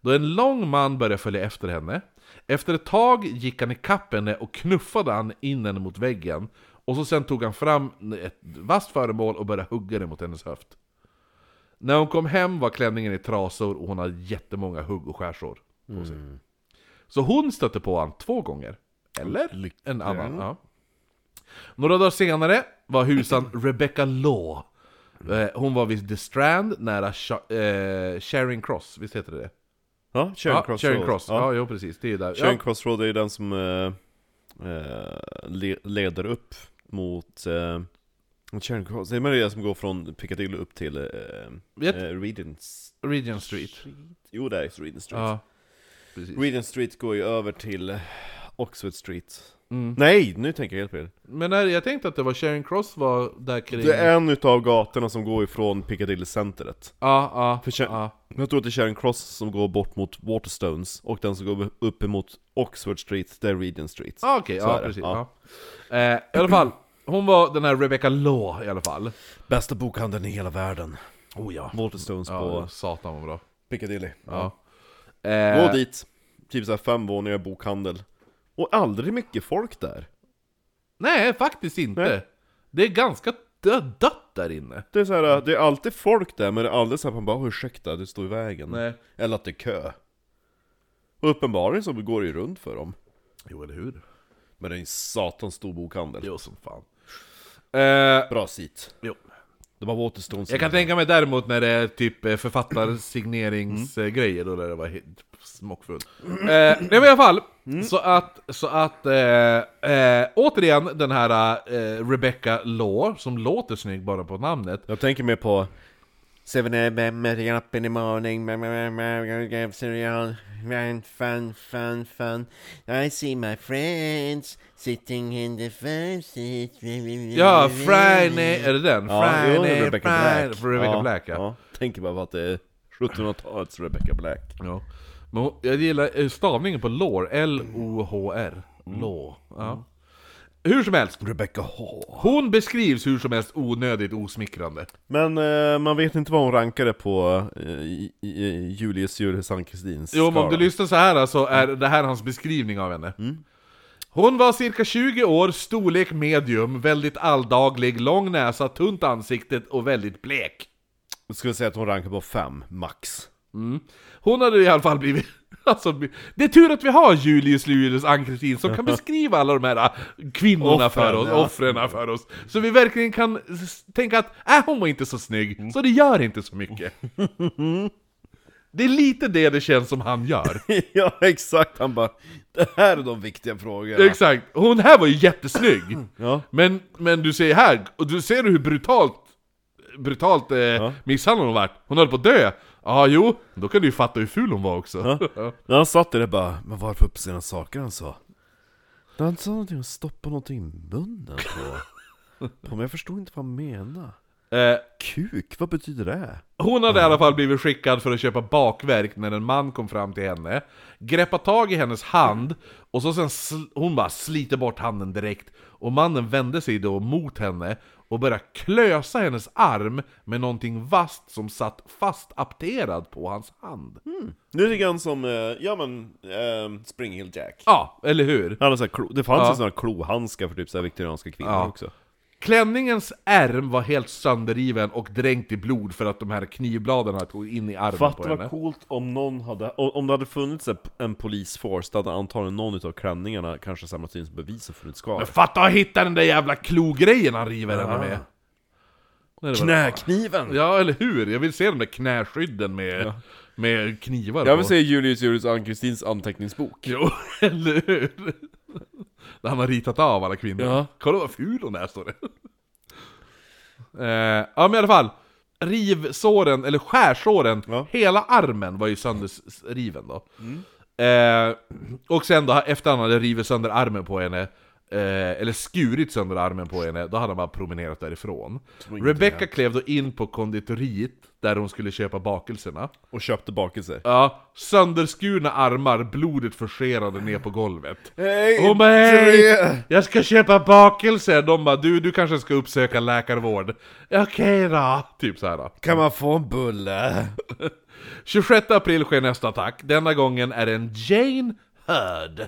Då en lång man började följa efter henne. Efter ett tag gick han ikapp henne och knuffade han in henne mot väggen. Och så sen tog han fram ett vasst föremål och började hugga det mot hennes höft. När hon kom hem var klänningen i trasor och hon hade jättemånga hugg och skärsår på sig. Så hon stötte på honom två gånger. Eller? En annan. Ja. Några dagar senare var husan Rebecca Law. Eh, Hon var vid The Strand nära Sha- eh, Charing Cross, visst heter det det?
Ja, Charing Cross
Charing
Road.
Cross. Ja.
Ja.
jo precis. Det är där.
Charing
ja.
Cross Road är ju den som eh, eh, le- leder upp mot... Eh, Charing Cross, det är väl det som går från Piccadilly upp till eh,
Vet-
eh, Regent Street.
Regent Street.
Jo, det är Regent Street.
Ja, precis.
Regent Street går ju över till Oxford Street.
Mm.
Nej, nu tänker jag helt fel.
Men nej, jag tänkte att det var Charing Cross var där kring...
Det är en utav gatorna som går ifrån Piccadilly-centret.
Ja, ja,
För Cha-
ja.
Jag tror att det är Charing Cross som går bort mot Waterstones, och den som går upp emot Oxford Street, det är Regent Street.
Ah, Okej,
Så
ja
är det,
precis. Ja.
ja.
Eh, I alla fall, hon var den här Rebecca Law i alla fall.
Bästa bokhandeln i hela världen.
Oh ja.
Waterstones
ja
på
satan vad bra.
Piccadilly.
Ja.
Gå
Eh,
dit, typ såhär fem våningar bokhandel. Och aldrig mycket folk där.
nej, faktiskt inte.
Nej.
Det är ganska dö- dött där inne.
Det är, så här, det är alltid folk där, men det är aldrig såhär man bara 'Ursäkta, du står i vägen'
Nej.
Eller att det är kö. Och uppenbarligen så går det ju runt för dem.
Jo, eller hur?
Men det är en satans stor bokhandel.
Jo, som fan. Eh,
Bra sit.
jo.
Det var Waterstones.
Jag kan tänka mig däremot när det är typ eh, författarsigneringsgrejer då där det var helt smockfullt. Eh, nej men i alla fall, så att, så att eh, eh, återigen den här eh, Rebecca Law, som låter snygg bara på namnet.
Jag tänker mer på...
7am, getting up in the morning, mm, mm, mm, gonna get cereal, fun, fun, fun, fun. I see my friends sitting in the front seat.
Ja, Friday, är det den?
jo,
Friday,
Rebecca
Friday,
Black.
För Rebecca Black ja.
Tänker bara på att det är 1700-talets Rebecca Black.
Ja. Men hon, jag gillar eh, stavningen på lår, L-O-H-R. Law. Ja. Hur som helst,
Rebecca Hall.
hon beskrivs hur som helst onödigt osmickrande.
Men eh, man vet inte vad hon rankade på eh, i, i, i Julius Julius Sankt Kristins
Jo, men om
skala.
du lyssnar så här så är det här hans beskrivning av henne.
Mm.
Hon var cirka 20 år, storlek medium, väldigt alldaglig, lång näsa, tunt ansikte och väldigt blek.
Jag skulle säga att hon rankar på 5, max.
Hon hade i alla fall blivit... Alltså, det är tur att vi har Julius Julius Ann-Kristin som kan beskriva alla de här äh, kvinnorna
Offren,
för oss,
ja.
offren för oss. Så vi verkligen kan s- tänka att äh, hon var inte så
Mm.
snygg, så det gör inte så mycket. Det är lite det det känns som han gör.
ja, exakt. Han bara, det här är de viktiga frågorna.
Exakt, hon här var ju jättesnygg!
Ja.
men, men du ser här, och du ser hur brutalt, brutalt eh, misshandlad hon vart? Hon höll på att dö! Ja, ah, jo, då kan du ju fatta hur ful hon var också. Ja.
När han satt där bara, men varför upp sina saker han sa? När han sa någonting och stoppade någonting i munnen på. på men jag förstod inte vad han menade.
eh,
Kuk, vad betyder det?
hon hade i alla fall blivit skickad för att köpa bakverk när en man kom fram till henne, greppade tag i hennes hand, och så sen sl- hon bara sliter bort handen direkt, och mannen vände sig då mot henne och började klösa hennes arm med någonting vasst som satt fast apterad på hans hand.
Nu är det grann som, eh, ja men, eh, Spring Hill Jack.
Ja, eller hur?
Han hade så här klo, det fanns
Ja.
ju sådana klohandskar för typ så här viktorianska kvinnor
Ja.
också.
Klänningens ärm var helt sönderriven och dränkt i blod för att de här knivbladen hade gått in i armen på
Fatta
henne.
vad coolt om någon hade, o- om det hade funnits en- en polisforce, då hade antagligen någon utav klänningarna kanske samlat in bevis och funnits kvar
Men fatta att hitta den där jävla klogrejen han river henne med! Nej, det var-
Knäkniven!
Ja, eller hur? Jag vill se de där knäskydden med, med knivar
Jag vill
på.
se Julius Julius och Ann-Kristins anteckningsbok
Jo, eller hur? Där han har ritat av alla kvinnor.
Ja.
Kolla vad ful hon är, står det. Eh, ja, men i alla fall. Rivsåren, eller skärsåren,
Ja. Mm.
hela armen var ju sönderriven då. Eh, och sen då, efter han hade rivit sönder armen på henne, eh, eller skurit sönder armen på henne, då hade han bara promenerat därifrån. Rebecca klev då in på konditoriet, där hon skulle köpa bakelserna.
och köpte bakelser
Ja, sönderskurna armar, blodet forcerade ner på golvet.
Hej!
Hon bara hej! Jag ska köpa bakelser! De bara du, du kanske ska uppsöka läkarvård. Okej då! Typ så här. Då.
Kan man få en bulle?
26 april sker nästa attack. Denna gången är det en Jane Heard.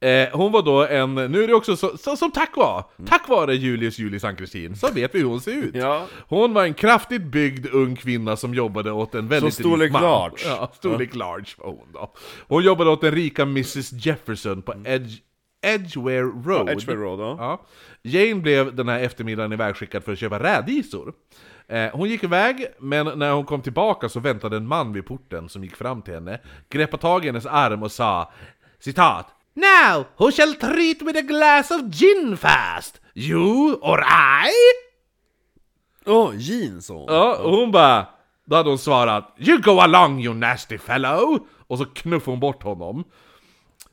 Eh, hon var då en, nu är det också så, så, som tack var! Tack vare Julius Julius Ann-Kristin, så vet vi hur hon ser ut.
Ja.
Hon var en kraftigt byggd ung kvinna som jobbade åt en väldigt
storlek
rik man.
large.
Ja, storlek large var hon då. Hon jobbade åt den rika Mrs Jefferson på Edge, Edgeware Road.
Edgeware Road, ja.
Ja. Jane blev den här eftermiddagen ivägskickad för att köpa rädisor. Eh, hon gick iväg, men när hon kom tillbaka så väntade en man vid porten som gick fram till henne, greppade tag i hennes arm och sa citat Now who shall treat with a glass of gin fast? You or I?
Åh, jeans sa hon.
Ja, och hon bara... Då hade hon svarat You go along you nasty fellow! Och så knuffade hon bort honom.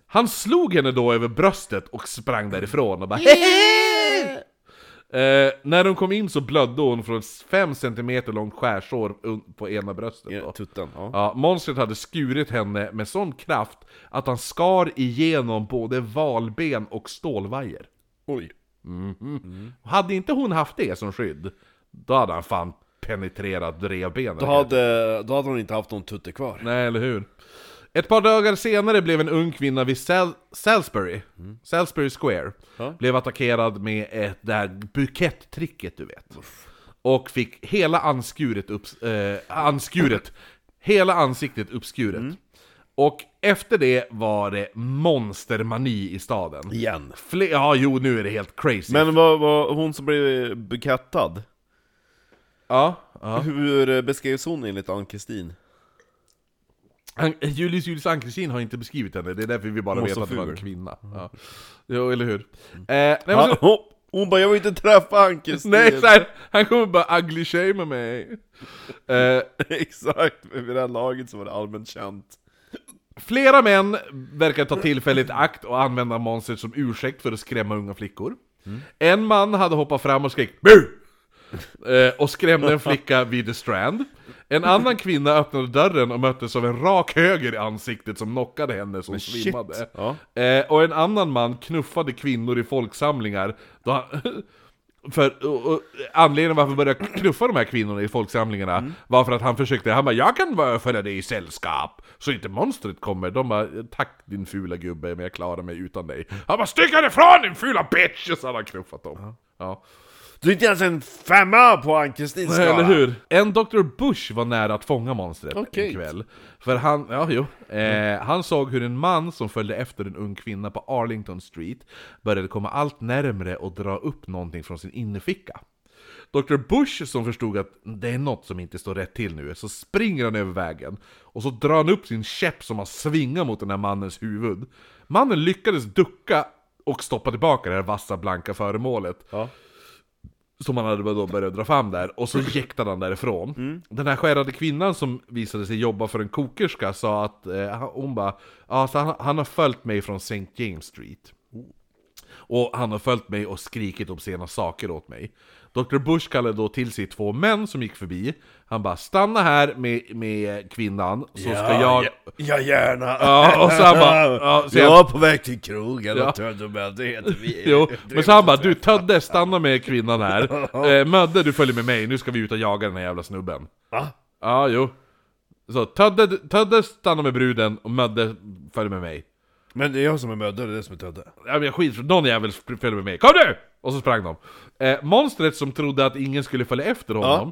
Han slog henne då över bröstet och sprang därifrån och bara "Hehe!" Eh, när hon kom in så blödde hon från ett 5 cm långt skärsår un- på ena bröstet då.
Ja, Tutten, ja.
Ja, monstret hade skurit henne med sån kraft att han skar igenom både valben och stålvajer.
Oj.
Hade inte hon haft det som skydd, då hade han fan penetrerat revbenen.
Då hade, då hade hon inte haft någon tutte kvar.
Nej, eller hur? Ett par dagar senare blev en ung kvinna vid Sal- Salisbury, Salisbury Square,
Mm. Ja.
blev attackerad med ett, det här bukett-tricket du vet. Och fick hela anskuret upp, eh, anskuret, hela ansiktet uppskuret.
Mm.
Och efter det var det monstermani i staden.
Igen.
Fle- ja, jo, nu är det helt crazy.
Men vad, vad, hon som blev bekattad,
ja, ja.
hur eh, beskrevs hon enligt Ann-Kristin?
Han, Julius Julius Ann-Kristin har inte beskrivit henne, det är därför vi bara
Hon var
vet
så
att det var en
ful. Mm.
kvinna. Ja. Jo, eller hur? Eh, nej, men så,
Ha, hopp. hon bara 'Jag vill inte träffa Ann-Kristin'
nej så här, han kommer bara 'ugly shame' mig. Eh,
Exakt, men vid det här laget så var det allmänt känt
flera män verkar ta tillfälligt akt och använda monstret som ursäkt för att skrämma unga flickor.
Mm.
En man hade hoppat fram och skrek 'BU!' eh, och skrämde en flicka vid The Strand. En annan kvinna öppnade dörren och möttes av en rak höger i ansiktet som knockade henne så hon
Oh, shit.
svimmade.
Ja.
Eh, och en annan man knuffade kvinnor i folksamlingar då han, för, och, och, Anledningen varför han började knuffa de här kvinnorna i folksamlingarna var för att han försökte, han bara 'Jag kan vara föra dig i sällskap' Så inte monstret kommer, de bara 'Tack din fula gubbe, men jag klarar mig utan dig' Han bara 'Stick härifrån din fula bitch!' Och så hade han knuffat dem ja.
Du är inte ens en femma på Ann-Kristins skala!
Eller hur? En Dr. Bush var nära att fånga monstret
Okej.
en kväll. För han, ja jo, eh, han såg hur en man som följde efter en ung kvinna på Arlington Street började komma allt närmre och dra upp någonting från sin innerficka. Dr. Bush som förstod att det är något som inte står rätt till nu, så springer han över vägen och så drar han upp sin käpp som han svingar mot den här mannens huvud. Mannen lyckades ducka och stoppa tillbaka det här vassa blanka föremålet.
Ja.
Som han hade då börjat dra fram där, och så jäktade han därifrån Den här skärrade kvinnan som visade sig jobba för en kokerska sa att eh, han- hon bara "Ja, så han, han har följt mig från St. James Street Och han har följt mig och skrikit obscena saker åt mig Dr. Bush kallade då till sig två män som gick förbi Han bara 'Stanna här med, med kvinnan, så ska jag... Ja,
Ja, gärna!
och så han bara... Ja, så jag-
jag var på väg till krogen
Ja.
och tömde mötet vi
Jo, men så han bara 'Du Tödde, stanna med kvinnan här, eh, Mödde du följer med mig, nu ska vi ut och jaga den här jävla snubben'
Va?
Ja, jo. Så Tödde, tödde stannar med bruden och Mödde följer med mig.
Men det är jag som är mödde, det är det som är tödde
Ja, men jag skiter någon jävel följer med mig. Kom nu! Och så sprang de. Eh, monstret som trodde att ingen skulle följa efter honom,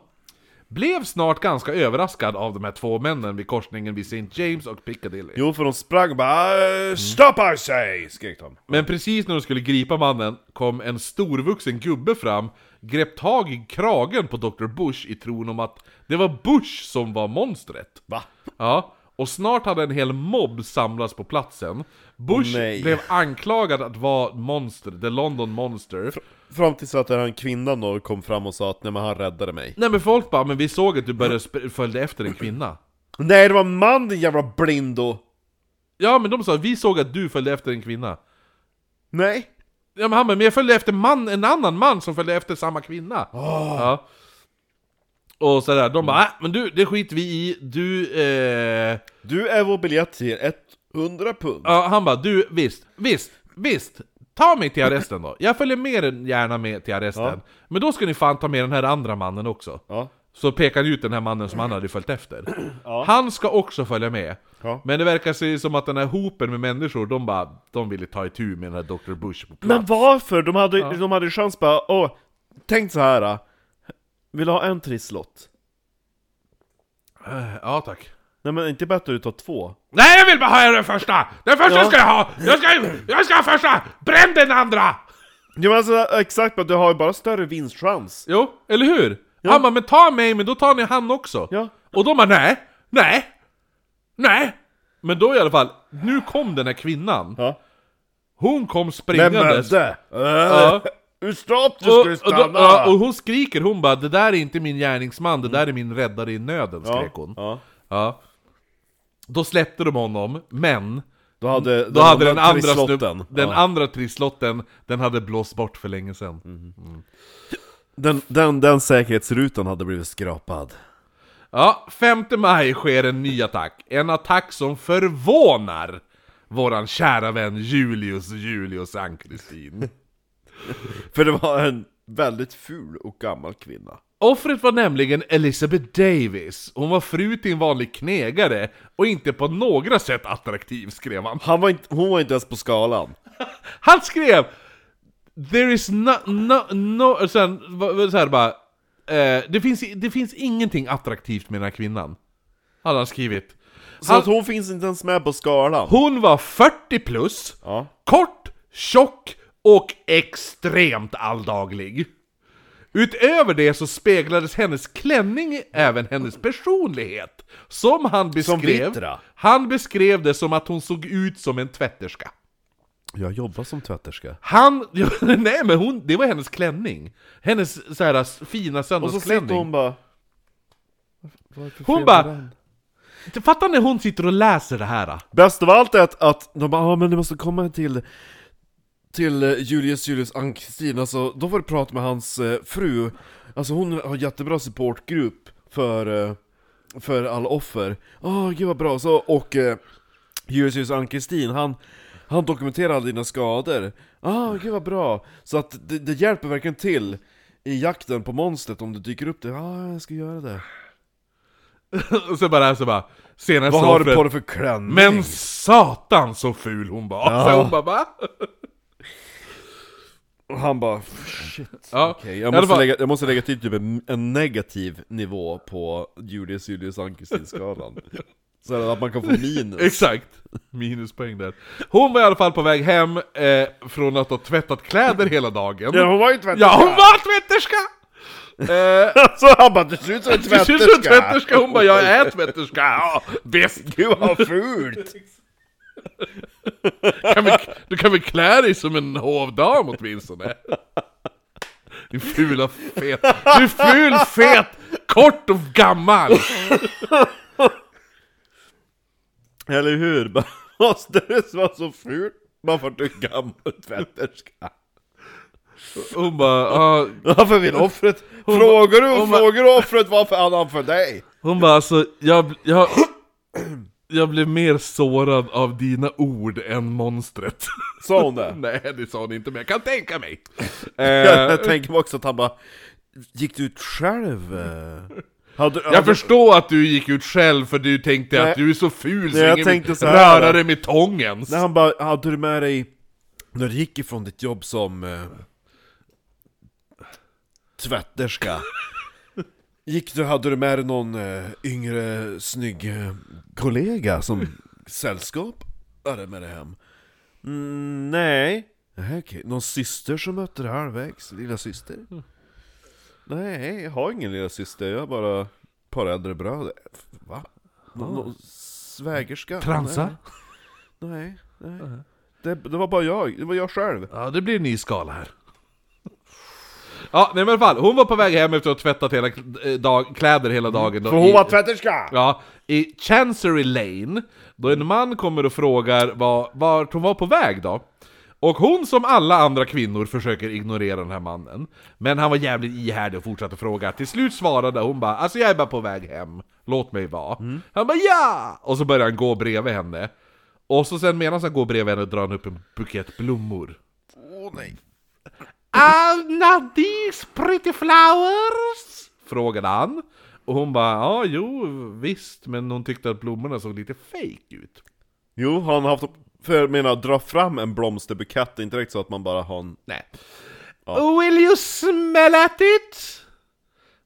blev snart ganska överraskad av de här två männen vid korsningen vid St. James och Piccadilly.
Jo, för de sprang bara "Eh, 'Stoppa sig!' skrek de.
Men precis när de skulle gripa mannen kom en storvuxen gubbe fram, grepp tag i kragen på Dr. Bush i tron om att det var Bush som var monstret.
Va?
Ja, och snart hade en hel mobb samlats på platsen. Bush
Åh, nej.
blev anklagad att vara monster, the London Monster.
Fram tills att den här kvinnan då kom fram och sa att 'Nej men han räddade mig'
Nej men folk bara, men vi såg att du började sp- följde efter en kvinna.
Nej, det var en man din jävla blindo!
Ja men de sa, vi såg att du följde efter en kvinna.
Nej!
Ja men han bara, men jag följde efter man, en annan man som följde efter samma kvinna.
Ah.
Ja. Och sådär, de bara, äh, men du, det skiter vi i, du, eh...
Du är vår biljett till 100 pund.
Ja, han bara, du visst, visst, visst! Ta mig till arresten då! Jag följer med er gärna med till arresten.
Ja.
Men då ska ni fan ta med den här andra mannen också.
Ja.
Så pekar han ut den här mannen som han hade följt efter. Han ska också följa med.
Ja.
Men det verkar se som att den här hopen med människor, de bara, de ville ta itu med den här Dr. Bush på plats.
Men varför? De hade ju de hade ju chans bara, åh, tänk så här. äh. Vill du ha en trisslott?
Ja, tack.
Nej men inte bättre att ta två.
Nej, jag vill bara ha den första! Den första
Ja.
ska jag ha! Jag ska, jag ska ha första! Bränn den andra!
Ja men alltså exakt, men du har ju bara större vinstchans.
Jo, eller hur? Han bara, men ta mig, men då tar ni han också.
Ja.
Och de bara, nej, nej, nej. Men då i alla fall, nu kom den här kvinnan.
Ja.
Hon kom springandes.
Ja.
Ja.
Stopp, Eh, du
Och,
ska
och,
ju
då,
stanna!
ja, och hon skriker, hon bara 'Det där är inte min gärningsman, det där är min räddare i nöden' skrek hon.
Ja.
Ja. Då släppte de honom, men
Då hade,
då hade den andra,
trisslotten.
snub- den
ja.
andra trisslotten, den hade blåst bort för länge sedan.
den, den, den säkerhetsrutan hade blivit skrapad.
Ja, 5 maj sker en ny attack. En attack som förvånar våran kära vän Julius Julius Ann-Kristin.
För det var en väldigt ful och gammal kvinna.
Offret var nämligen Elizabeth Davis. Hon var fru till en vanlig knegare och inte på några sätt attraktiv, skrev han.
Han var inte, hon var inte ens på skalan.
Han skrev There is no, no, no, sen, va- va- så här bara eh, det, finns, det finns ingenting attraktivt med den här kvinnan. Hade han skrivit.
Så
Han-
att hon finns inte ens med på skalan.
Hon var 40 plus,
Ja.
kort, tjock och extremt alldaglig. Utöver det så speglades hennes klänning även hennes personlighet. Som han beskrev,
vittra.
han beskrev det som att hon såg ut som en tvätterska.
Jag jobbar som tvätterska.
Han, nej men hon, det var hennes klänning. Hennes så här s- fina
Och så sitter
söndagsklänning.
hon
Hon,
bara...
hon bara... Fattar när hon sitter och läser det här?
Bäst av allt är att, att de bara ah, men du måste komma till till eh, Julius Julius Ann-Kristin, alltså då får du prata med hans eh, fru Alltså hon har jättebra supportgrupp för, eh, för alla offer Åh gud vad bra, så, och eh, Julius Julius Ann-Kristin han, han dokumenterar alla dina skador Ah gud vad bra! Så att det, det hjälper verkligen till i jakten på monstret om du dyker upp det, ja ah, jag ska göra det
och så bara, så bara... Senaste
Vad har du
offret-
på dig för klänning?
Men satan så ful hon var! Så hon bara va?
Och han bara shit
Ja.
Okej,
I
jag,
alla
måste
fall-
lägga, jag måste lägga till typ en, en negativ nivå på Julius Julius Ann-Kristin-skalan Så att man kan få minus
Exakt! Minuspoäng där. Hon var i alla fall på väg hem eh, från att ha tvättat kläder hela dagen.
Ja hon var ju tvätterska!
Ja, hon var tvätterska! Eh,
Alltså han bara 'Du ser ut som en
det
tvätterska!'
syns som tvätterska, hon bara 'Jag är tvätterska' ja, visst!
Gud vad fult!
Kan vi, du kan väl klä dig som en hovdam åtminstone? Din fula fet, du är ful, fet, kort och gammal!
Eller hur? Bara, Måste det vara så fult? Man får du är gammal tvätterska
Hon bara ah,
Varför vill offret? Frågar du
hon bara-
frågar du offret varför han han för dig?
Hon bara alltså, jag, jag, jag blev mer sårad av dina ord än monstret.
Sa hon det?
Nej, det sa hon inte, men jag kan tänka mig.
Eh. Jag tänker mig också att han bara Gick du ut själv? eh? Hade,
Jag förstår att du gick ut själv för du tänkte
Nej.
att du är så ful så
Nej, jag
ingen
tänkte
vill
så här.
röra dig med tång ens.
När han bara, hade du med dig, när du gick ifrån ditt jobb som eh, tvätterska. Gick du, hade du med dig någon eh, yngre snygg eh, kollega som sällskap? Hade med dig hem? Mm, nej. Nähä, okej. Någon syster som mötte dig halvvägs? Lilla syster? Nej, jag har ingen lilla syster. jag har bara ett par äldre bröder. Va? Någon, någon svägerska?
Transa?
Nej, nej. Det, det var bara jag, det var jag själv.
Ja, det blir en ny skala här. Ja, nej men i alla fall, hon var på väg hem efter att ha tvättat hela eh, dag, kläder hela dagen. Då,
För hon
i-
var tvätterska!
Ja, i Chancery Lane, då en man kommer och frågar var, vart hon var på väg då. Och hon som alla andra kvinnor försöker ignorera den här mannen. Men han var jävligt ihärdig och fortsatte fråga. Till slut svarade hon bara alltså jag är bara på väg hem, låt mig vara. Han bara ja! Och så börjar han gå bredvid henne. Och så sen medan han går bredvid henne drar han upp en bukett blommor.
Åh nej.
Anna these pretty flowers? Frågade han. Och hon bara, ja jo visst, men hon tyckte att blommorna såg lite fake ut.
Jo, har han haft... För jag menar, dra fram en blomsterbukett, det är inte direkt så att man bara har en...
Nej. Will you smell at it?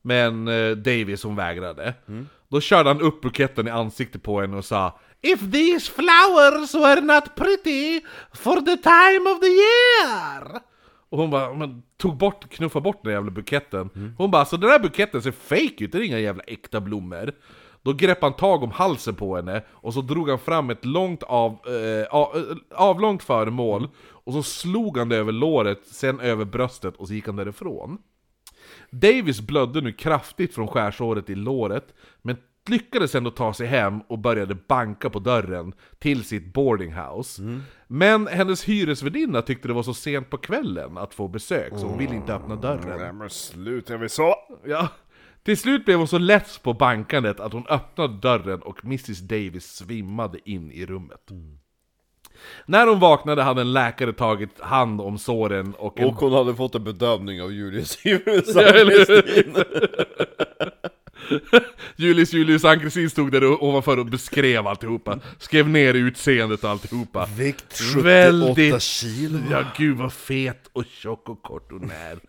Men eh, Davis hon vägrade. Då körde han upp buketten i ansiktet på henne och sa If these flowers were not pretty for the time of the year! Och hon bara, men tog bort, knuffade bort den jävla buketten. Hon bara, så den där buketten ser fake ut, det är inga jävla äkta blommor. Då grepp han tag om halsen på henne och så drog han fram ett långt av, eh, av, eh, avlångt föremål och så slog han det över låret, sen över bröstet och så gick han därifrån. Davis blödde nu kraftigt från skärsåret i låret, men lyckades ändå ta sig hem och började banka på dörren till sitt boardinghouse. Men hennes hyresvärdinna tyckte det var så sent på kvällen att få besök, så hon ville inte öppna dörren.
men sluta, jag vill så!
Ja. Till slut blev hon så less på bankandet att hon öppnade dörren och Mrs Davis svimmade in i rummet. När hon vaknade hade en läkare tagit hand om såren och en...
Och hon hade fått en bedömning av Julius Julius
Julius Julius Ann-Kristin stod där ovanför och beskrev alltihopa. Skrev ner utseendet och alltihopa.
Vikt 78
Väldigt-
kilo.
Ja, gud vad fet och tjock och kort hon är.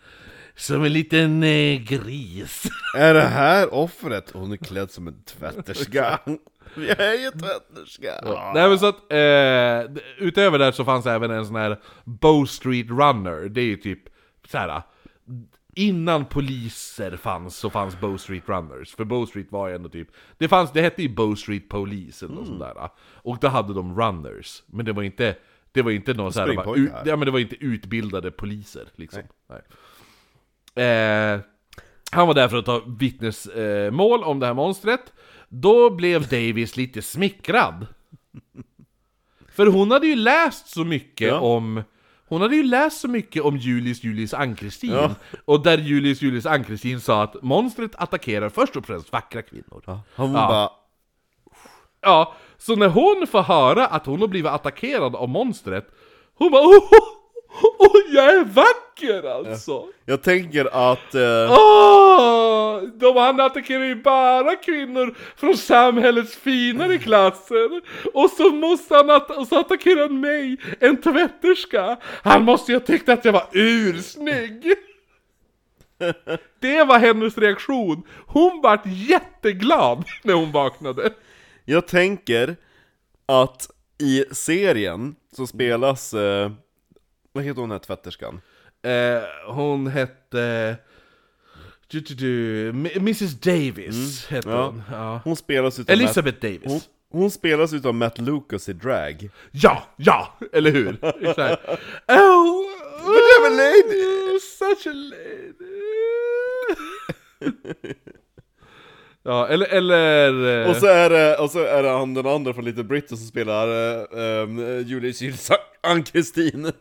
Som en liten eh, gris.
Är det här offret? Hon är klädd som en tvätterska. Vi är ju tvätterska.
Nej men så att, eh, d- utöver det så fanns även en sån här Bow Street Runner, det är ju typ så här. Innan poliser fanns så fanns Bow Street Runners, för Bow Street var ju ändå typ Det fanns, det hette ju Bow Street Police eller något sånt där ah. Och då hade de runners, men det var inte Det var inte någon så här, bara, ut,
Springpojkar.
ja, men det var inte utbildade poliser liksom Nej. Eh, han var där för att ta vittnesmål eh, mål om det här monstret. Då blev Davis lite smickrad. För hon hade ju läst så mycket
Ja.
om... Hon hade ju läst så mycket om Julius Julius Ann-Kristin.
Ja.
Och där Julius Julius Ann-Kristin sa att monstret attackerar först och främst vackra kvinnor. Ja.
Hon
Ja.
bara...
så när hon får höra att hon har blivit attackerad av monstret, hon bara oh, oh, oh, jag är vacker alltså!
Jag tänker att... Eh,
Åh! De andra attackerar ju bara kvinnor från samhällets finare klasser. Och så måste han att, och så attackerar han mig, en tvätterska. Han måste ju ha tyckt att jag var ursnygg. Det var hennes reaktion. Hon vart jätteglad när hon vaknade.
Jag tänker att i serien så spelas... Eh, vad heter hon den här tvätterskan?
Eh, hon hette... Du, du, du, M- Mrs Davis hette
ja.
hon. Mm. Ja.
Hon spelas utav Matt,
Elizabeth Davis.
hon, hon spelas utav Matt Lucas i
Eh.
drag.
Ja, ja, eller hur? Exakt. Oh, But
I'm a lady.
Such a lady. ja, eller... eller eh,
Och så är det, och så är det han, den andra från Little Britain som spelar eh, um, Julius Julius Ann-Kristin.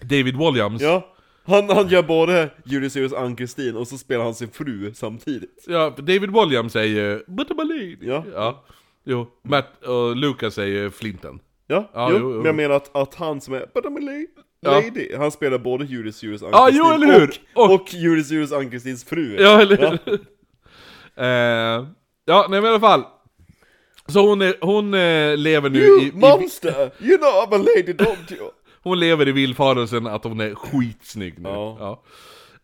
David Walliams. Ja.
Ja. Han, han gör både Julius Julius Ann-Kristin och så spelar han sin fru samtidigt.
David Walliams är ju... But I'm a lady.
Ja.
ja. Jo, Matt och Lucas är ju Flinten.
Ja,
Ja,
jo,
jo, jo.
men jag menar att, att han som är But I'm a la-
Ja.
lady, han spelar både Julius Julius
Ja, jo, eller hur?
och,
Och-
och Julius Julius Ann-Kristins fru.
Ja, eller hur? Ja, ja nej, men i alla fall. Så hon, är, hon eh, lever nu
You
i... i
monster! You know I'm a lady, don't you?
Hon lever i villfarelsen att hon är skitsnygg nu.
Ja.
Ja.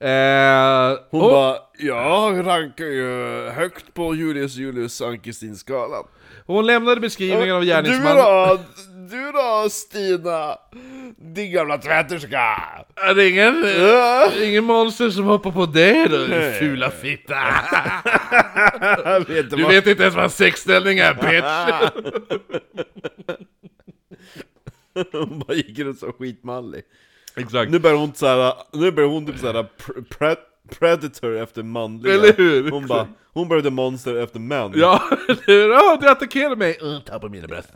Eh,
Hon
och-
bara, jag rankar ju högt på Julius Julius Ankerstin-skalan.
hon lämnade beskrivningen av gärningsmannen...
Du då, du då Stina, din gamla tvätterska!
Är det ingen, ingen monster som hoppar på det då, du fula fitta?
Jag vet inte
Du
vad-
vet inte ens vad en sexställning är, bitch!
Hon bara gick runt så skitmallig.
Exakt.
Nu börjar hon så här, nu börjar hon typ såhär pr- pre- predator efter manliga.
Eller hur?
Hon bara, hon började monster efter män.
Ja, eller oh, du attackerar mig! Mm, Tappa mina bröst.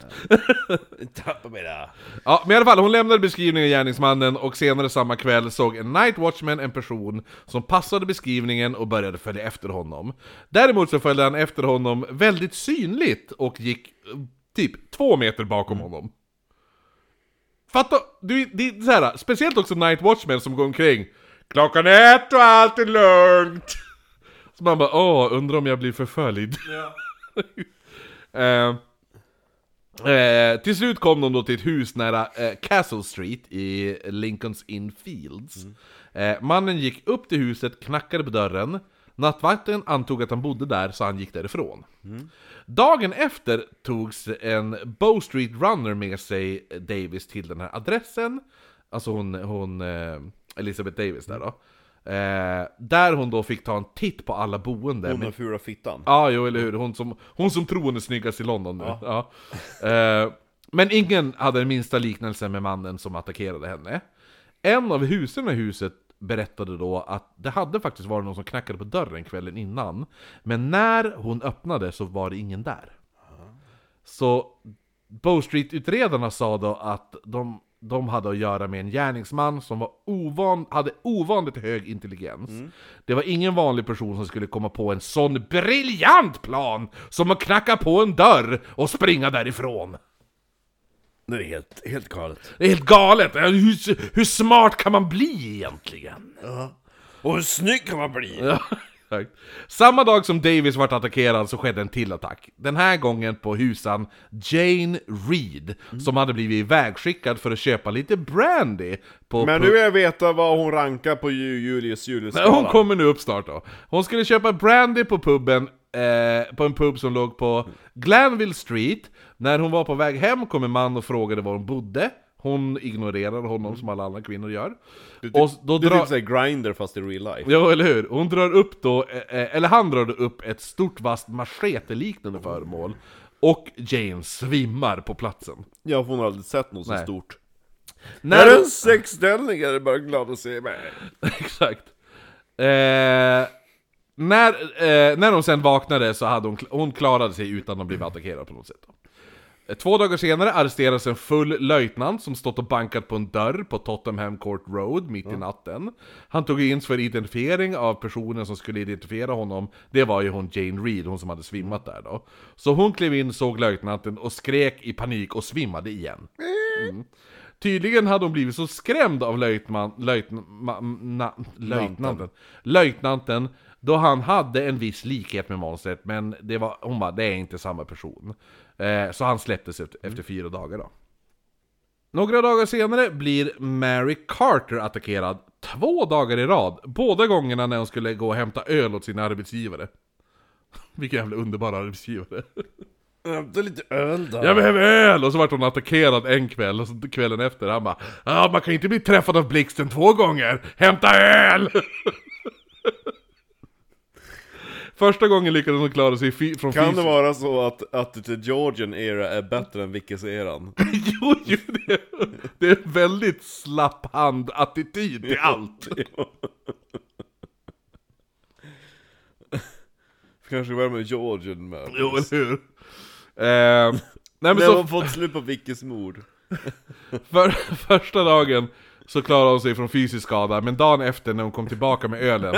Tappa mig där.
Ja, men i alla fall, hon lämnade beskrivningen av gärningsmannen och senare samma kväll såg en night watchman en person som passade beskrivningen och började följa efter honom. Däremot så följde han efter honom väldigt synligt och gick eh, typ två meter bakom honom. Fatta, du, det är så här, speciellt också night watchmen som går omkring Klockan är ett och allt är lugnt! Så man bara åh, undrar om jag blir förföljd. eh, Eh, till slut kom de då till ett hus nära eh, Castle Street i Lincolns Inn Fields. Eh, mannen gick upp till huset, knackade på dörren. Nattvakten antog att han bodde där, så han gick därifrån. Dagen efter togs en Bow Street Runner med sig eh, Davis till den här adressen. Alltså hon, hon eh, Elizabeth Davis där då. Eh, där hon då fick ta en titt på alla boende.
Hon
men-
har fula fittan.
Ja, jo, eller hur. Hon som, hon som tror hon är snyggast i London nu. Ja. Eh, men ingen hade den minsta liknelse med mannen som attackerade henne. En av husen i huset berättade då att det hade faktiskt varit någon som knackade på dörren kvällen innan. Men när hon öppnade så var det ingen där. Så Bow Street-utredarna sa då att de, de hade att göra med en gärningsman som var ovan, hade ovanligt hög intelligens. Det var ingen vanlig person som skulle komma på en sån briljant plan som att knacka på en dörr och springa därifrån.
Det är helt, helt galet.
Det är helt galet! Hur, hur smart kan man bli egentligen?
Och hur snygg kan man bli?
Ja, exakt. Samma dag som Davis vart attackerad så skedde en till attack. Den här gången på husan Jane Reed, som hade blivit ivägskickad för att köpa lite brandy på...
Men
på-
nu vill jag veta vad hon rankar på Ju- Julius Julius
Nej, Hon kommer nu upp snart då. Hon skulle köpa brandy på puben, eh, på en pub som låg på Glanville Street. När hon var på väg hem kom en man och frågade var hon bodde. Hon ignorerade honom som alla andra kvinnor gör. och då
Det är
drar-
typ såhär grinder fast i real life.
Ja, eller hur? Hon drar upp då, eh, eh, eller han drar då upp ett stort vasst macheteliknande föremål Och Jane svimmar på platsen
Ja, för hon har aldrig sett något så
Nej.
stort.
När
Är det en sexställning är det bara glad att se mig.
Exakt eh, när, eh, när hon sen vaknade så hade hon, kl- hon klarade sig utan att bli attackerad på något sätt då. Eh, Två dagar senare arresteras en full löjtnant som stått och bankat på en dörr på Tottenham Court Road mitt i natten. Han tog in för identifiering av personen som skulle identifiera honom. Det var ju hon Jane Reed, hon som hade svimmat där då. Så hon klev in, såg löjtnanten och skrek i panik och svimmade igen. Mm. Tydligen hade hon blivit så skrämd av löjtman, löjtna, ma, na, löjtnanten, löjtnanten då han hade en viss likhet med monstret, men det var, hon bara, det är inte samma person. Eh, så han släpptes efter, efter fyra dagar då. Några dagar senare blir Mary Carter attackerad två dagar i rad, båda gångerna när hon skulle gå och hämta öl åt sin arbetsgivare. Vilken jävla underbar arbetsgivare.
Hämta lite öl då.
Jag behöver öl! Och så vart hon attackerad en kväll, och så kvällen efter han bara ah, man kan ju inte bli träffad av blixten två gånger! Hämta öl! Första gången lyckades hon klara sig fy- från
Kan
fysisk-
det vara så att, att the Georgian era är bättre än Vickes-eran?
jo, jo, det är, det är en väldigt slapp hand-attityd till allt!
Kanske var med Georgian med.
Jo, eller hur? Eh, nej, men
När
så
man fått slut på Vickes mord.
för, första dagen så klarade hon sig från fysisk skada, men dagen efter när hon kom tillbaka med ölen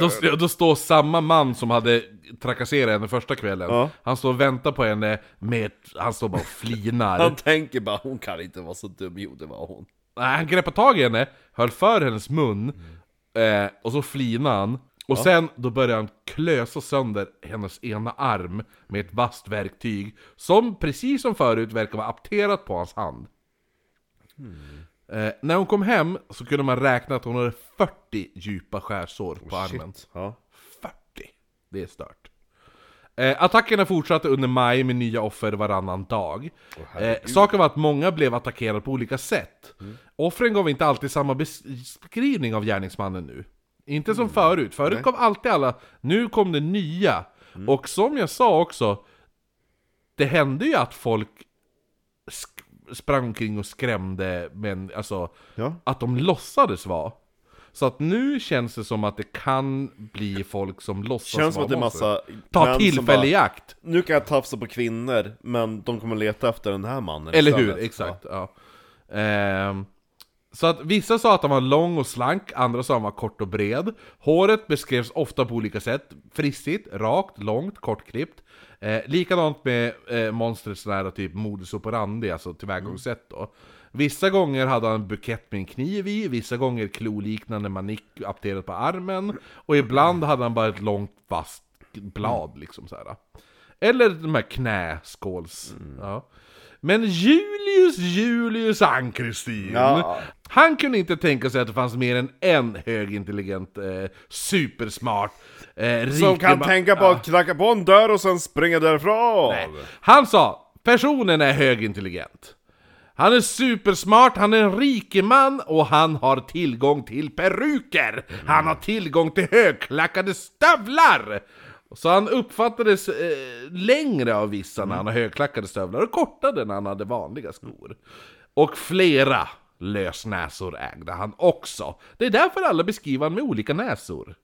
Då, ja, då står samma man som hade trakasserat henne första kvällen,
Ja.
han står och väntar på henne med ett- Han står bara och flinar.
Han tänker bara hon kan inte vara så dum, jo det var hon.
Nej, han greppade tag i henne, höll för hennes mun, eh, och så flinade han. Och sen då började han klösa sönder hennes ena arm med ett vasst verktyg, som precis som förut verkar vara apterat på hans hand. Eh, när hon kom hem så kunde man räkna att hon hade 40 djupa skärsår på
Oh,
armen.
Ja.
40! Det är stört. Eh, attackerna fortsatte under maj med nya offer varannan dag. eh, saken var att många blev attackerade på olika sätt.
Mm.
Offren gav inte alltid samma bes- beskrivning av gärningsmannen nu. Inte
Mm.
som förut, förut kom alltid alla, nu kom det nya.
Mm.
Och som jag sa också, det hände ju att folk sk- sprang omkring och skrämde, men alltså
Ja.
att de låtsades vara. Så att nu känns det som att det kan bli folk som låtsas
Känns som
vara
att det är
monster.
massa män
Ta
som
tillfälle i
bara,
akt!
Nu kan jag tafsa på kvinnor, men de kommer leta efter den här mannen
Eller hur,
istället.
exakt. Ja. Ehm, så att vissa sa att han var lång och slank, andra sa att han var kort och bred. Håret beskrevs ofta på olika sätt. Frissigt, rakt, långt, kortklippt. Eh, likadant med eh, monstrets nära typ modus operandi, alltså tillvägagångssätt då. Vissa gånger hade han en bukett med en kniv i, vissa gånger kloliknande manick apterad på armen. Och ibland hade han bara ett långt vasst blad liksom så här. Eller de här knäskåls... Ja. Men Julius Julius Ann-Kristin,
Ja.
han kunde inte tänka sig att det fanns mer än en högintelligent, eh, supersmart, eh,
Som kan
rikeman-
tänka på att knacka på en dörr och sen springa därifrån!
Nej. Han sa, personen är högintelligent. Han är supersmart, han är en rikeman och han har tillgång till peruker! Han har tillgång till högklackade stövlar! Så han uppfattades eh, längre av vissa när han har högklackade stövlar och kortare när han hade vanliga skor. Och flera lösnäsor ägde han också. Det är därför alla beskriver han med olika näsor.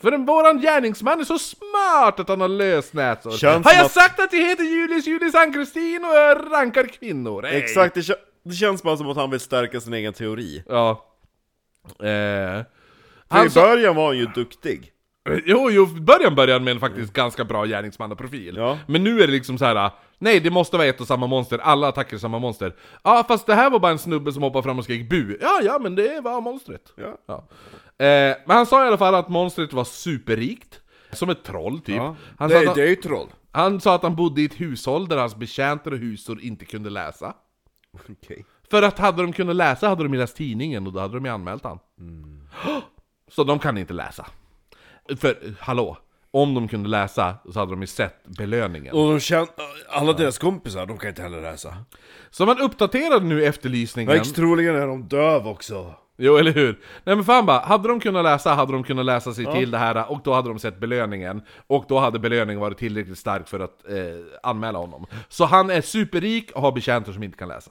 För en våran gärningsman är så smart att han har lösnäsor.
Känns
har
som
jag
att-
sagt att jag heter Julius Julius Ann-Kristin och jag rankar kvinnor? Hej!
Exakt, det, kä- det känns bara som att han vill stärka sin egen teori.
Ja. Eh.
För
Han
i
sa-
början var han ju duktig.
Jo, jo, början början med en faktiskt ganska bra gärningsmannaprofil.
Ja.
Men nu är det liksom så här. nej det måste vara ett och samma monster, alla attacker är samma monster. Ja, fast det här var bara en snubbe som hoppade fram och skrek bu. Ja, ja, men det var monstret.
Ja.
Eh, men han sa i alla fall att monstret var superrikt. Som ett troll typ. Han, sa att han,
är ju troll.
han sa att han bodde i ett hushåll där hans betjänter och husor inte kunde läsa.
Okej.
För att hade de kunnat läsa hade de ju läst tidningen och då hade de ju anmält han. Så de kan inte läsa. För, hallå? Om de kunde läsa så hade de ju sett belöningen.
Och de känner, alla deras kompisar, de kan inte heller läsa.
Så man uppdaterade nu efterlysningen.
Högst troligen är de döv också.
Jo, eller hur? Nej men fan bara, hade de kunnat läsa hade de kunnat läsa sig till det här och då hade de sett belöningen. Och då hade belöningen varit tillräckligt stark för att eh, anmäla honom. Så han är superrik och har betjänter som inte kan läsa.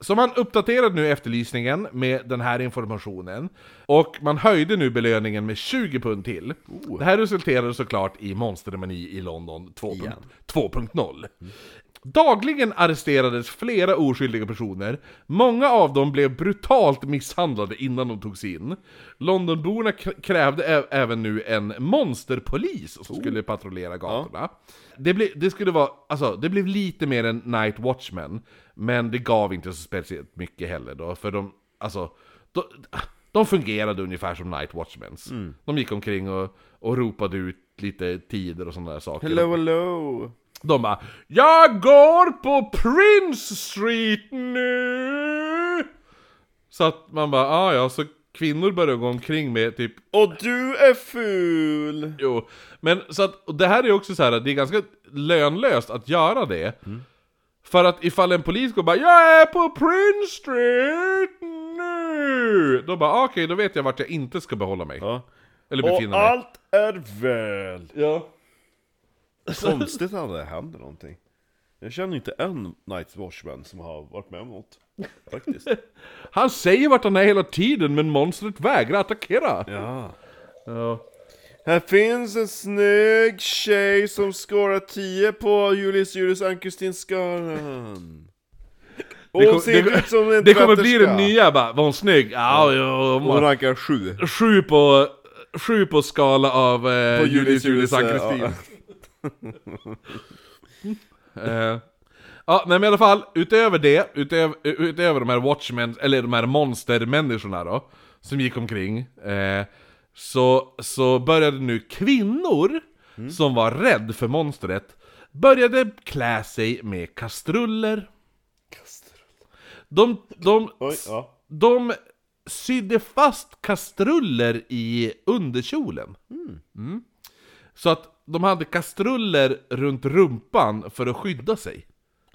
Så man uppdaterade nu efterlysningen med den här informationen. Och man höjde nu belöningen med 20 pund till. Det här resulterade såklart i monstermani i London 2.0. 2.0. Dagligen arresterades flera oskyldiga personer, många av dem blev brutalt misshandlade innan de togs in. Londonborna k- krävde ä- även nu en monsterpolis som skulle patrullera gatorna. Det, ble, det, skulle vara, alltså, det blev lite mer än Night Watchmen, men det gav inte så speciellt mycket heller då, för de, alltså, de, de fungerade ungefär som Night Watchmens. De gick omkring och, och ropade ut lite tider och sådana där saker.
Hello, hello.
De bara Jag går på Prince Street nu! Så att man bara, ah, ja så kvinnor börjar gå omkring med typ
Och du är ful!
Jo, men så att, och det här är ju också så här att det är ganska lönlöst att göra det.
Mm.
För att ifall en polis går och bara 'Jag är på Prince Street nu' Då bara ah, okej, då vet jag vart jag inte ska behålla mig.
Ja.
Eller
Och
befinna mig.
allt är väl.
Ja.
Konstigt att det händer någonting. Jag känner inte en Night Watchman som har varit med om något. Faktiskt.
Han säger vart han är hela tiden men monstret vägrar attackera.
Ja.
Ja.
Här finns en snygg tjej som skårar 10 på Julius Julius Ann-Kristin Skarren. Och
Det
hon
kom-
ser
det-
ut som en
Det kommer bli
tvätterska.
den nya bara, var hon snygg? Ja, ja,
Hon
ja,
rankar 7.
ja. Sju på... Sju på skala av eh,
På
Julius Julius
Julius, eh,
Ann-Kristin. Eh, Ja, nej men i alla fall, utöver det, utöver, utöver de här Watchmen, eller de här monstermänniskorna då, som gick omkring, eh, så, så började nu kvinnor, som var rädd för monstret, började klä sig med kastruller. De, de
Oj, ja.
De sydde fast kastruller i underkjolen. Mm. Så att de hade kastruller runt rumpan för att skydda sig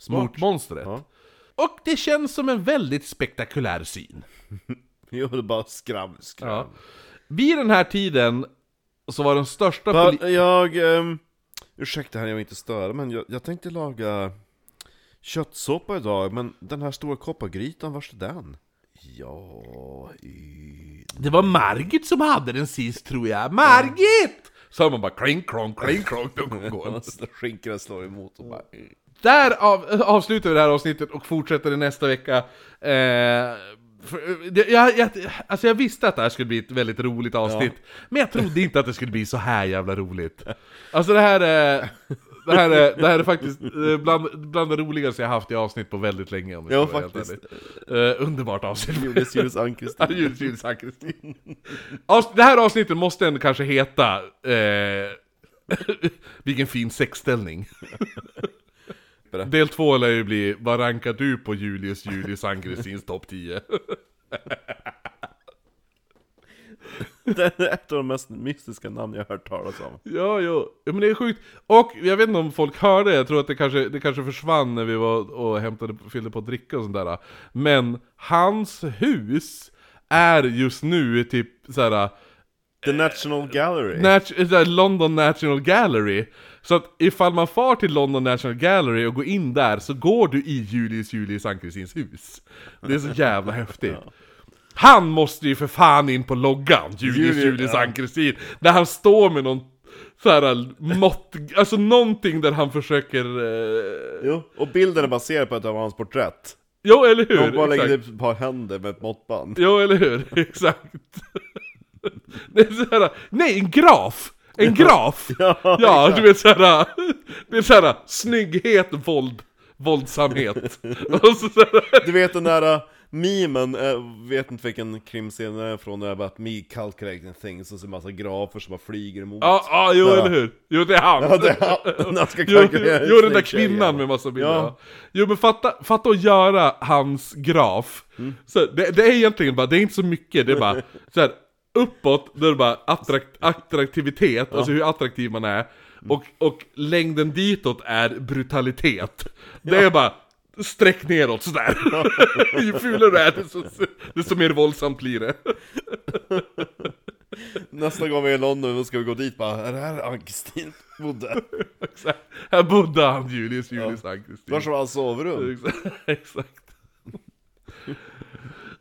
mot monstret.
Ja.
Och det känns som en väldigt spektakulär syn.
Jo, det är bara skram, skram.
Ja. Vid den här tiden så var den största
Va,
poli-
jag, um, ursäkta här jag vill inte störa, men jag, jag tänkte laga köttsoppa idag, men den här stora koppargrytan, vart är den? Ja, i...
Det var Margit som hade den sist tror jag. Margit! Så hör man bara kling klong kling klong klong, klong.
Skinkorna slår emot och bara...
Där av, avslutar vi det här avsnittet och fortsätter det nästa vecka. Eh, för, det, jag, jag, alltså jag visste att det här skulle bli ett väldigt roligt avsnitt, men jag trodde inte att det skulle bli så här jävla roligt. Alltså det här är... Det här, är, det här är faktiskt eh, bland, bland det roligaste jag haft i avsnitt på väldigt länge om vi
Ja,
ska vara helt
faktiskt.
ärlig. Eh, underbart avsnitt.
Julius, Julius
Ja,
Ann-Kristin.
Julius Julius Ann-Kristin. Avs- Det här avsnittet måste ändå kanske heta... Eh, vilken fin sexställning.
Bra.
Del två lär ju bli Vad rankar du på Julius Julius Ann-Kristins topp 10?
Det är ett av de mest mystiska namn jag har hört talas om.
Ja, ja. ja, men det är sjukt. Och jag vet inte om folk hörde, jag tror att det kanske, det kanske försvann när vi var och hämtade, fyllde på dricka och sånt där. Men hans hus är just nu typ såhär... Eh,
The National Gallery.
Nat- eh, där London National Gallery. Så att ifall man far till London National Gallery och går in där så går du i Julius Julius Ankristins hus. Det är så jävla häftigt. Han måste ju för fan in på loggan, Julius
Julius,
Julius
ja.
Ankristin. Där han står med någon så här äh, mått, alltså någonting där han försöker... Eh,
Jo, och bilden är baserad på ett av hans porträtt.
jo, eller hur?
De bara lägger
Exakt.
upp ett par händer med ett måttband.
Jo, eller hur? Exakt. Det är så här, nej, en graf! En graf! Ja, du vet såhär, det är såhär, snygghet, våld, våldsamhet. Och så såhär,
Du vet den där äh, memen, jag vet inte vilken krimscen det är från, där det är bara att me calculating things, och så en massa grafer som bara flyger emot.
ja, ja, jo,
Ja.
eller hur? Jo, det är han.
Ja, det, ja, när ska
Jo,
kalkylera
jo, den där
snygg tjej,
kvinnan
ja.
med massa bilder.
Ja.
Ja. Jo, men fatta, fatta att göra hans graf.
Mm.
Så det, det är egentligen bara, det är inte så mycket, det är bara så här, uppåt, då är det bara attrakt, attraktivitet, alltså hur attraktiv man är.
Mm.
Och, och längden ditåt är brutalitet. Det är bara sträck neråt sådär. ju fulare du är, desto, desto mer våldsamt blir det.
Nästa gång vi är i London, då ska vi gå dit bara, är det här Ann-Kristin bodde?
Så här, här bodde han, Julius, Julius, Ann-Kristin.
Det var som hans sovrum.
Exakt. Exakt.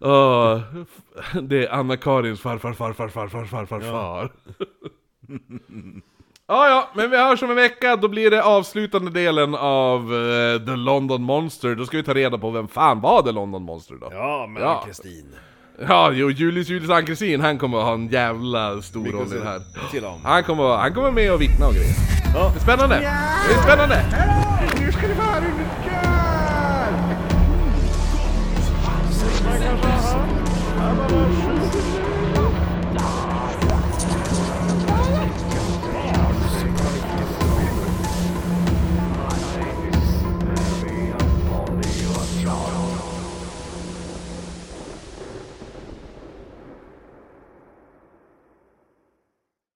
Åh, det är Anna-Karins farfar, farfar, farfar, farfar, far. Ja, ja, men vi hörs om en vecka, då blir det avslutande delen av eh, The London Monster. Då ska vi ta reda på vem fan var The London Monster då? Ja,
Ja, men
Ja.
Ann-Kristin.
jo, Julius Julius Ann-Kristin, han kommer att ha en jävla stor roll i det här.
Till honom.
Han kommer, han kommer med och vittna och grejer. Det är spännande! Det är spännande!
Ja.